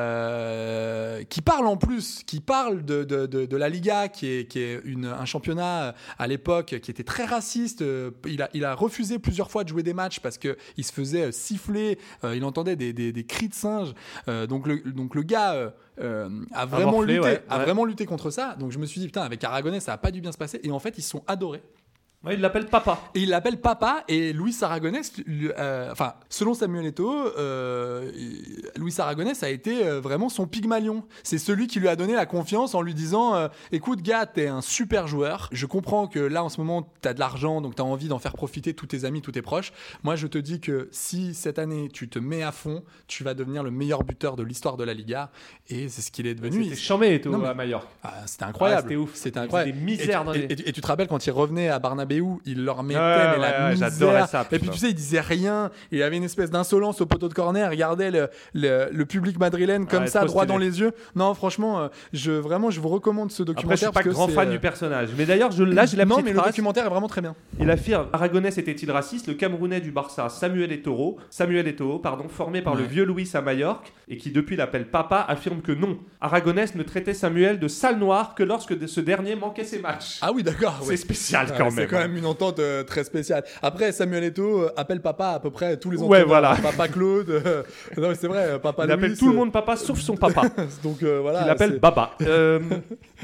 Speaker 7: euh, qui parle en plus, qui parle de, de- de- de la Liga, qui est, qui est une- un championnat euh, à l'époque qui était très raciste. Euh, Il a, il a refusé plusieurs fois de jouer des matchs parce que il se faisait euh, siffler, euh, il entendait des, des- des cris de singe. Euh, donc, le, donc le gars euh, euh, a vraiment
Speaker 8: morflé,
Speaker 7: lutté,
Speaker 8: ouais,
Speaker 7: a
Speaker 8: ouais.
Speaker 7: vraiment lutté contre ça. Donc je me suis dit putain, avec Aragonais ça a pas dû bien se passer. Et en fait ils se sont adorés.
Speaker 8: Ouais, il l'appelle papa.
Speaker 7: Et il l'appelle papa et Louis Aragonès, lui, euh, enfin, selon Samuel Eto'o, euh, il- Louis Aragonès a été euh, vraiment son pygmalion. C'est celui qui lui a donné la confiance en lui disant euh, Écoute, gars, t'es un super joueur. Je comprends que là, en ce moment, t'as de l'argent, donc t'as envie d'en faire profiter tous tes amis, tous tes proches. Moi, je te dis que si cette année, tu te mets à fond, tu vas devenir le meilleur buteur de l'histoire de la Liga. Et c'est ce qu'il est devenu.
Speaker 8: C'était
Speaker 7: Il-
Speaker 8: chambé et tout
Speaker 7: Non, mais-
Speaker 8: à Majorque.
Speaker 7: ah, c'était incroyable.
Speaker 8: Ah, c'était ouf.
Speaker 7: C'était
Speaker 8: Il
Speaker 7: incroyable.
Speaker 8: faisait des misères
Speaker 7: et,
Speaker 8: dans
Speaker 7: et-
Speaker 8: les-
Speaker 7: et tu- et tu te rappelles quand il revenait à Barnabéou, il leur mettait
Speaker 8: Ouais,
Speaker 7: mais
Speaker 8: ouais,
Speaker 7: la
Speaker 8: ouais,
Speaker 7: misère.
Speaker 8: j'adorais ça,
Speaker 7: et puis
Speaker 8: putain.
Speaker 7: tu sais, il disait rien. Il avait une espèce d'insolence au poteau de corner. Il regardait le, le, le public madrilène comme
Speaker 8: Ouais,
Speaker 7: ça,
Speaker 8: trop
Speaker 7: droit
Speaker 8: stylé.
Speaker 7: dans les yeux. Non, franchement, euh, je vraiment, je vous recommande ce
Speaker 8: Après, je
Speaker 7: documentaire
Speaker 8: suis pas
Speaker 7: parce que
Speaker 8: grand
Speaker 7: c'est,
Speaker 8: fan
Speaker 7: euh,
Speaker 8: du personnage. Mais d'ailleurs, je là, j'ai la
Speaker 7: Non,
Speaker 8: petite
Speaker 7: mais le
Speaker 8: phrase.
Speaker 7: documentaire est vraiment très bien.
Speaker 8: Il affirme Aragonès était-il raciste Le Camerounais du Barça, Samuel Eto'o, Samuel Eto'o, pardon, formé par le vieux Louis à Majorque et qui depuis l'appelle papa, affirme que non. Aragonès ne traitait Samuel de sale noir que lorsque de- ce dernier manquait ses matchs.
Speaker 7: Ah oui, d'accord.
Speaker 8: C'est
Speaker 7: ouais.
Speaker 8: spécial
Speaker 7: Ouais,
Speaker 8: Ah, quand même.
Speaker 7: C'est quand même une entente euh, très spéciale. Après, Samuel Eto'o euh, appelle papa à peu près tous les
Speaker 8: Ouais,
Speaker 7: entraîneurs.
Speaker 8: voilà.
Speaker 7: Papa Claude. euh, non, mais c'est vrai. euh, papa
Speaker 8: Il
Speaker 7: Louis,
Speaker 8: appelle tout le
Speaker 7: euh,
Speaker 8: monde papa sauf son papa.
Speaker 7: Donc euh, voilà.
Speaker 8: Il l'appelle
Speaker 7: c'est-
Speaker 8: Baba. Euh,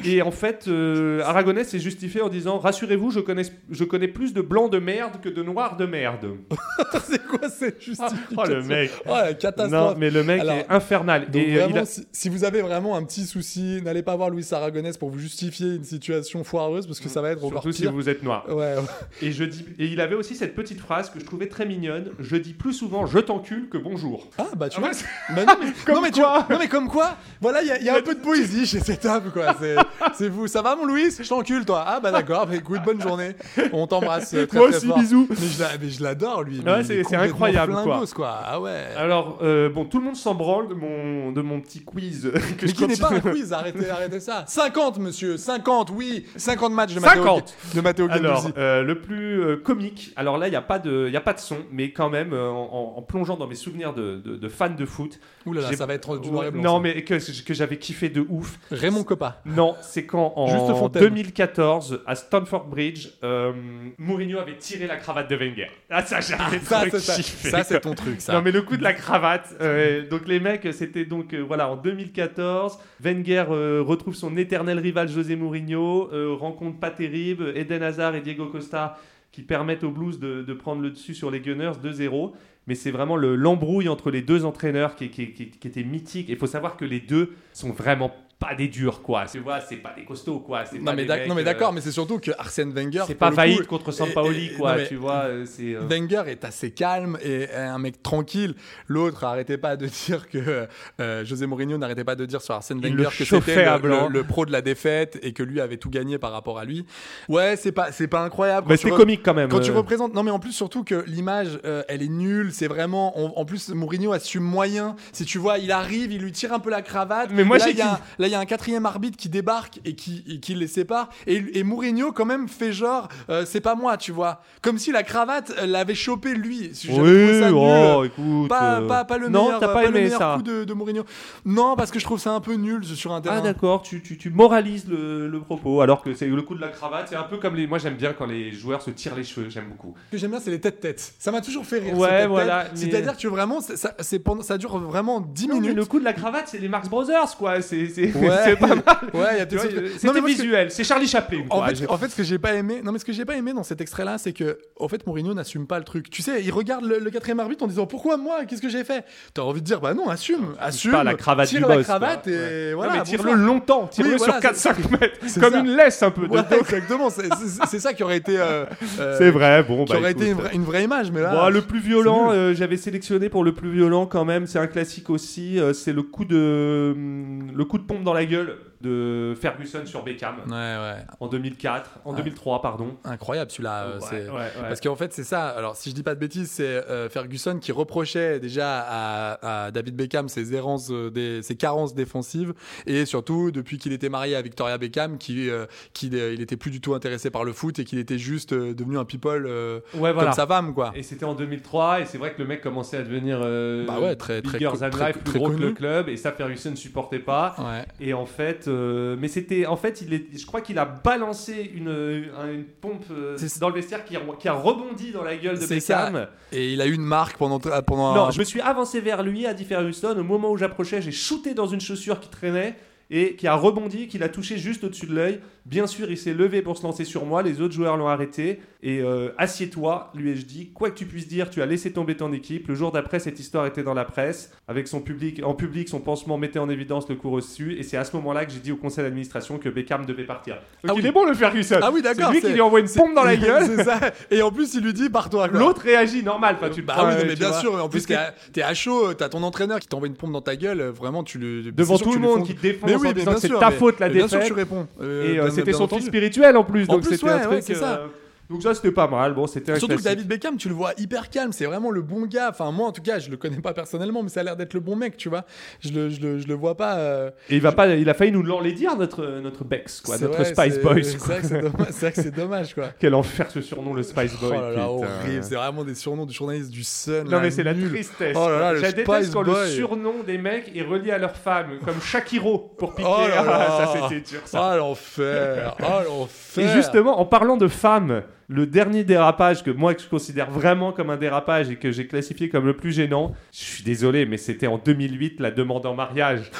Speaker 8: et en fait, euh, Aragonès s'est justifié en disant Rassurez-vous, je connais, je connais plus de blancs de merde que de noirs de merde.
Speaker 7: Oh, C'est quoi cette justification
Speaker 8: Oh, le mec.
Speaker 7: Oh la catastrophe
Speaker 8: Non, mais le mec
Speaker 7: Alors,
Speaker 8: est infernal.
Speaker 7: Donc
Speaker 8: et euh,
Speaker 7: vraiment,
Speaker 8: il a-
Speaker 7: si, si vous avez vraiment un petit souci, n'allez pas voir Louis Aragonès pour vous justifier une situation foireuse parce que ça va être encore
Speaker 8: Mm. surtout
Speaker 7: pire.
Speaker 8: si vous êtes noir.
Speaker 7: Ouais, ouais.
Speaker 8: Et, je dis, et il avait aussi cette petite phrase que je trouvais très mignonne Je dis plus souvent je t'encule que bonjour.
Speaker 7: Ah bah tu
Speaker 8: Ah
Speaker 7: vois.
Speaker 8: ouais, c'est-
Speaker 7: Bah, non, mais,
Speaker 8: Comme
Speaker 7: non, mais tu
Speaker 8: quoi.
Speaker 7: vois- non, mais comme quoi, voilà, il y a, il y a un peu de poésie chez cet homme quoi. C'est- C'est vous. Ça va mon Louis Je t'encule toi. Ah bah d'accord. Bah, écoute, bonne journée. On t'embrasse. euh, Très,
Speaker 8: Moi
Speaker 7: très
Speaker 8: aussi,
Speaker 7: fort.
Speaker 8: bisous.
Speaker 7: Mais je l'a- Mais je l'adore lui.
Speaker 8: Ouais,
Speaker 7: mais il
Speaker 8: c'est-
Speaker 7: est
Speaker 8: c'est
Speaker 7: complètement
Speaker 8: incroyable, quoi.
Speaker 7: flingos, quoi. Ah ouais.
Speaker 8: Alors, euh, bon, tout le monde s'en branle de mon, de mon petit quiz. que
Speaker 7: Mais
Speaker 8: je
Speaker 7: qui n'est pas
Speaker 8: continue.
Speaker 7: un quiz, arrêtez, arrêtez ça. 50, monsieur, 50, oui, 50 matchs de Matteo,
Speaker 8: 50.
Speaker 7: de Matteo
Speaker 8: Alors,
Speaker 7: Guendouzi.
Speaker 8: euh, le plus euh, comique, alors là, il n'y a, pas de- y a pas de son, mais quand même, euh, en, en plongeant dans mes souvenirs de, de, de fans de foot.
Speaker 7: Ouh Oh là là,
Speaker 8: j'ai-
Speaker 7: ça va être du
Speaker 8: Ouais,
Speaker 7: noir et blanc,
Speaker 8: Non,
Speaker 7: ça.
Speaker 8: mais que, que j'avais kiffé de ouf.
Speaker 7: Raymond Coppa.
Speaker 8: Non, c'est quand en
Speaker 7: Juste Fontaine.
Speaker 8: 2014, à Stamford Bridge, euh, Mourinho avait tiré la cravate de Wenger. Ah, ça, j'avais
Speaker 7: Ça,
Speaker 8: trop
Speaker 7: c'est ça.
Speaker 8: kiffé.
Speaker 7: Ça, c'est ton truc, ça.
Speaker 8: Non, mais le coup de la cravate. euh, donc, les mecs, c'était donc, euh, voilà, en 2014, Wenger euh, retrouve son éternel rival José Mourinho, euh, rencontre pas terrible, Eden Hazard et Diego Costa qui permettent aux Blues de, de prendre le dessus sur les Gunners 2-0. Mais c'est vraiment le- l'embrouille entre les deux entraîneurs qui, qui- qui- qui était mythique. Et il faut savoir que les deux sont vraiment pas des durs, quoi. Tu vois, c'est pas des costauds, quoi. C'est
Speaker 7: Non
Speaker 8: pas
Speaker 7: mais,
Speaker 8: des
Speaker 7: d'ac-
Speaker 8: mecs,
Speaker 7: non, mais
Speaker 8: euh,
Speaker 7: d'accord, mais c'est surtout que Arsène Wenger.
Speaker 8: C'est
Speaker 7: pour
Speaker 8: pas
Speaker 7: le
Speaker 8: Vaïd
Speaker 7: coup,
Speaker 8: contre
Speaker 7: est-
Speaker 8: Sampaoli,
Speaker 7: est- est-
Speaker 8: quoi.
Speaker 7: non, mais
Speaker 8: tu vois, euh, c'est. euh,
Speaker 7: Wenger est assez calme et est un mec tranquille. L'autre arrêtait pas de dire que euh, José Mourinho n'arrêtait pas de dire sur Arsène
Speaker 8: Il
Speaker 7: Wenger
Speaker 8: le
Speaker 7: que
Speaker 8: chauffait
Speaker 7: c'était
Speaker 8: à
Speaker 7: le,
Speaker 8: blanc.
Speaker 7: le- le pro de la défaite et que lui avait tout gagné par rapport à lui. Ouais, c'est pas c'est pas incroyable.
Speaker 8: Mais
Speaker 7: Quand tu
Speaker 8: c'était
Speaker 7: re-
Speaker 8: comique quand même.
Speaker 7: Quand tu
Speaker 8: euh.
Speaker 7: représentes, non mais en plus surtout que l'image, euh, elle est nulle. C'est vraiment, on- en plus Mourinho assume moyen. Si tu vois, il arrive, il lui tire un peu la cravate.
Speaker 8: Mais moi,
Speaker 7: là,
Speaker 8: j'ai
Speaker 7: il y a
Speaker 8: dit-
Speaker 7: un- là il y a un quatrième arbitre qui débarque et qui, et qui les sépare. Et, et Mourinho quand même fait genre, euh, c'est pas moi, tu vois. Comme si la cravate euh, l'avait chopé lui. J'avais trouvé ça nul.
Speaker 8: oh, écoute.
Speaker 7: Pas,
Speaker 8: euh,
Speaker 7: pas, pas le
Speaker 8: non,
Speaker 7: meilleur,
Speaker 8: t'as pas,
Speaker 7: le
Speaker 8: aimé
Speaker 7: meilleur
Speaker 8: ça.
Speaker 7: coup de, de Mourinho. Non, parce que je trouve ça un peu nul sur un terrain.
Speaker 8: Ah d'accord, tu, tu, tu moralises le, le propos, alors que c'est le coup de la cravate, c'est un peu comme les... Moi j'aime bien quand les joueurs se tirent les cheveux, j'aime beaucoup.
Speaker 7: Ce que j'aime bien, c'est les têtes-têtes. Ça m'a toujours fait rire.
Speaker 8: Ouais,
Speaker 7: ces têtes-têtes.
Speaker 8: voilà, mais-
Speaker 7: C'est-à-dire que vraiment, c'est- ça, c'est pendant- ça dure vraiment 10
Speaker 8: Non, mais
Speaker 7: minutes.
Speaker 8: le coup de la cravate, c'est les Marx Brothers, quoi, c'est c'est-
Speaker 7: Ouais.
Speaker 8: c'est pas mal.
Speaker 7: Ouais, il y a
Speaker 8: Tu vois,
Speaker 7: peut-être ce-
Speaker 8: euh,
Speaker 7: Non, mais
Speaker 8: C'était
Speaker 7: moi, ce que-
Speaker 8: visuel, c'est Charlie Chaplin,
Speaker 7: En
Speaker 8: quoi. Je-
Speaker 7: fait, en fait, ce que j'ai pas aimé, non mais ce que j'ai pas aimé dans cet extrait-là, c'est que, en fait, Mourinho n'assume pas le truc. Tu sais, il regarde le, le quatrième arbitre en disant pourquoi moi, qu'est-ce que j'ai fait T'as envie de dire bah non, assume, assume.
Speaker 8: pas Ah, la cravate
Speaker 7: tire
Speaker 8: du
Speaker 7: la
Speaker 8: boss,
Speaker 7: cravate
Speaker 8: quoi.
Speaker 7: et
Speaker 8: Ouais.
Speaker 7: voilà.
Speaker 8: non, mais tire-le
Speaker 7: bonsoir.
Speaker 8: longtemps, tire-le
Speaker 7: Oui, voilà,
Speaker 8: sur
Speaker 7: c'est-
Speaker 8: 4-5 mètres,
Speaker 7: c'est
Speaker 8: comme
Speaker 7: ça.
Speaker 8: une laisse un peu. de
Speaker 7: Ouais,
Speaker 8: dos.
Speaker 7: exactement, c'est- c'est c'est ça qui aurait été. euh, euh,
Speaker 8: C'est vrai, bon,
Speaker 7: Qui
Speaker 8: bah,
Speaker 7: aurait été une
Speaker 8: écoute.
Speaker 7: vraie, une vraie image, mais là.
Speaker 8: Bon, le plus violent,
Speaker 7: Bah, c'est nul.
Speaker 8: euh, j'avais sélectionné pour le plus violent quand même. C'est un classique aussi. euh, c'est le coup de hum, le coup de pompe dans la gueule de Ferguson sur Beckham
Speaker 7: Ouais, ouais.
Speaker 8: en 2004, en
Speaker 7: Ouais.
Speaker 8: 2003 pardon.
Speaker 7: Incroyable celui-là. Ah. euh,
Speaker 8: Ouais,
Speaker 7: c'est-
Speaker 8: ouais, ouais.
Speaker 7: Parce qu'en fait, c'est ça. Alors, si je dis pas de bêtises, c'est euh, Ferguson qui reprochait déjà à, à David Beckham ses errances, euh, des, ses carences défensives, et surtout depuis qu'il était marié à Victoria Beckham, qui, euh, qui, euh, il était plus du tout intéressé par le foot et qu'il était juste euh, devenu un people euh,
Speaker 8: Ouais, voilà.
Speaker 7: comme sa femme, quoi.
Speaker 8: Et c'était en 2003 et c'est vrai que le mec commençait à devenir euh,
Speaker 7: Bah ouais, très- très
Speaker 8: bigger
Speaker 7: co-
Speaker 8: than
Speaker 7: très-
Speaker 8: life, plus
Speaker 7: très
Speaker 8: gros que le
Speaker 7: connu.
Speaker 8: club et ça Ferguson ne supportait pas.
Speaker 7: Ouais.
Speaker 8: Et en fait, euh, mais c'était en fait, il est, je crois qu'il a balancé une, un- une pompe euh,
Speaker 7: C'est-
Speaker 8: dans le vestiaire qui a, qui a rebondi dans la gueule de
Speaker 7: C'est ça.
Speaker 8: Beckham.
Speaker 7: Et il a eu une marque pendant euh, pendant.
Speaker 8: Non,
Speaker 7: un-
Speaker 8: je me suis avancé vers lui, a dit Ferguson. Au moment où j'approchais, j'ai shooté dans une chaussure qui traînait et qui a rebondi, qui l'a touché juste au-dessus de l'œil. Bien sûr, il s'est levé pour se lancer sur moi. Les autres joueurs l'ont arrêté. Et euh, assieds-toi, lui ai-je dit. Quoi que tu puisses dire, tu as laissé tomber ton équipe. Le jour d'après, cette histoire était dans la presse. Avec son public, en public, son pansement mettait en évidence le coup reçu. Et c'est à ce moment-là que j'ai dit au conseil d'administration que Beckham devait partir. Donc
Speaker 7: Ah
Speaker 8: il
Speaker 7: oui.
Speaker 8: est bon, le Ferguson.
Speaker 7: Ah oui, d'accord.
Speaker 8: C'est lui
Speaker 7: c'est-
Speaker 8: qui lui envoie une
Speaker 7: c'est-
Speaker 8: pompe dans la gueule.
Speaker 7: c'est ça. Et en plus, il lui dit pars-toi. quoi.
Speaker 8: L'autre réagit normal. Enfin, tu le
Speaker 7: Bah
Speaker 8: prends,
Speaker 7: oui, non,
Speaker 8: euh,
Speaker 7: mais
Speaker 8: tu
Speaker 7: bien
Speaker 8: vois.
Speaker 7: sûr, en plus
Speaker 8: Jusqu'à-
Speaker 7: t'es à, t'es à chaud, t'as ton entraîneur qui t'envoie une pompe dans ta gueule, euh, vraiment tu le
Speaker 8: Devant
Speaker 7: c'est
Speaker 8: tout
Speaker 7: sûr
Speaker 8: le
Speaker 7: que tu lui
Speaker 8: monde
Speaker 7: fonds-
Speaker 8: qui te défonce
Speaker 7: Mais
Speaker 8: en
Speaker 7: oui, mais
Speaker 8: disant
Speaker 7: bien
Speaker 8: que c'est
Speaker 7: sûr,
Speaker 8: ta
Speaker 7: mais-
Speaker 8: faute, la
Speaker 7: mais bien sûr que
Speaker 8: défaite.
Speaker 7: tu réponds. Euh,
Speaker 8: Et euh,
Speaker 7: bien-
Speaker 8: c'était
Speaker 7: bien
Speaker 8: son
Speaker 7: entendu.
Speaker 8: fils spirituel en plus,
Speaker 7: En
Speaker 8: donc
Speaker 7: plus,
Speaker 8: c'était
Speaker 7: ouais,
Speaker 8: un
Speaker 7: ouais,
Speaker 8: truc.
Speaker 7: c'est ça.
Speaker 8: euh, Donc ça c'était pas mal. Bon, c'était un
Speaker 7: Surtout que
Speaker 8: classique.
Speaker 7: David Beckham, tu le vois hyper calme, c'est vraiment le bon gars. Enfin, moi en tout cas, je le connais pas personnellement, mais ça a l'air d'être le bon mec, tu vois. Je le, je le, je le vois pas. euh,
Speaker 8: Et il va pas, il a failli nous l'enlaidir notre euh, notre Bex quoi,
Speaker 7: c'est
Speaker 8: notre
Speaker 7: vrai,
Speaker 8: Spice
Speaker 7: c'est-
Speaker 8: Boys.
Speaker 7: C'est
Speaker 8: quoi.
Speaker 7: vrai que c'est dommage, c'est vrai que c'est dommage, quoi.
Speaker 8: Quel enfer ce surnom le Spice
Speaker 7: Oh
Speaker 8: Boy.
Speaker 7: là là,
Speaker 8: putain.
Speaker 7: horrible, c'est vraiment des surnoms de journalistes du Sun.
Speaker 8: Non
Speaker 7: là,
Speaker 8: mais c'est la
Speaker 7: nuls.
Speaker 8: tristesse.
Speaker 7: Oh là là,
Speaker 8: quoi.
Speaker 7: le
Speaker 8: Je déteste
Speaker 7: Spice
Speaker 8: quand le
Speaker 7: Boy.
Speaker 8: surnom des mecs est relié à leur femme, comme Shakiro pour piquer.
Speaker 7: Oh là là.
Speaker 8: ça c'était dur ça.
Speaker 7: Ah l'enfer, ah l'enfer.
Speaker 8: Et justement, en parlant de femmes, Le dernier dérapage que moi que je considère vraiment comme un dérapage et que j'ai classifié comme le plus gênant, je suis désolé, mais c'était en 2008 la demande en mariage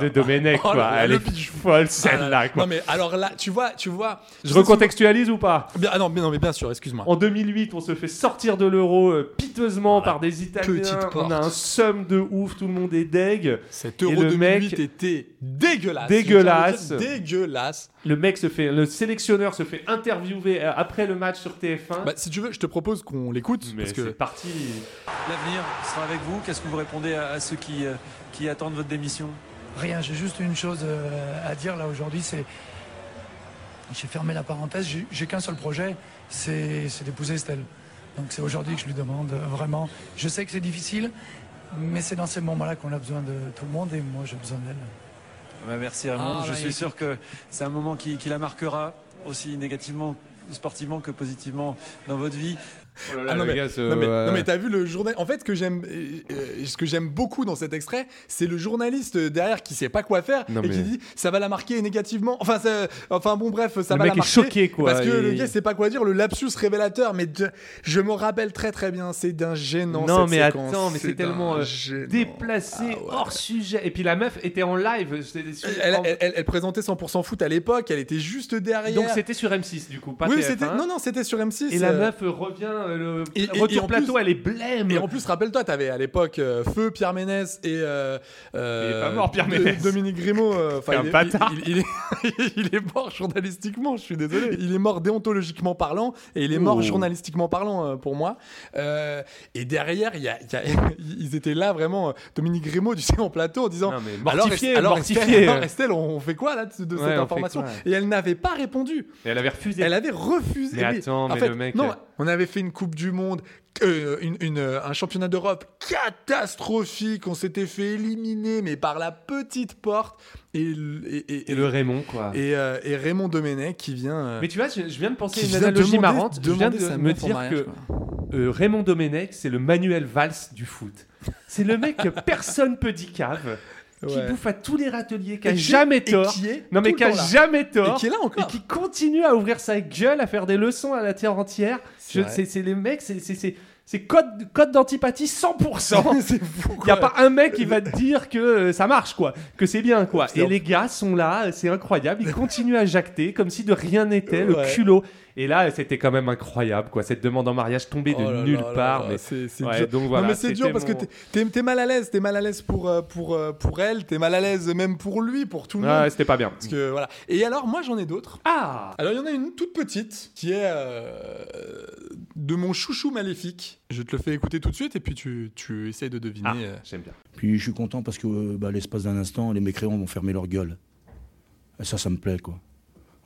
Speaker 8: de Domenech.
Speaker 7: Oh là
Speaker 8: quoi.
Speaker 7: là,
Speaker 8: Elle
Speaker 7: le
Speaker 8: est
Speaker 7: bijou.
Speaker 8: folle
Speaker 7: Ah là
Speaker 8: celle-là.
Speaker 7: là.
Speaker 8: quoi.
Speaker 7: Non mais alors là, tu vois, tu vois.
Speaker 8: Je recontextualise ou pas
Speaker 7: Bien, ah non, mais non, mais bien sûr, excuse-moi.
Speaker 8: En 2008, on se fait sortir de l'euro euh, piteusement par des Italiens.
Speaker 7: Ah petite
Speaker 8: On
Speaker 7: porte.
Speaker 8: a un somme de ouf, tout le monde est deg.
Speaker 7: Cet
Speaker 8: Et
Speaker 7: Euro
Speaker 8: le
Speaker 7: 2008
Speaker 8: mec-
Speaker 7: était dégueulasse.
Speaker 8: Dégueulasse.
Speaker 7: Je tiens à le dire, Dégueulasse.
Speaker 8: Le mec se fait, le sélectionneur se fait interviewer euh, après le match sur TF1.
Speaker 7: Bah, si tu veux, je te propose qu'on l'écoute
Speaker 8: mais
Speaker 7: parce
Speaker 8: c'est
Speaker 7: que
Speaker 8: parti.
Speaker 9: L'avenir sera avec vous. Qu'est-ce que vous répondez à, à ceux qui, euh, qui attendent votre démission
Speaker 10: Rien, j'ai juste une chose euh, à dire là aujourd'hui, c'est. J'ai fermé la parenthèse, j'ai- j'ai qu'un seul projet, c'est c'est d'épouser Estelle. Donc c'est aujourd'hui que je lui demande euh, vraiment. Je sais que c'est difficile, mais c'est dans ces moments-là qu'on a besoin de tout le monde et moi j'ai besoin d'elle.
Speaker 9: Bah, Merci Raymond.
Speaker 10: Ah,
Speaker 9: Je
Speaker 10: bah,
Speaker 9: suis
Speaker 10: il-
Speaker 9: sûr que c'est un moment qui, qui la marquera aussi négativement sportivement que positivement dans votre vie.
Speaker 7: Ah non, mais,
Speaker 8: euh,
Speaker 7: non, mais- non, mais t'as vu le journal. En fait, ce que j'aime, euh, euh, ce que j'aime beaucoup dans cet extrait, c'est le journaliste derrière qui sait pas quoi faire
Speaker 8: Non,
Speaker 7: et
Speaker 8: mais-
Speaker 7: qui dit ça va la marquer négativement. Enfin, ça- enfin bon, bref, ça
Speaker 8: Le
Speaker 7: va
Speaker 8: mec
Speaker 7: la
Speaker 8: est
Speaker 7: marquer.
Speaker 8: choqué, quoi,
Speaker 7: Parce que
Speaker 8: et-
Speaker 7: le gars sait pas quoi dire. Le lapsus révélateur, mais de- je me rappelle très très bien. C'est d'un gênant.
Speaker 8: non
Speaker 7: cette
Speaker 8: mais
Speaker 7: séquence.
Speaker 8: attends, mais c'est
Speaker 7: d'un
Speaker 8: tellement euh,
Speaker 7: gênant. Ah,
Speaker 8: déplacé, hors sujet. Et puis la meuf était en live. c'était sur-
Speaker 7: Elle,
Speaker 8: en-
Speaker 7: elle- elle- elle présentait 100% foot à l'époque, elle était juste derrière.
Speaker 8: Donc c'était sur M6 du coup, pas
Speaker 7: oui,
Speaker 8: TF1.
Speaker 7: c'était non non, c'était sur M6.
Speaker 8: Et la
Speaker 7: euh,
Speaker 8: meuf euh, revient, euh, le
Speaker 7: Et- et-
Speaker 8: retour
Speaker 7: et en
Speaker 8: plateau,
Speaker 7: plus-
Speaker 8: elle est blême.
Speaker 7: Et en plus, rappelle-toi, t'avais à l'époque euh, Feu, Pierre Ménès et. euh, euh,
Speaker 8: Il est pas mort, Pierre
Speaker 7: Do-
Speaker 8: Ménès.
Speaker 7: Dominique Grimaud. euh, enfin,
Speaker 8: C'est un
Speaker 7: il est-
Speaker 8: bâtard.
Speaker 7: Il, il est, il est mort journalistiquement, je suis désolé. Il est mort déontologiquement parlant et il est mort
Speaker 8: Ouh.
Speaker 7: journalistiquement parlant euh, pour moi. Euh, et derrière, il y a- il y a- ils étaient là vraiment, euh, Dominique Grimaud, tu sais, en plateau en disant.
Speaker 8: Non, mais
Speaker 7: alors,
Speaker 8: mortifié,
Speaker 7: Estelle- alors,
Speaker 8: mortifié.
Speaker 7: Estelle, alors, Estelle, on fait quoi là de de
Speaker 8: Ouais, on
Speaker 7: cette
Speaker 8: fait
Speaker 7: information
Speaker 8: quoi
Speaker 7: Et elle n'avait pas répondu.
Speaker 8: Et elle avait refusé.
Speaker 7: Elle avait refusé.
Speaker 8: Mais
Speaker 7: Oui.
Speaker 8: attends,
Speaker 7: En
Speaker 8: mais
Speaker 7: fait,
Speaker 8: le mec-
Speaker 7: Non, on avait fait une Coupe du Monde, euh, une- une, euh, un championnat d'Europe catastrophique. On s'était fait éliminer, mais par la petite porte. Et, l- et, et-
Speaker 8: Et le Raymond quoi.
Speaker 7: et, euh, et Raymond Domenech qui vient. euh,
Speaker 8: Mais tu vois, je, je viens de penser à
Speaker 7: qui
Speaker 8: une
Speaker 7: vient
Speaker 8: analogie
Speaker 7: demander-
Speaker 8: marrante. Je viens
Speaker 7: demander
Speaker 8: de
Speaker 7: sa
Speaker 8: me
Speaker 7: meuf en
Speaker 8: dire
Speaker 7: mariage,
Speaker 8: que euh, Raymond Domenech, c'est le Manuel Valls du foot. C'est le mec que personne peut dire cave, qui
Speaker 7: Ouais.
Speaker 8: bouffe à tous les râteliers, qui a
Speaker 7: Et qui-
Speaker 8: jamais
Speaker 7: et
Speaker 8: tort.
Speaker 7: qui est
Speaker 8: non mais
Speaker 7: tout
Speaker 8: qui
Speaker 7: le
Speaker 8: a
Speaker 7: temps là.
Speaker 8: jamais tort.
Speaker 7: Et qui est là encore.
Speaker 8: Et qui continue à ouvrir sa gueule, à faire des leçons à la terre entière.
Speaker 7: C'est
Speaker 8: Je-
Speaker 7: vrai.
Speaker 8: C'est c'est les mecs, c'est- c'est c'est- c'est code, code d'antipathie 100%.
Speaker 7: c'est fou.
Speaker 8: Il n'y a
Speaker 7: quoi.
Speaker 8: pas un mec qui va te dire que euh, ça marche, quoi. Que c'est bien, quoi. Et les gars sont là, euh, c'est incroyable. Ils continuent à jacter comme si de rien n'était, le
Speaker 7: Ouais.
Speaker 8: culot. Et là, c'était quand même incroyable, quoi. Cette demande en mariage tombée de
Speaker 7: Oh là
Speaker 8: nulle
Speaker 7: là là
Speaker 8: part.
Speaker 7: là,
Speaker 8: mais
Speaker 7: c'est c'est
Speaker 8: Ouais,
Speaker 7: dur.
Speaker 8: donc
Speaker 7: Non,
Speaker 8: voilà,
Speaker 7: mais c'est dur
Speaker 8: c'était
Speaker 7: parce que
Speaker 8: mon-
Speaker 7: t'es- t'es t'es mal à l'aise, t'es mal à l'aise pour euh, pour euh, pour elle, t'es mal à l'aise même pour lui, pour tout le
Speaker 8: Ah,
Speaker 7: monde.
Speaker 8: c'était pas bien.
Speaker 7: Parce que voilà. Et alors moi j'en ai d'autres.
Speaker 8: Ah
Speaker 7: Alors il y en a une toute petite qui est euh, de mon chouchou maléfique. Je te le fais écouter tout de suite et puis tu, tu essayes de deviner.
Speaker 8: Ah,
Speaker 7: euh.
Speaker 8: J'aime bien.
Speaker 11: Puis je suis content parce que euh, bah, l'espace d'un instant, les mécréants vont fermer leur gueule. Et ça, ça me plaît, quoi.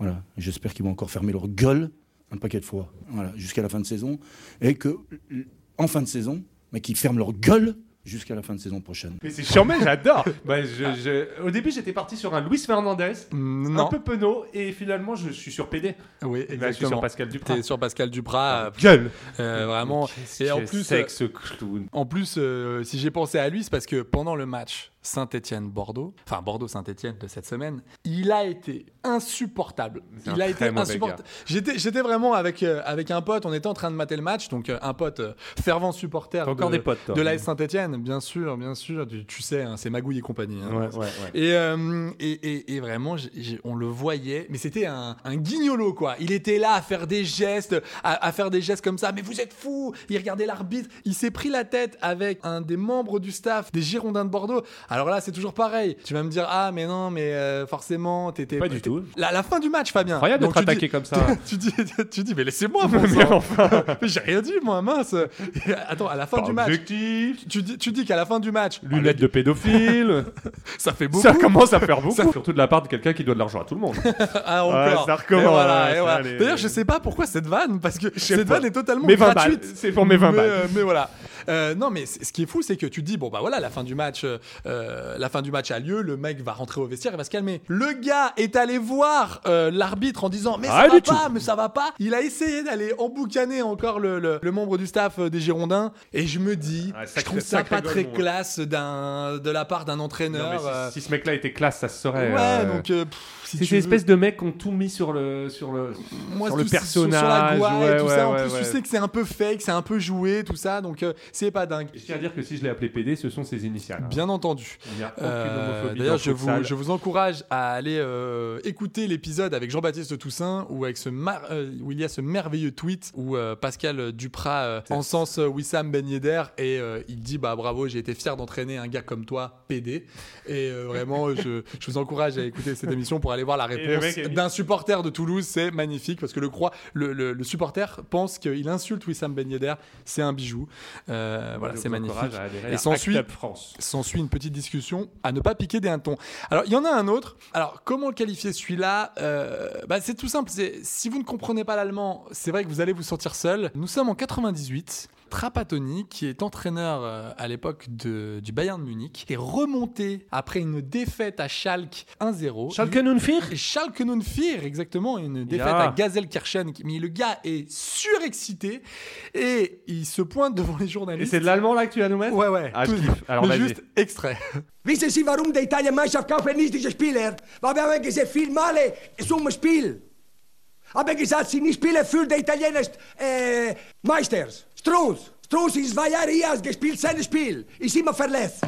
Speaker 11: Voilà. J'espère qu'ils vont encore fermer leur gueule un paquet de fois. Voilà. Jusqu'à la fin de saison. Et que, euh, en fin de saison, mais qu'ils ferment leur gueule jusqu'à la fin de saison prochaine.
Speaker 8: Mais c'est charmé, j'adore. Bah, je- je- Au début, j'étais parti sur un Luis Fernandez,
Speaker 7: Mm,
Speaker 8: un
Speaker 7: Non.
Speaker 8: peu penaud, et finalement, je suis sur PD. Là,
Speaker 7: Oui,
Speaker 8: je suis
Speaker 7: exactement.
Speaker 8: sur Pascal Duprat.
Speaker 7: T'es sur Pascal Duprat. euh,
Speaker 8: Gueule
Speaker 7: euh, vraiment.
Speaker 8: Qu'est-ce
Speaker 7: Et en
Speaker 8: que
Speaker 7: plus,
Speaker 8: c'est
Speaker 7: euh,
Speaker 8: que ce clown.
Speaker 7: En plus, euh, si j'ai pensé à lui, c'est parce que pendant le match Saint-Étienne-Bordeaux, enfin Bordeaux-Saint-Étienne de cette semaine, il a été insupportable.
Speaker 8: C'est
Speaker 7: Il
Speaker 8: un
Speaker 7: a
Speaker 8: très
Speaker 7: été
Speaker 8: mauvais
Speaker 7: insupportable.
Speaker 8: gars.
Speaker 7: J'étais, j'étais vraiment avec euh, avec un pote. On était en train de mater le match, donc euh, un pote euh, fervent supporter.
Speaker 8: T'as encore
Speaker 7: de,
Speaker 8: des potes, toi.
Speaker 7: de l'AS Saint-Étienne, bien sûr, bien sûr. Tu, tu sais, hein, c'est Magouille et compagnie. hein.
Speaker 8: Ouais, ouais, ouais.
Speaker 7: Et, euh, et, et- et vraiment, j'ai- j'ai- on le voyait, mais c'était un, un guignolo, quoi. Il était là à faire des gestes, à, à faire des gestes comme ça. Mais vous êtes fous Il regardait l'arbitre. Il s'est pris la tête avec un des membres du staff des Girondins de Bordeaux. Alors là, c'est toujours pareil. Tu vas me dire, ah, mais non, mais euh, forcément, t'étais.
Speaker 8: Pas du tout.
Speaker 7: La, la fin du match, Fabien.
Speaker 8: Incroyable
Speaker 7: Donc
Speaker 8: d'être
Speaker 7: tu dis-
Speaker 8: attaqué comme ça.
Speaker 7: tu, dis, tu dis, mais laissez-moi, bon
Speaker 8: Mais
Speaker 7: sang.
Speaker 8: enfin.
Speaker 7: Mais J'ai rien dit, moi, mince. Et Attends, à la fin
Speaker 8: Pas
Speaker 7: du match.
Speaker 8: objectif.
Speaker 7: Tu dis, tu dis qu'à la fin du match, Ah,
Speaker 8: Lunettes de pédophile.
Speaker 7: ça fait beaucoup.
Speaker 8: Ça commence à faire beaucoup.
Speaker 7: Ça-
Speaker 8: Surtout de la part de quelqu'un qui doit de l'argent à tout le monde.
Speaker 7: Ah,
Speaker 8: Ouais,
Speaker 7: encore.
Speaker 8: ça recommence,
Speaker 7: Et voilà,
Speaker 8: ouais,
Speaker 7: et
Speaker 8: ça,
Speaker 7: voilà.
Speaker 8: les-
Speaker 7: D'ailleurs, je sais pas pourquoi cette vanne, parce que
Speaker 8: sais
Speaker 7: cette
Speaker 8: pas.
Speaker 7: vanne est totalement
Speaker 8: Mes 20
Speaker 7: gratuite.
Speaker 8: balles, c'est pour mes 20
Speaker 7: mais,
Speaker 8: balles.
Speaker 7: euh, mais voilà. Euh, non, mais c- ce qui est fou, c'est que tu te dis bon bah voilà, la fin du match, euh, euh, la fin du match a lieu, le mec va rentrer au vestiaire, il va se calmer. Le gars est allé voir euh, l'arbitre en disant mais ça
Speaker 8: Ah,
Speaker 7: va
Speaker 8: du
Speaker 7: pas,
Speaker 8: tout.
Speaker 7: mais ça va pas. Il a essayé d'aller emboucaner encore le, le- le membre du staff euh, des Girondins, et je me dis, je
Speaker 8: sacré-
Speaker 7: trouve ça
Speaker 8: sacré
Speaker 7: pas
Speaker 8: golemon,
Speaker 7: très
Speaker 8: ouais.
Speaker 7: classe d'un de la part d'un entraîneur.
Speaker 8: Non, mais si-
Speaker 7: euh,
Speaker 8: si, ce mec-là était classe, ça se saurait.
Speaker 7: Ouais,
Speaker 8: euh,
Speaker 7: donc, euh, pff, si
Speaker 8: c'est
Speaker 7: tu
Speaker 8: une
Speaker 7: veux.
Speaker 8: espèce de mec qui ont tout mis sur le sur le
Speaker 7: Moi,
Speaker 8: sur le
Speaker 7: tout-
Speaker 8: personnage.
Speaker 7: sur la gouaille et
Speaker 8: ouais,
Speaker 7: tout
Speaker 8: ouais,
Speaker 7: ça. En
Speaker 8: ouais,
Speaker 7: plus,
Speaker 8: ouais.
Speaker 7: tu sais que c'est un peu fake, c'est un peu joué, tout ça, donc euh, c'est pas dingue.
Speaker 8: Je tiens à dire que si je l'ai appelé PD, ce sont ses initiales. hein.
Speaker 7: Bien entendu.
Speaker 8: Il n'y a aucune
Speaker 7: Euh,
Speaker 8: homophobie dans
Speaker 7: D'ailleurs, je
Speaker 8: le
Speaker 7: vous,
Speaker 8: futsal.
Speaker 7: je vous encourage à aller euh, écouter l'épisode avec Jean-Baptiste Toussaint où, avec ce mar- euh, où il y a ce merveilleux tweet où euh, Pascal Duprat euh, encense euh, Wissam Ben Yedder et euh, il dit bah bravo, j'ai été fier d'entraîner un gars comme toi, PD. Et euh, vraiment, je, je vous encourage à écouter cette émission pour aller voir la
Speaker 8: le
Speaker 7: réponse
Speaker 8: mec a mis-
Speaker 7: d'un supporter de Toulouse. C'est magnifique parce que le, croix, le, le- le supporter pense qu'il insulte Wissam Ben Yedder. C'est un bijou. Euh, voilà,
Speaker 8: Je
Speaker 7: c'est
Speaker 8: vous
Speaker 7: magnifique.
Speaker 8: encourage à adhérer
Speaker 7: Et
Speaker 8: à
Speaker 7: s'ensuit
Speaker 8: Act Up France.
Speaker 7: s'ensuit une petite discussion à ne pas piquer des hannetons. Alors, il y en a un autre. Alors, comment le qualifier celui-là Euh, bah, C'est tout simple. C'est- Si vous ne comprenez pas l'allemand, c'est vrai que vous allez vous sentir seul. Nous sommes en 98. Trapattoni, qui est entraîneur euh, à l'époque de- du Bayern de Munich, est remonté après une défaite à Schalke 1-0.
Speaker 8: Schalke
Speaker 7: Lui- et Schalke 04, exactement, une défaite
Speaker 8: Yeah.
Speaker 7: à Gazelkirchen. Mais le gars est surexcité et il se pointe devant les journalistes.
Speaker 8: c'est de l'allemand là que tu vas nous mettre
Speaker 7: Ouais, ouais.
Speaker 8: Ah, je
Speaker 7: Tout-
Speaker 8: kiffe. Alors,
Speaker 7: mais
Speaker 8: vas-y.
Speaker 7: juste extrait.
Speaker 12: Wissen Sie, warum die Italiener Mannschaft kämpfen nicht diese Spieler? Weil wir haben gesagt, viele Male zum Spiel. Aber gesagt, sie nicht spielen für die Italiener äh, Meisters. Strunz. Strunz ist zwei Jahre hier, hat gespielt sein Spiel. Ist immer verletzt.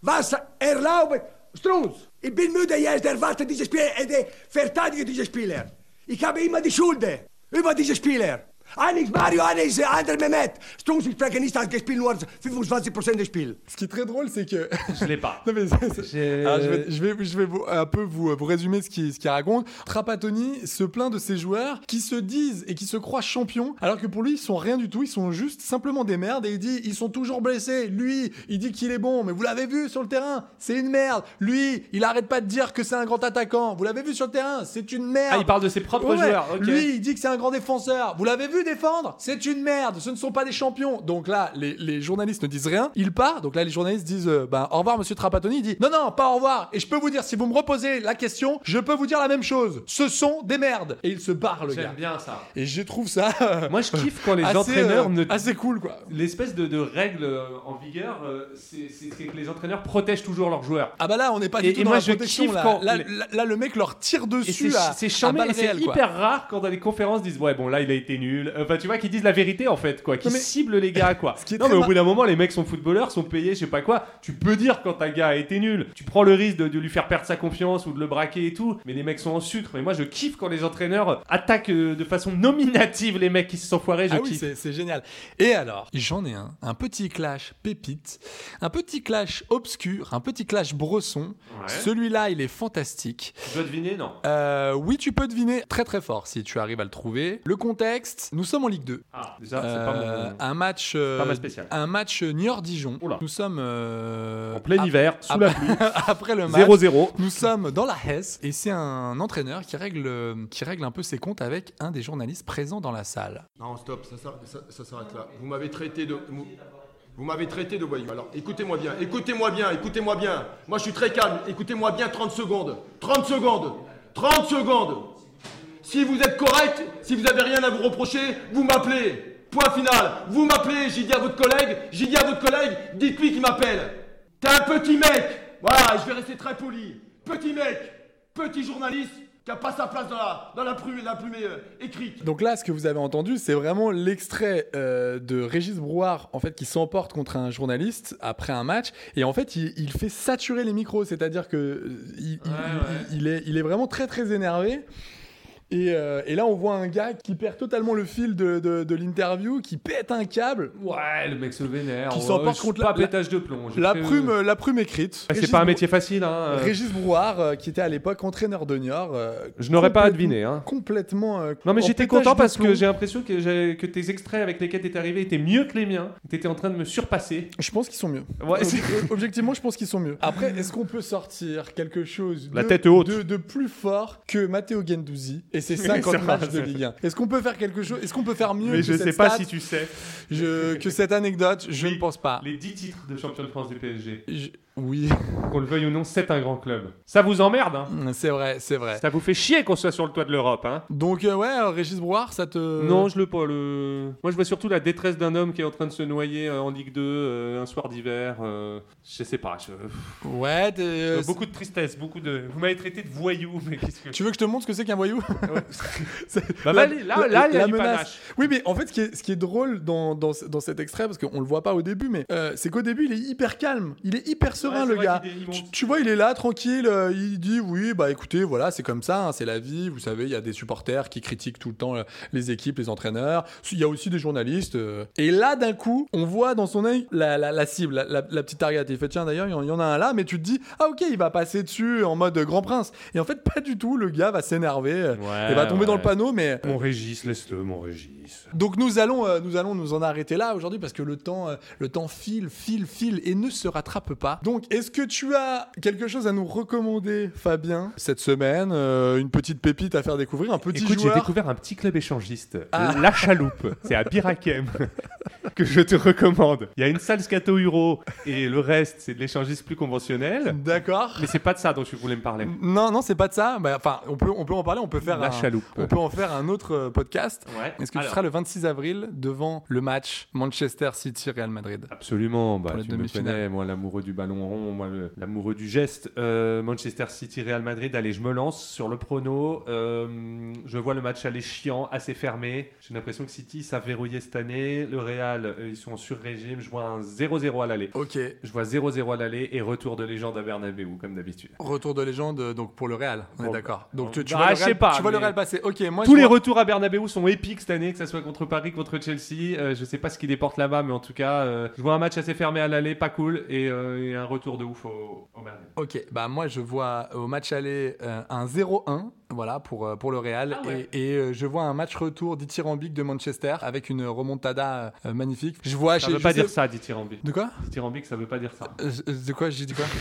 Speaker 12: Was erlaubt Strunz? Ich bin müde jetzt, erwartet diese Spieler, äh, die verteidigen diese Spieler. Ich habe immer die Schuld über diese Spieler. Einer ist Mario, einer ist der andere Mehmet. Strunz, ich spreche nicht, hat gespielt nur 25% des Spiels.
Speaker 7: Ce qui est très drôle, c'est que.
Speaker 8: Je l'ai pas.
Speaker 7: Non, mais c'est- c'est- Alors, je vais, je vais, je vais vous- un peu vous, vous résumer ce qu'il ce qu'il raconte. Trapattoni se plaint de ses joueurs qui se disent et qui se croient champions, alors que pour lui, ils sont rien du tout, ils sont juste simplement des merdes. Et il dit, ils sont toujours blessés. Lui, il dit qu'il est bon, mais vous l'avez vu sur le terrain, c'est une merde. Lui, il arrête pas de dire que c'est un grand attaquant. Vous l'avez vu sur le terrain, c'est une merde.
Speaker 8: Ah, il parle de ses propres
Speaker 7: Ouais,
Speaker 8: joueurs, ok.
Speaker 7: Lui, il dit que c'est un grand défenseur. Vous l'avez vu défendre C'est une merde. Ce ne sont pas des champions. Donc là, les, les journalistes ne disent rien. Il part. Donc là, les journalistes disent euh, ben, au revoir, monsieur Trapattoni. Il dit non, non, pas au revoir. Et je peux vous dire, si vous me reposez la question, je peux vous dire la même chose. Ce sont des merdes. Et il se barre, le gars.
Speaker 8: J'aime bien ça.
Speaker 7: Et je trouve ça.
Speaker 8: Moi, je kiffe quand les
Speaker 7: assez,
Speaker 8: entraîneurs
Speaker 7: euh,
Speaker 8: ne.
Speaker 7: Assez cool, quoi.
Speaker 8: L'espèce de, de règle euh, en vigueur, euh, c'est c'est- c'est que les entraîneurs protègent toujours leurs joueurs.
Speaker 7: Ah bah là, on n'est pas
Speaker 8: Et-
Speaker 7: du tout
Speaker 8: et
Speaker 7: dans
Speaker 8: moi,
Speaker 7: la
Speaker 8: je
Speaker 7: protection,
Speaker 8: kiffe
Speaker 7: là.
Speaker 8: quand
Speaker 7: Là,
Speaker 8: les-
Speaker 7: là- là, le mec leur tire
Speaker 8: Et
Speaker 7: dessus
Speaker 8: c'est-
Speaker 7: à.
Speaker 8: c'est
Speaker 7: à
Speaker 8: charmé,
Speaker 7: balles
Speaker 8: et c'est
Speaker 7: réelles, quoi.
Speaker 8: hyper rare quand dans les conférences disent ouais bon là il a été nul. Enfin tu vois qu'ils disent la vérité en fait quoi, qu'ils
Speaker 7: Non, mais-
Speaker 8: ciblent les gars quoi.
Speaker 7: qui est
Speaker 8: non
Speaker 7: très
Speaker 8: mais au
Speaker 7: mar-
Speaker 8: bout d'un moment les mecs sont footballeurs, sont payés, je sais pas quoi. Tu peux dire quand un gars a été nul, tu prends le risque de, de lui faire perdre sa confiance ou de le braquer et tout. Mais les mecs sont en sucre. Mais moi je kiffe quand les entraîneurs attaquent euh, de façon nominative les mecs qui se sont foirés. Je
Speaker 7: Ah
Speaker 8: kiffe.
Speaker 7: oui, c'est- c'est génial. Et alors, j'en ai un, un petit clash pépite, un petit clash obscur, un petit clash bresson.
Speaker 8: Ouais.
Speaker 7: Celui-là, il est fantastique.
Speaker 8: Je dois deviner non.
Speaker 7: Euh, oui, tu peux deviner très très fort si tu arrives à le trouver. Le contexte, nous sommes en Ligue 2.
Speaker 8: Ah déjà c'est pas
Speaker 7: Euh,
Speaker 8: mon.
Speaker 7: un match euh,
Speaker 8: pas ma spéciale.
Speaker 7: un match Niort Dijon
Speaker 8: Oula.
Speaker 7: nous sommes euh,
Speaker 8: En plein
Speaker 7: ap-
Speaker 8: hiver, sous
Speaker 7: ap-
Speaker 8: la pluie.
Speaker 7: après le match
Speaker 8: 0-0.
Speaker 7: nous sommes dans la Hesse et c'est un entraîneur qui règle euh, qui règle un peu ses comptes avec un des journalistes présents dans la salle
Speaker 13: Non, stop, ça, s'arr- ça- ça s'arrête là. Vous m'avez traité de. Vous, vous m'avez traité de voyou. Alors écoutez-moi bien, écoutez-moi bien, écoutez-moi bien. Moi je suis très calme, écoutez-moi bien 30 secondes. 30 secondes 30 secondes Si vous êtes correct, si vous avez rien à vous reprocher, vous m'appelez. Point final. Vous m'appelez, j'ai dit à votre collègue, j'ai dit à votre collègue, dites-lui qu'il m'appelle. T'es un petit mec Voilà, je vais rester très poli. Petit mec Petit journaliste qui a pas sa place dans la, dans la plume, la plume euh, écrite.
Speaker 7: Donc là, ce que vous avez entendu, c'est vraiment l'extrait euh, de Régis Brouard, en fait, qui s'emporte contre un journaliste après un match. Et en fait, il, il fait saturer les micros, c'est-à-dire que euh, il, il- il- il est, il est vraiment très très énervé. Et, euh, et là, on voit un gars qui perd totalement le fil de, de- de l'interview, qui pète un câble.
Speaker 8: Ouais le mec se vénère.
Speaker 7: Qui
Speaker 8: Ouais,
Speaker 7: s'emporte
Speaker 8: je suis
Speaker 7: contre
Speaker 8: pas
Speaker 7: la- la-
Speaker 8: pétage de plomb. j'ai
Speaker 7: La
Speaker 8: fait-
Speaker 7: prume, la prume écrite.
Speaker 8: Ah, C'est
Speaker 7: Régis
Speaker 8: pas un
Speaker 7: Brou-
Speaker 8: métier facile hein. euh.
Speaker 7: Régis Brouard, euh, qui était à l'époque entraîneur de Niort. euh,
Speaker 8: Je n'aurais pas
Speaker 7: complètement-
Speaker 8: à deviner, hein.
Speaker 7: Complètement. euh,
Speaker 8: Non mais
Speaker 7: en
Speaker 8: j'étais
Speaker 7: pétage
Speaker 8: content
Speaker 7: de
Speaker 8: parce que
Speaker 7: plomb.
Speaker 8: j'ai l'impression que, j'ai- que tes extraits avec lesquels t'es arrivé étaient mieux que les miens. T'étais en train de me surpasser.
Speaker 7: Je pense qu'ils sont mieux.
Speaker 8: Ouais, c'est-
Speaker 7: Ob- Objectivement, je pense qu'ils sont mieux. Après, est-ce qu'on peut sortir quelque chose
Speaker 8: La
Speaker 7: de,
Speaker 8: tête haute.
Speaker 7: de, de plus fort que Matteo Gendouzi Et c'est
Speaker 8: Mais
Speaker 7: 50
Speaker 8: ça va,
Speaker 7: matchs de
Speaker 8: ça-
Speaker 7: Ligue 1. Est-ce qu'on peut faire quelque chose Est-ce qu'on peut faire mieux
Speaker 8: Mais
Speaker 7: que
Speaker 8: je
Speaker 7: cette
Speaker 8: sais pas
Speaker 7: stat
Speaker 8: si tu sais.
Speaker 7: Je- que cette anecdote, je ne pense pas.
Speaker 8: Les 10 titres de champion de France du PSG.
Speaker 7: Oui.
Speaker 8: Qu'on le veuille ou non, c'est un grand club. Ça vous emmerde, hein
Speaker 7: C'est vrai, c'est vrai.
Speaker 8: Ça vous fait chier qu'on soit sur le toit de l'Europe, hein
Speaker 7: Donc euh, ouais, euh, Régis Brouard, ça te...
Speaker 8: Non, je le pas. Le... Moi, je vois surtout la détresse d'un homme qui est en train de se noyer euh, en Ligue 2 euh, un soir d'hiver. euh, je sais pas. je-
Speaker 7: Euh, Ouais, t'es, euh,
Speaker 8: Euh, beaucoup de tristesse, beaucoup de. Vous m'avez traité de voyou, mais qu'est-ce que.
Speaker 7: Tu veux que je te montre ce que c'est qu'un voyou C'est-
Speaker 8: Bah,
Speaker 7: la-
Speaker 8: bah, là- là, il y a du panache.
Speaker 7: Oui, mais en fait, ce qui est, ce qui est drôle dans, dans, ce- dans cet extrait, parce qu'on le voit pas au début, mais euh, c'est qu'au début, il est hyper calme, il est hyper serein,
Speaker 8: c'est
Speaker 7: le
Speaker 8: vrai
Speaker 7: gars.
Speaker 8: qu'il est- il
Speaker 7: Tu,
Speaker 8: monte.
Speaker 7: tu vois, il est là, tranquille, euh, il dit oui, bah écoutez, voilà, c'est comme ça, hein, c'est la vie. Vous savez, il y a des supporters qui critiquent tout le temps euh, les équipes, les entraîneurs. Il y a aussi des journalistes. euh. Et là, d'un coup, on voit dans son œil la, la- la cible, la, la- la petite target. Il fait tiens, d'ailleurs, il y en- il y, en a un là, mais tu te dis ah ok, il va passer dessus en mode grand prince. Et en fait, pas du tout. Le gars va s'énerver euh, et va tomber dans le
Speaker 8: ouais.
Speaker 7: panneau, mais euh,
Speaker 8: Mon Régis, laisse-le, mon Régis.
Speaker 7: donc nous allons, euh, nous allons nous en arrêter là aujourd'hui parce que le temps, euh, le temps file, file, file et ne se rattrape pas. Donc est-ce que tu as quelque chose à nous recommander, Fabien, cette semaine euh, Une petite pépite à faire découvrir, un petit
Speaker 8: Écoute, j'ai
Speaker 7: joueur
Speaker 8: découvert un petit club échangiste, euh,
Speaker 7: Ah.
Speaker 8: La Chaloupe. C'est à Birakem que je te recommande. Il y a une salle scato euro et le reste, c'est de l'échangiste plus conventionnel.
Speaker 7: D'accord.
Speaker 8: Mais c'est pas de ça dont tu voulais me parler.
Speaker 7: Non, non, c'est pas de ça. Bah, Enfin, on peut, on peut en parler. On peut faire
Speaker 8: La
Speaker 7: un-
Speaker 8: chaloupe.
Speaker 7: On peut en faire un autre euh, podcast.
Speaker 8: Ouais.
Speaker 7: Est-ce que
Speaker 8: Alors.
Speaker 7: tu seras le 26 avril devant le match Manchester City Real Madrid
Speaker 8: Absolument, bah,
Speaker 7: Pour les
Speaker 8: tu me
Speaker 7: demi-finales.
Speaker 8: connais, moi l'amoureux du ballon rond, moi le- l'amoureux du geste. Euh, Manchester City, Real Madrid, allez, je me lance sur le prono. Euh, je vois le match aller chiant, assez fermé. J'ai l'impression que City, ça verrouillait cette année. Le Real, euh, ils sont en sur-régime. Je vois un 0-0 à l'aller.
Speaker 7: Ok.
Speaker 8: Je vois 0-0 à l'aller et retour de légende à Bernabeu, comme d'habitude.
Speaker 7: Retour de légende euh, donc pour le Real. On est d'accord. Donc tu, tu
Speaker 8: Bah,
Speaker 7: vois, le
Speaker 8: je
Speaker 7: Real-
Speaker 8: sais pas,
Speaker 7: tu vois le
Speaker 8: mais-
Speaker 7: Real passer. Ok, moi
Speaker 8: Tous
Speaker 7: je
Speaker 8: les
Speaker 7: vois-
Speaker 8: retours à Bernabeu sont épiques cette année, que ce soit contre Paris, contre Chelsea. Euh, je sais pas ce qu'ils déportent là-bas, mais en tout cas, euh, je vois un match assez fermé à l'aller, pas cool, et, euh, et un retour de ouf au, au Bernabeu.
Speaker 7: Ok, bah moi je vois au match aller euh, un 0-1, voilà, pour, euh, pour le Real.
Speaker 8: Ah ouais.
Speaker 7: Et, et, euh, je vois un match retour dithyrambique de Manchester avec une remontada euh, magnifique. Je vois
Speaker 8: Ça
Speaker 7: chez-
Speaker 8: veut
Speaker 7: je
Speaker 8: pas
Speaker 7: sais-
Speaker 8: dire ça, dit Tyrambique.
Speaker 7: De quoi
Speaker 8: Dithyrambique, ça veut pas dire ça.
Speaker 7: Euh, euh, De quoi J'ai dit quoi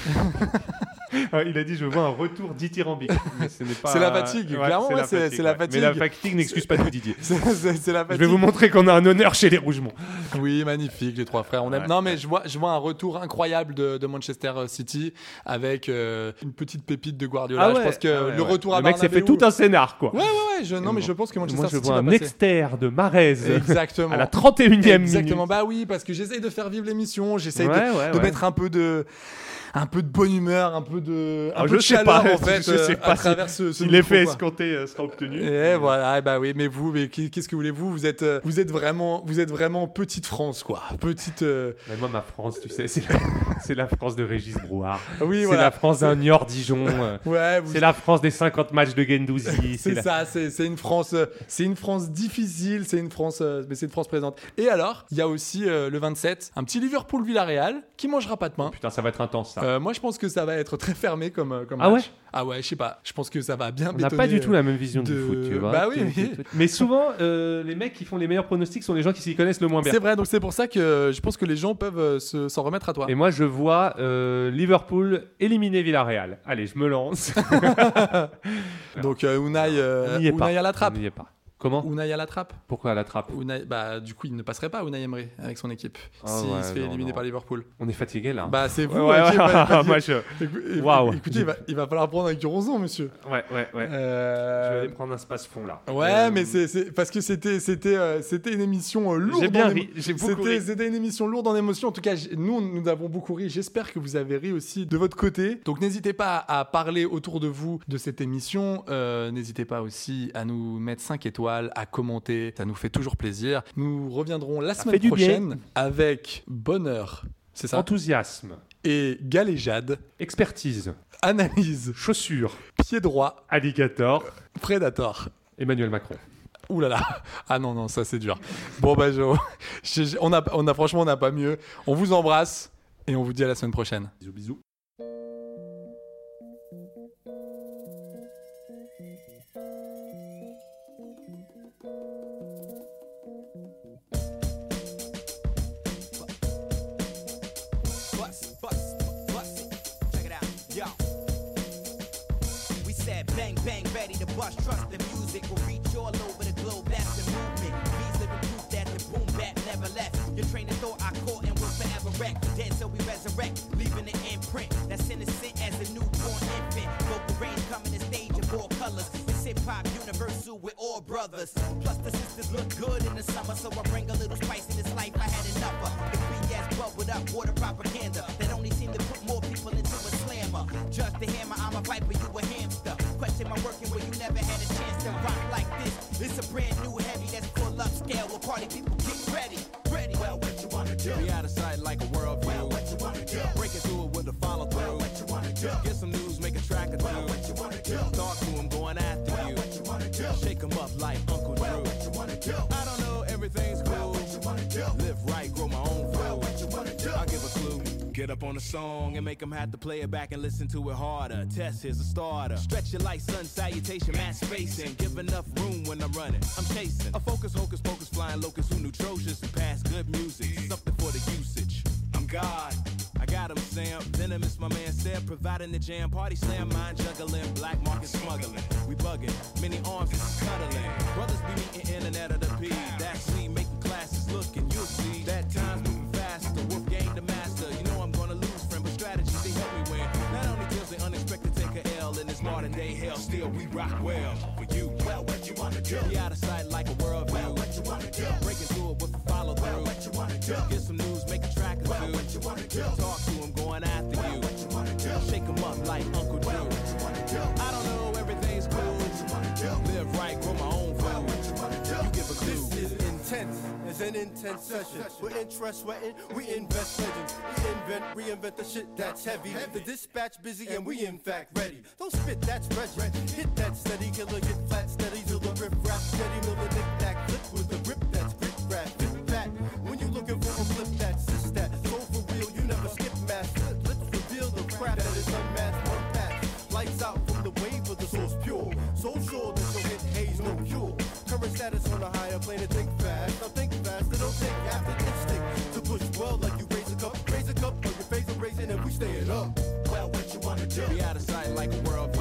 Speaker 8: Ah, Il a dit je vois un retour dithyrambique. Mais ce n'est pas-
Speaker 7: C'est la fatigue,
Speaker 8: Ouais,
Speaker 7: clairement, ouais, c'est c'est la,
Speaker 8: ouais.
Speaker 7: fatigue.
Speaker 8: Mais la fatigue n'excuse pas tout, Didier.
Speaker 7: C'est- c'est- c'est la
Speaker 8: Je vais
Speaker 7: fatigue.
Speaker 8: vous montrer qu'on a un honneur chez les Rougemont.
Speaker 7: Oui, magnifique, les trois frères. On aime.
Speaker 8: Ouais.
Speaker 7: non, mais je vois, je vois un retour incroyable de, de Manchester euh, City avec euh, une petite pépite de Guardiola.
Speaker 8: Ah ouais,
Speaker 7: je pense que
Speaker 8: ah ouais,
Speaker 7: le
Speaker 8: ouais.
Speaker 7: retour à
Speaker 8: Le mec s'est fait
Speaker 7: Bernabeu-
Speaker 8: tout un scénar, quoi.
Speaker 7: Ouais, ouais, ouais. je- non, mais je pense que
Speaker 8: Moi,
Speaker 7: Manchester
Speaker 8: je
Speaker 7: City
Speaker 8: vois
Speaker 7: va
Speaker 8: un
Speaker 7: passer.
Speaker 8: exter de Marez
Speaker 7: Exactement.
Speaker 8: à la 31e
Speaker 7: Exactement.
Speaker 8: minute.
Speaker 7: Bah oui, parce que j'essaye de faire vivre l'émission, j'essaye
Speaker 8: Ouais,
Speaker 7: de,
Speaker 8: ouais,
Speaker 7: de
Speaker 8: ouais.
Speaker 7: mettre un peu de un peu de bonne humeur, un peu de un
Speaker 8: Alors,
Speaker 7: peu
Speaker 8: je
Speaker 7: de
Speaker 8: sais
Speaker 7: chaleur
Speaker 8: pas,
Speaker 7: en fait
Speaker 8: je sais
Speaker 7: euh,
Speaker 8: pas
Speaker 7: à travers
Speaker 8: si,
Speaker 7: ce, ce
Speaker 8: si l'effet
Speaker 7: micro, quoi.
Speaker 8: escompté euh, sera obtenu.
Speaker 7: Et voilà, et bah oui, mais vous, mais qui- qu'est-ce que voulez-vous Vous êtes, euh, vous êtes vraiment, vous êtes vraiment petite France, quoi. Petite. euh,
Speaker 8: Mais moi, ma France, tu sais, c'est la, c'est la France de Régis Brouard.
Speaker 7: Ah Oui,
Speaker 8: c'est
Speaker 7: voilà.
Speaker 8: la France d'un Niort Dijon. euh,
Speaker 7: Ouais, vous-
Speaker 8: C'est la France des 50 matchs de Gendouzi.
Speaker 7: C'est
Speaker 8: la-
Speaker 7: ça, c'est c'est une France, euh, c'est une France difficile, c'est une France, euh, mais c'est une France présente. Et alors, il y a aussi euh, le 27, un petit Liverpool Villarreal qui mangera pas de pain.
Speaker 8: Putain, ça va être intense, ça.
Speaker 7: Euh, moi, je pense que ça va être très fermé comme, euh, comme
Speaker 8: Ah
Speaker 7: match.
Speaker 8: ouais
Speaker 7: Ah ouais, je sais pas. Je pense que ça va bien.
Speaker 8: On n'a pas
Speaker 7: bétonner,
Speaker 8: du tout la
Speaker 7: euh,
Speaker 8: même vision du
Speaker 7: de-
Speaker 8: foot, tu vois.
Speaker 7: Bah oui, oui.
Speaker 8: Mais souvent, euh, les mecs qui font les meilleurs pronostics sont les gens qui s'y connaissent le moins bien.
Speaker 7: c'est vrai. Donc c'est pour ça que euh, je pense que les gens peuvent euh, se- s'en remettre à toi.
Speaker 8: Et moi, je vois euh, Liverpool éliminer Villarreal. Allez, je me lance.
Speaker 7: donc euh, Unai, euh,
Speaker 8: On n'y est
Speaker 7: Unai
Speaker 8: pas.
Speaker 7: à la trappe.
Speaker 8: On n'y est pas. Comment
Speaker 7: Unai à la trappe.
Speaker 8: Pourquoi à la trappe
Speaker 7: Unai, bah du coup, il ne passerait pas Unai Emery avec son équipe
Speaker 8: Ah
Speaker 7: s'il
Speaker 8: ouais,
Speaker 7: se fait
Speaker 8: non,
Speaker 7: éliminer
Speaker 8: non.
Speaker 7: par Liverpool.
Speaker 8: On est fatigué là.
Speaker 7: Bah c'est vous.
Speaker 8: Ouais, ouais, ouais.
Speaker 7: ok, bah, vas-y.
Speaker 8: Moi, je-
Speaker 7: Écou-
Speaker 8: Waouh.
Speaker 7: Écoutez, il va, il va falloir prendre avec du ronzon, monsieur.
Speaker 8: Ouais, ouais, ouais.
Speaker 7: Euh,
Speaker 8: Je vais aller prendre un space fond là. Euh,
Speaker 7: Ouais, mais c'est c'est- parce que c'était c'était euh, c'était une émission euh, lourde.
Speaker 8: J'ai bien
Speaker 7: en émo-
Speaker 8: ri, j'ai beaucoup
Speaker 7: C'était
Speaker 8: ri.
Speaker 7: c'était une émission lourde en émotion. En tout cas, j'ai- nous nous avons beaucoup ri. J'espère que vous avez ri aussi de votre côté. Donc n'hésitez pas à parler autour de vous de cette émission. Euh, n'hésitez pas aussi à nous mettre 5 étoiles, à commenter. Ça nous fait toujours plaisir. Nous reviendrons la
Speaker 8: fait
Speaker 7: semaine
Speaker 8: du bien.
Speaker 7: prochaine avec bonheur. C'est ça.
Speaker 8: Enthousiasme,
Speaker 7: Et galéjade,
Speaker 8: expertise,
Speaker 7: analyse,
Speaker 8: chaussures,
Speaker 7: pied droit,
Speaker 8: alligator,
Speaker 7: prédator.
Speaker 8: Emmanuel Macron.
Speaker 7: Ouh là là. Ah non, non, ça c'est dur. Bon, bah, je- je- je- on, a, on a franchement, on n'a pas mieux. On vous embrasse et on vous dit à la semaine prochaine.
Speaker 8: Bisous, bisous.
Speaker 14: bust, bust, bust it. Check it out, yo. We said bang Bang, ready to bust. Trust the music will reach all over the globe. That's the movement. Beats living proof that the boom bat never left. Your train of thought I caught and will forever wreck. Dead till we resurrect, leaving an imprint that's innocent as a newborn infant. Vocal range coming to stage in four colors. It's hip hop universal with all brothers. Plus the sisters look good in the summer, so I bring a little spice in this life. I had enough of. It's BS bubbled up water propaganda that only seem to put more people into a slammer. Just a hammer, I'm a viper, you a hamster. Question my working where you never had a chance to rock like this. It's a brand new heavy that's full up scale. Well, party people get ready, ready. Well, what you wanna do?
Speaker 15: Be out of sight like a world Well, what you wanna do? Break into it with a follow through. Well, what you wanna do? Get some news, make a track of well, what you wanna do? Talk to 'em, going after you. What you wanna do? Shake 'em up like Uncle well, Drew. What you wanna do? I don't know, everything's cool. what you wanna do? Live right, grow my own food. Well, what you wanna do? I'll give a clue. Get up on a song and make 'em have to play it back and listen to it harder. Test here's a starter. Stretch your light, sun salutation, mass spacing. Give enough room when I'm running. I'm chasing a focus, hocus pocus, flying locust who nutritious and pass good music. Something for the usage. I'm God. I got him, Sam. Venomous, my man said, providing the jam. Party slam, mind juggling, black market smuggling. We bugging, many arms and scuttling. Brothers be meeting in and out of the P. That's me making classes looking. You'll see that time's moving faster. Wolf gang the master. You know I'm gonna lose, friend, but strategies they help me win. Not only deals they unexpected take a L in this modern day hell, still we rock well for you. Well, what you wanna do? Be out of sight like a world view. Well, what you wanna do? Breaking through it with a follow through. Well, what you wanna do? Get some news, make a track of well, what you wanna do? Talk to 'em, going after you. What you wanna do? Shake 'em up like Uncle Drew. what you wanna do? I don't know, everything's cool. What you wanna do? Live right, grow my own food. what you wanna do? You give a clue.
Speaker 16: This is intense. It's an intense session. We're interest sweating. We invest legends. We invent, reinvent the shit that's heavy. The dispatch busy and we in fact ready. Don't spit that's fresh. Hit that steady killer. Get flat steady till the rip rap steady. Miller knick knack clip with the grip that's grip rap. Fit fat. When you looking for a flip that's sis that. Go for real. You never skip mass. Flip lips reveal the crap that is unmasked. One pass. Lights out from the wave of the source pure. So sure that you'll hit haze no cure. Current status on a higher plane to think fast. Now think fast, and don't take after instinct to push well like you raise a cup, raise a cup on your face and raising, and we stay it up. Well, what you wanna do?
Speaker 15: Be out of sight like a world